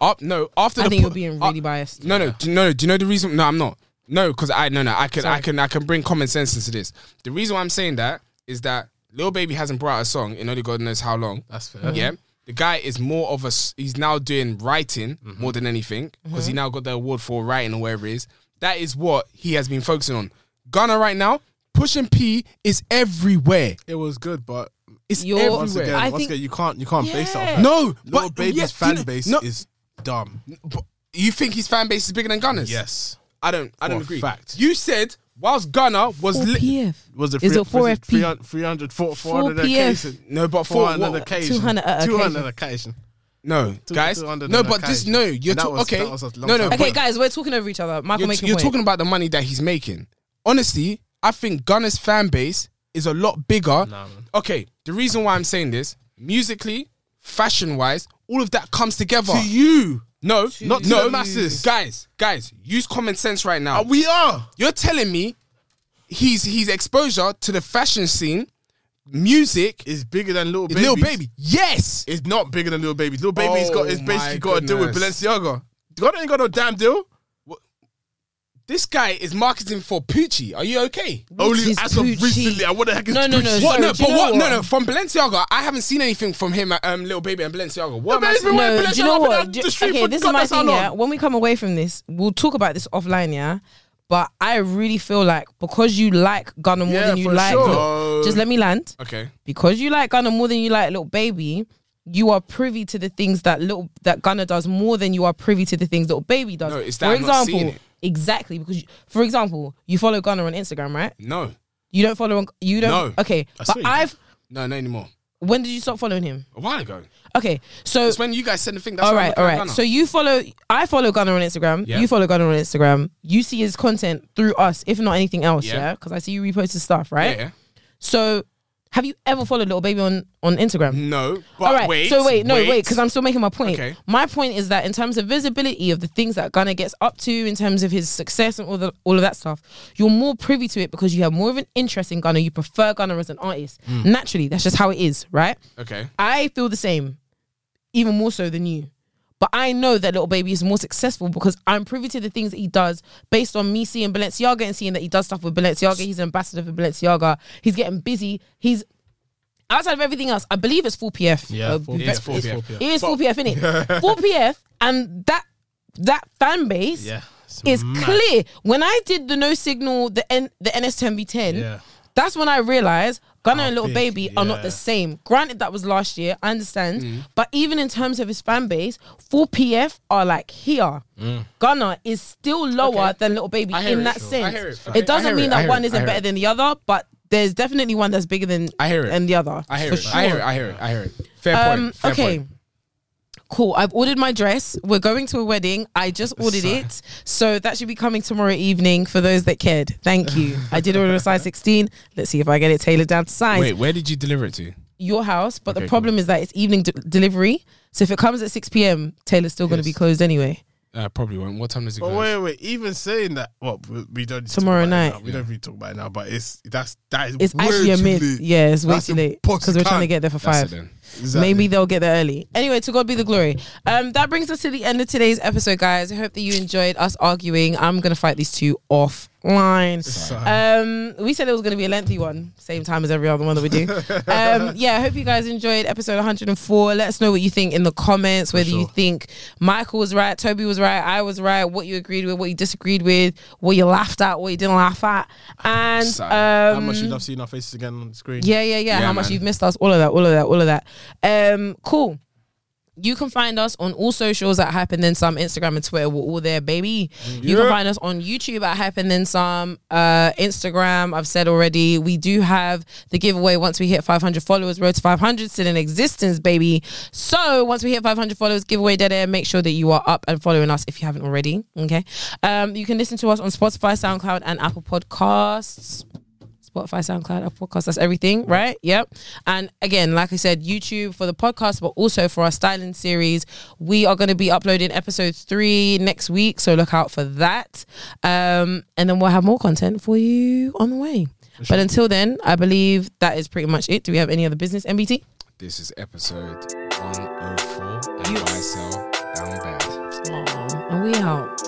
Up, no, after I the think you're pu- being uh, really biased. No, no, do- no. Do you know the reason? No, I'm not. No, because I no, no. I can, I Sorry. can, I can bring common sense into this. The reason why I'm saying that is that Lil Baby hasn't brought out a song in only God knows how long. That's fair. Yeah, the guy is more of a. s- He's now doing writing Mm-hmm. more than anything because he now got the award for writing or whatever it is. That is what he has been focusing on. Ghana right now, pushing P is everywhere. It was good, but It's You're- everywhere. once Everywhere. again, I once think- again, you can't you can't base it off Yeah. that. No, Little but- Baby's yeah, fan no, base no. is dumb. But You think his fan base is bigger than Ghana's? Yes. I don't. I For don't a agree. fact. You said whilst Ghana was Four li- PF, Was it Is three, it 4 was it FP? 300, 400, 400 4 PF. occasion? no, but for 400 what- occasion. 200 at 200 occasion. No, guys. it under No, the but this Nakai. no. You're And that ta- was- okay. that was a long no, no. time but Okay, guys, we're talking over each other. Michael, You're, make t- a you're point. talking about the money that he's making. Honestly, I think Gunner's fan base is a lot bigger. Nah, man. Okay, the reason why I'm saying this, musically, fashion wise, all of that comes together. To you. no, Not to no, the masses. Guys, guys, use common sense right now. Uh, we are. you're telling me he's his exposure to the fashion scene, music, It's bigger than little baby. little baby. Yes. It's not bigger than little babies. Little baby's Oh got. It's my basically got a deal with goodness. Balenciaga. God ain't got no damn deal. This guy is marketing for Poochie. Are you okay? Only is as of Gucci? recently. I what the heck is No, no, no, Gucci? sorry. What? Uh, No, do you but know what? No, what? no. From Balenciaga, I haven't seen anything from him. Um, little baby and Balenciaga. What? am I Baby's been seeing? wearing No, do you know Balenciaga up what? and Do- down the street okay, for this is God my knows how thing. long. Yeah, when we come away from this, we'll talk about this offline. Yeah, but I really feel like because you like Gunner more Yeah, than you for like, sure. just let me land. Okay. Because you like Gunner more than you like Little Baby, you are privy to the things that little that Gunner does more than you are privy to the things Little Baby does. No, it's that I'm not seeing it. exactly because you, for example, you follow Gunner on Instagram, right? No. You don't follow on you don't. No. Okay, but swear you I've No, not anymore. when did you stop following him? A while ago. Okay, so It's when you guys sent the thing. That's all why I'm right, looking all at right. Gunner. So you follow, I follow Gunner on Instagram. Yeah. You follow Gunner on Instagram. You see his content through us, if not anything else. Yeah. Yeah, because I see you repost his stuff, right? Yeah. So, have you ever followed Little Baby on on Instagram? No. But All right. Mm. wait. so wait, no, wait, because I'm still making my point. Okay. My point is that in terms of visibility of the things that Gunner gets up to, in terms of his success and all the all of that stuff, you're more privy to it because you have more of an interest in Gunner. You prefer Gunner as an artist. Mm. Naturally, that's just how it is, right? Okay. I feel the same, even more so than you. But I know that little baby is more successful because I'm privy to the things that he does based on me seeing Balenciaga and seeing that he does stuff with Balenciaga. He's an ambassador for Balenciaga. He's getting busy. He's outside of everything else. I believe it's full PF. Yeah, Uh, full It PF. is 4 It's p.m. 4 p.m. It is full PF, innit? [LAUGHS] Full PF and that that fan base Yeah. is mad. clear. When I did the no signal, the N, the NS10v10, Yeah. that's when I realized Gunner and Little big, Baby are not the yeah. same. Granted, that was last year, I understand. Mm. But even in terms of his fan base, 4PF are like here. Gunner is still lower Mm. Okay. than Little Baby I hear in it, that sure. I sense. hear it. it. I- I doesn't hear mean it, I that hear one it, is I isn't hear better it. than the other, but there's definitely one that's bigger than I hear it. than the other. I hear for it. I hear sure. it. I hear it. I hear it. Fair Um, point. Fair okay. Point. Cool. I've ordered my dress. We're going to a wedding. I just ordered it. So that should be coming tomorrow evening for those that cared. Thank you. I did order a size 16. Let's see if I get it tailored down to size. Wait, where did you deliver it to? Your house. But Okay, the problem is that it's evening d- delivery. So if it comes at 6 p.m., Taylor's still going to be closed anyway. Uh, probably won't. What time does it But go? wait, wait. Even saying that, well, we- we don't need to talk Tomorrow about it night. now. We don't really talk about it now. But it's that's that is It's way actually a too mid. late. Yeah, it's way That's too late. Because we're trying to impossible. get there for That's it five. then. Exactly. Maybe they'll get there early. Anyway, to God be the glory. Um, that brings us to the end of today's episode, guys. I hope that you enjoyed us arguing. I'm gonna fight these two offline. Um, we said it was gonna be a lengthy one, same time as every other one that we do. [LAUGHS] um, yeah, I hope you guys enjoyed episode 104. Let us know what you think in the comments. Whether you think Michael was right, Toby was right, I was right. What you agreed with, what you disagreed with, what you laughed at, what you didn't laugh at, and um, Sigh. How much you'd have seen our faces again on the screen? yeah, yeah, yeah. Yeah, How much man. you've missed us, all of that, all of that, all of that. Um, cool. You can find us on all socials at Happen Then Some, Instagram and Twitter. We're all there, baby. You can find us on YouTube at Happen Then Some, uh, Instagram. I've said already. We do have the giveaway once we hit 500 followers. Road to 500 still in existence, baby. So once we hit 500 followers, giveaway dead air. Make sure that you are up and following us if you haven't already. Okay. Um, you can listen to us on Spotify, SoundCloud, and Apple Podcasts. Spotify, SoundCloud, Apple Podcasts, that's everything, right? Yep. And again, like I said, YouTube for the podcast, but also for our styling series. We are going to be uploading episode three next week, so look out for that. Um, and then we'll have more content for you on the way. But until then, I believe that is pretty much it. Do we have any other business, MBT? This is oh episode 104 and buy sell down bad. Oh, and we out.